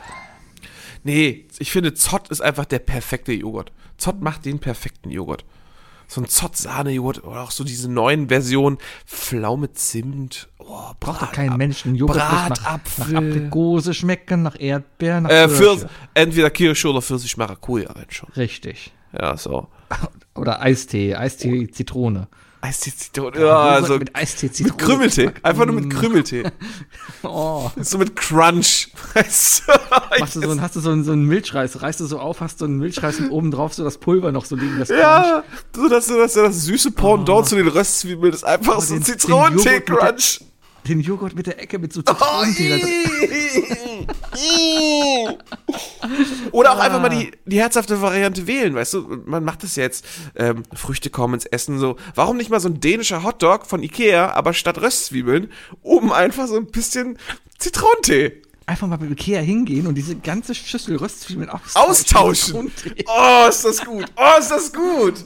Nee, ich finde, Zott ist einfach der perfekte Joghurt. Zott macht den perfekten Joghurt. So ein Zott-Sahne-Joghurt oder auch so diese neuen Versionen. Pflaume-Zimt. Oh,
Oh, braucht doch kein Mensch einen Joghurt. muss Nach,
Bratapfel.
nach Aprikose schmecken, nach Erdbeeren, nach
Äh, Pfirs,
Pfirsich.
entweder Kirsche oder Pfirsich Maracuja, wenn schon.
Richtig.
Ja, so.
Oder Eistee,
Oh.
Eistee Zitrone.
Eistee Zitrone. Ja,
Joghurt
so.
mit Eistee Zitrone.
Mit Krümmeltee. Einfach nur mit Krümmeltee.
Oh,
So mit Crunch. Weißt du?
machst du so, einen- hast du so einen, so einen Milchreis, reißt du so auf, hast so einen Milchreis und oben drauf so das Pulver noch so liegen, das
Ja, so dass du das, das süße Pendant zu den Röstzwiebeln ist einfach so
Oh. den-
ein
den
Zitronentee-Crunch.
Den Joghurt mit der Ecke mit so Zitronentee
Oh,
da drin.
Oder auch einfach mal die, die herzhafte Variante wählen, weißt du? Man macht das jetzt. Ähm, Früchte kommen ins Essen so. Warum nicht mal so ein dänischer Hotdog von Ikea, aber statt Röstzwiebeln oben einfach so ein bisschen Zitronentee
Einfach mal bei Ikea hingehen und diese ganze Schüssel Röstzwiebeln austauschen.
austauschen.
Zitronentee.
Oh, ist das gut. Oh, ist das gut.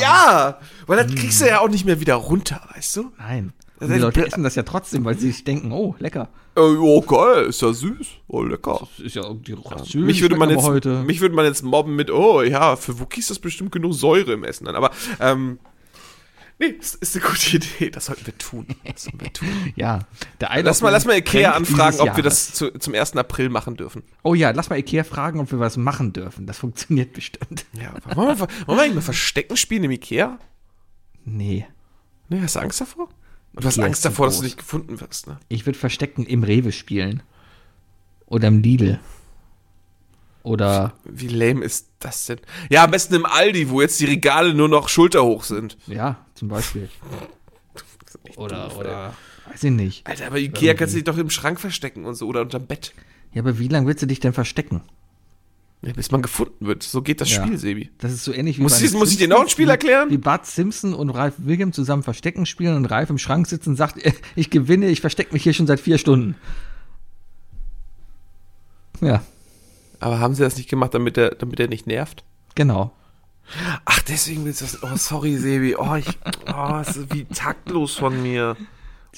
Ja, weil das kriegst du ja auch nicht mehr wieder runter, weißt du?
Nein. Und
Das
die
ist
Leute
blöd.
essen das ja trotzdem, weil sie sich denken, oh, lecker.
Äh, oh, geil, ist ja süß. Oh, lecker.
Das ist ja irgendwie roch
Mich würde, man jetzt,
heute.
mich würde man jetzt mobben mit, oh ja, für Wookies ist das bestimmt genug Säure im Essen dann. Aber, ähm, nee, das ist eine gute Idee. Das sollten wir tun. Das sollten wir tun.
ja. Der Eid
Lass mal, lass mal Ikea anfragen, ob wir
das
das zu, zum 1. April machen dürfen.
Oh ja, lass mal Ikea fragen, ob wir was machen dürfen. Das funktioniert bestimmt.
Ja, wollen wir, wollen wir eigentlich mal Verstecken spielen im Ikea?
Nee.
Nee, hast du Angst davor? Und du hast
Ikea
Angst
ist zu
davor, dass du
groß.
nicht gefunden wirst, ne?
Ich würde Verstecken im Rewe spielen. Oder im Lidl. Oder,
Wie lame ist das denn? Ja, am besten im Aldi, wo jetzt die Regale nur noch schulterhoch sind.
ja, zum Beispiel. Oder, oder, weiß ich nicht.
Alter, aber Ikea kannst du dich doch im Schrank verstecken und so oder unterm Bett.
Ja, aber wie lange willst du dich denn verstecken?
Ja, bis man gefunden wird. So geht das
Ja.
Spiel, Sebi.
Das ist so ähnlich wie
Muss
bei
ich-
den
muss ich dir
Simpsons,
noch ein Spiel
wie-
erklären?
Wie Bart Simpson und Ralf Wilhelm zusammen Verstecken spielen und Ralf im Schrank sitzt und sagt, äh, ich gewinne, ich verstecke mich hier schon seit vier Stunden. Ja,
Aber haben sie das nicht gemacht, damit er, damit er nicht nervt?
genau.
Ach, deswegen willst du das. Oh, sorry, Sebi. Oh, ich, oh es ist wie taktlos von mir.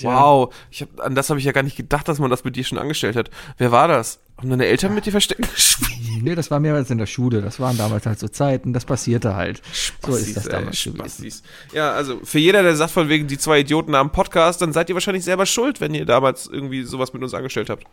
Wow. Ich hab, an das habe ich ja gar nicht gedacht, dass man das mit dir schon angestellt hat. Wer war das? Haben deine Eltern mit dir verstecken gespielt?
Nee, das war mehrmals in der Schule. Das waren damals halt so Zeiten, das passierte halt. So ist das
ey,
damals gewesen.
Spastis. Ja, also für jeder, der sagt von wegen die zwei Idioten am Podcast, dann seid ihr wahrscheinlich selber schuld, wenn ihr damals irgendwie sowas mit uns angestellt habt.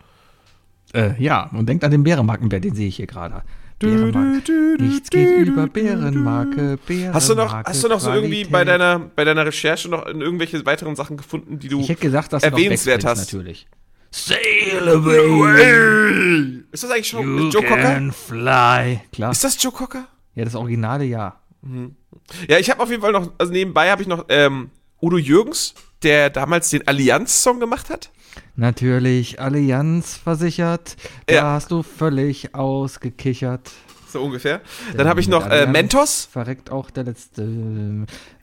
Äh, ja, und denkt an den Bärenmarkenbär, den sehe ich hier gerade. Bärenmark. Nichts geht über Bärenmarke, Bärenmarke.
Hast du noch, hast du noch so irgendwie bei
Qualität.
deiner, bei deiner Recherche noch in irgendwelche weiteren Sachen gefunden, die du
Ich hätte gesagt, dass du noch
erwähnenswert
Backspins
hast?
natürlich. Sail away,
Ist das eigentlich schon
you
ist Joe Cocker?
can fly. Klar.
Ist das Joe Cocker?
Ja, das Originale ja.
Ja, ich habe auf jeden Fall noch, also nebenbei habe ich noch ähm, Udo Jürgens, der damals den Allianz-Song gemacht hat.
Natürlich, Allianz versichert. Da
Ja.
hast du völlig ausgekichert.
So ungefähr. Dann habe ich
Mit
noch äh,
Allianz
Mentos.
Verreckt auch der letzte.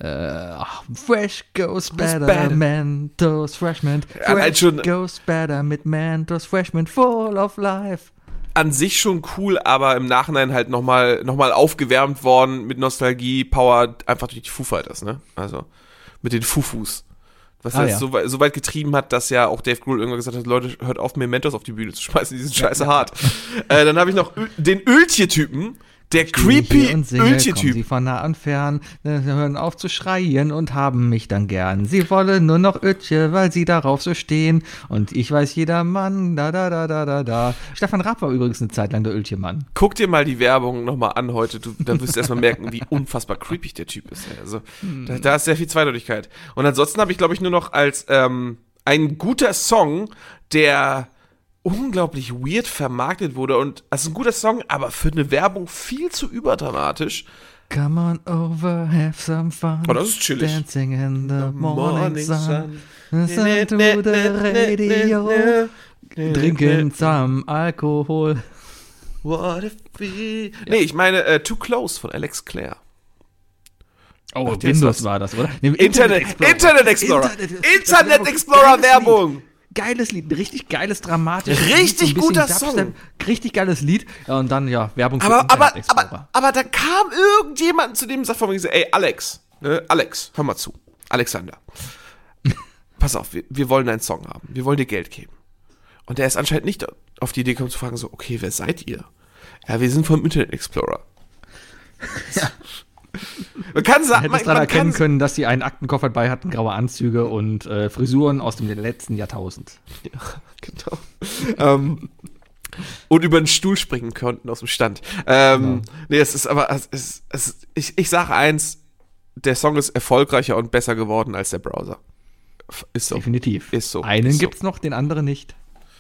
Äh, ach, fresh goes better,
better.
Mentos Freshman.
Ja, allein
Fresh
schon-
goes better mit Mentos Freshman full of life.
An sich schon cool, aber im Nachhinein halt nochmal noch mal aufgewärmt worden mit Nostalgie, Power, einfach durch die Foo Fighters, ne? Also mit den Fufus. Was
Ah,
das
ja.
so, wei- so weit getrieben hat, dass ja auch Dave Grohl irgendwann gesagt hat, Leute, hört auf, mir Mentos auf die Bühne zu schmeißen, die sind scheiße hart. äh, dann habe ich noch Ö den Öltje-Typen, der
Stehe
creepy
hier und singe, kommen
Öltje-Typ.
Sie von nah an fern, ne, hören auf zu schreien und haben mich dann gern. Sie wollen nur noch Ötje, weil sie darauf so stehen. Und ich weiß jeder Mann, da, da, da, da, da, da. Stefan Raab war übrigens eine Zeit lang der Ötje-Mann.
Guck dir mal die Werbung nochmal an heute. Du, dann wirst du erstmal merken, wie unfassbar creepy der Typ ist. Also,
Hm.
da, da ist sehr viel Zweideutigkeit. Und ansonsten habe ich, glaube ich, nur noch als ähm, ein guter Song, der unglaublich weird vermarktet wurde. Und es ist ein guter Song, aber für eine Werbung viel zu überdramatisch.
Come on over, have some fun.
Oh, das ist chillig.
Dancing in the morning,
Morning
sun.
Sun.
Listen to the radio. Drinken zusammen Alkohol.
What if we... Nee, ich meine äh, Too Close von Alex Clare.
Oh,
der ist
Windows
was.
war das, oder? Nee,
Internet, Internet Explorer. Internet Explorer Werbung.
Geiles Lied, ein richtig geiles, dramatisches
Richtig
Lied, so ein bisschen
guter
Dubstep, Richtig geiles Lied. Ja, und dann, ja, Werbung für
Aber,
Internet
aber,
Explorer.
aber, aber da kam irgendjemand zu dem sagt von mir, ey, Alex, ne, Alex, hör mal zu. Alexander. Pass auf, wir, wir wollen einen Song haben. Wir wollen dir Geld geben. Und er ist anscheinend nicht auf die Idee gekommen zu fragen, so, okay, wer seid ihr? Ja, wir sind vom Internet Explorer. Man kann sagen,
Hättest
man,
daran
man
erkennen
kann,
können, dass sie einen Aktenkoffer bei hatten, graue Anzüge und äh, Frisuren aus dem letzten Jahrtausend.
genau. ähm, und über den Stuhl springen konnten aus dem Stand.
Genau.
Ähm, Nee, es ist aber, es ist, es ist, ich, ich sage eins, der Song ist erfolgreicher und besser geworden als der Browser. F- Ist so.
Definitiv.
Ist so.
Einen
ist so.
gibt's noch, den anderen nicht.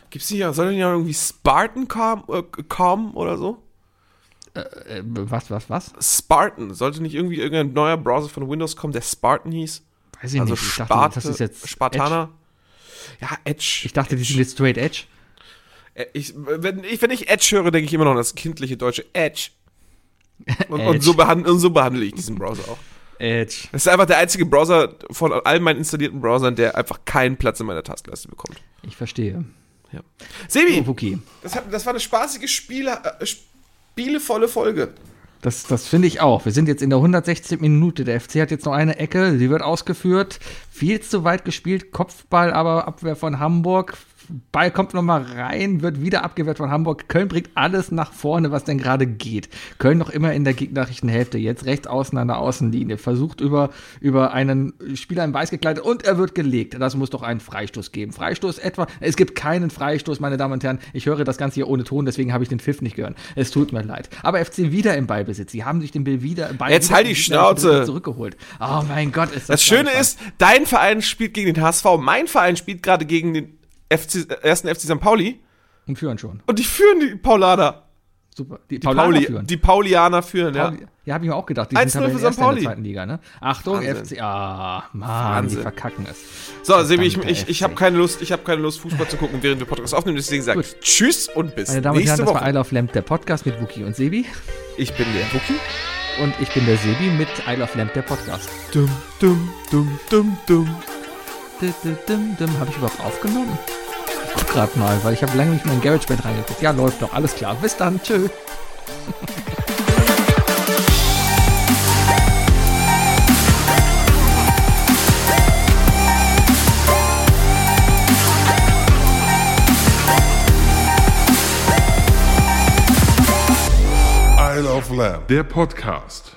Gibt's nicht, soll denn ja irgendwie Spartan kommen äh, kommen oder so?
Äh, was, was, was?
Spartan, sollte nicht irgendwie irgendein neuer Browser von Windows kommen, der Spartan hieß?
Weiß ich
also
nicht. Ich dachte,
Sparte,
das ist jetzt Edge.
Spartaner. Ja, Edge.
Ich dachte, die sind jetzt straight edge.
Äh, Ich, wenn, ich, wenn ich Edge höre, denke ich immer noch an das kindliche deutsche Edge. Und,
Edge.
Und, so behand, und so behandle ich diesen Browser auch.
Edge.
Das ist einfach der einzige Browser von all meinen installierten Browsern, der einfach keinen Platz in meiner Taskleiste bekommt.
Ich verstehe.
Ja. Sebi,
Oh, Wookie.
das, hat, das war eine spaßige, Spiele, äh, spielevolle Folge.
Das, das finde ich auch. Wir sind jetzt in der 116. Minute. Der FC hat jetzt noch eine Ecke. Sie wird ausgeführt. Viel zu weit gespielt. Kopfball, aber Abwehr von Hamburg. Ball kommt nochmal rein, wird wieder abgewehrt von Hamburg. Köln bringt alles nach vorne, was denn gerade geht. Köln noch immer in der gegnerischen Hälfte. Jetzt rechts außen an der Außenlinie. Versucht über, über einen Spieler in Weiß gekleidet und er wird gelegt. Das muss doch einen Freistoß geben. Freistoß etwa. Es gibt keinen Freistoß, meine Damen und Herren. Ich höre das Ganze hier ohne Ton, deswegen habe ich den Pfiff nicht gehört. Es tut mir leid. Aber FC wieder im Ballbesitz. Sie haben sich den Ball wieder. Ball
Jetzt
wieder
halt die
im
Schnauze.
Ballbesitz Zurückgeholt. Oh mein Gott, ist das.
Das Schöne
einfach.
ist, dein Verein spielt gegen den HSV, mein Verein spielt gerade gegen den FC, ersten FC St. Pauli
Und führen schon.
und die führen die Paulaner.
Super. Die,
Die,
Paulaner
Pauli,
führen.
die Paulianer führen, ja.
Pauli- Ja, habe ich mir auch gedacht. Die
1-0 für
Tabellenerster
St. Pauli.
in der zweiten Liga, ne? Achtung,
Wahnsinn.
FC. Ah, Mann,
Wahnsinn.
die verkacken es.
So, Sebi, ich,
Verdammter
ich, ich habe
FC.
keine Lust, ich habe keine Lust, Fußball zu gucken, während wir Podcast aufnehmen. Deswegen sage ich
Gut.
Tschüss und bis
Meine Damen und
nächste
Herren, das war
Woche.
I Love Lamp, der Podcast mit Wookie und Sebi.
Ich bin der Wookie.
Und ich bin der Sebi mit I Love Lamp, der Podcast.
Dum, dum, dum, dum, dum.
Dum, dum, dum, dum. Habe ich überhaupt aufgenommen? Ich guck grad mal, weil ich habe lange nicht mehr in GarageBand reingeguckt. Ja, läuft doch, alles klar. Bis dann, tschö.
I Love Lamb. Der Podcast.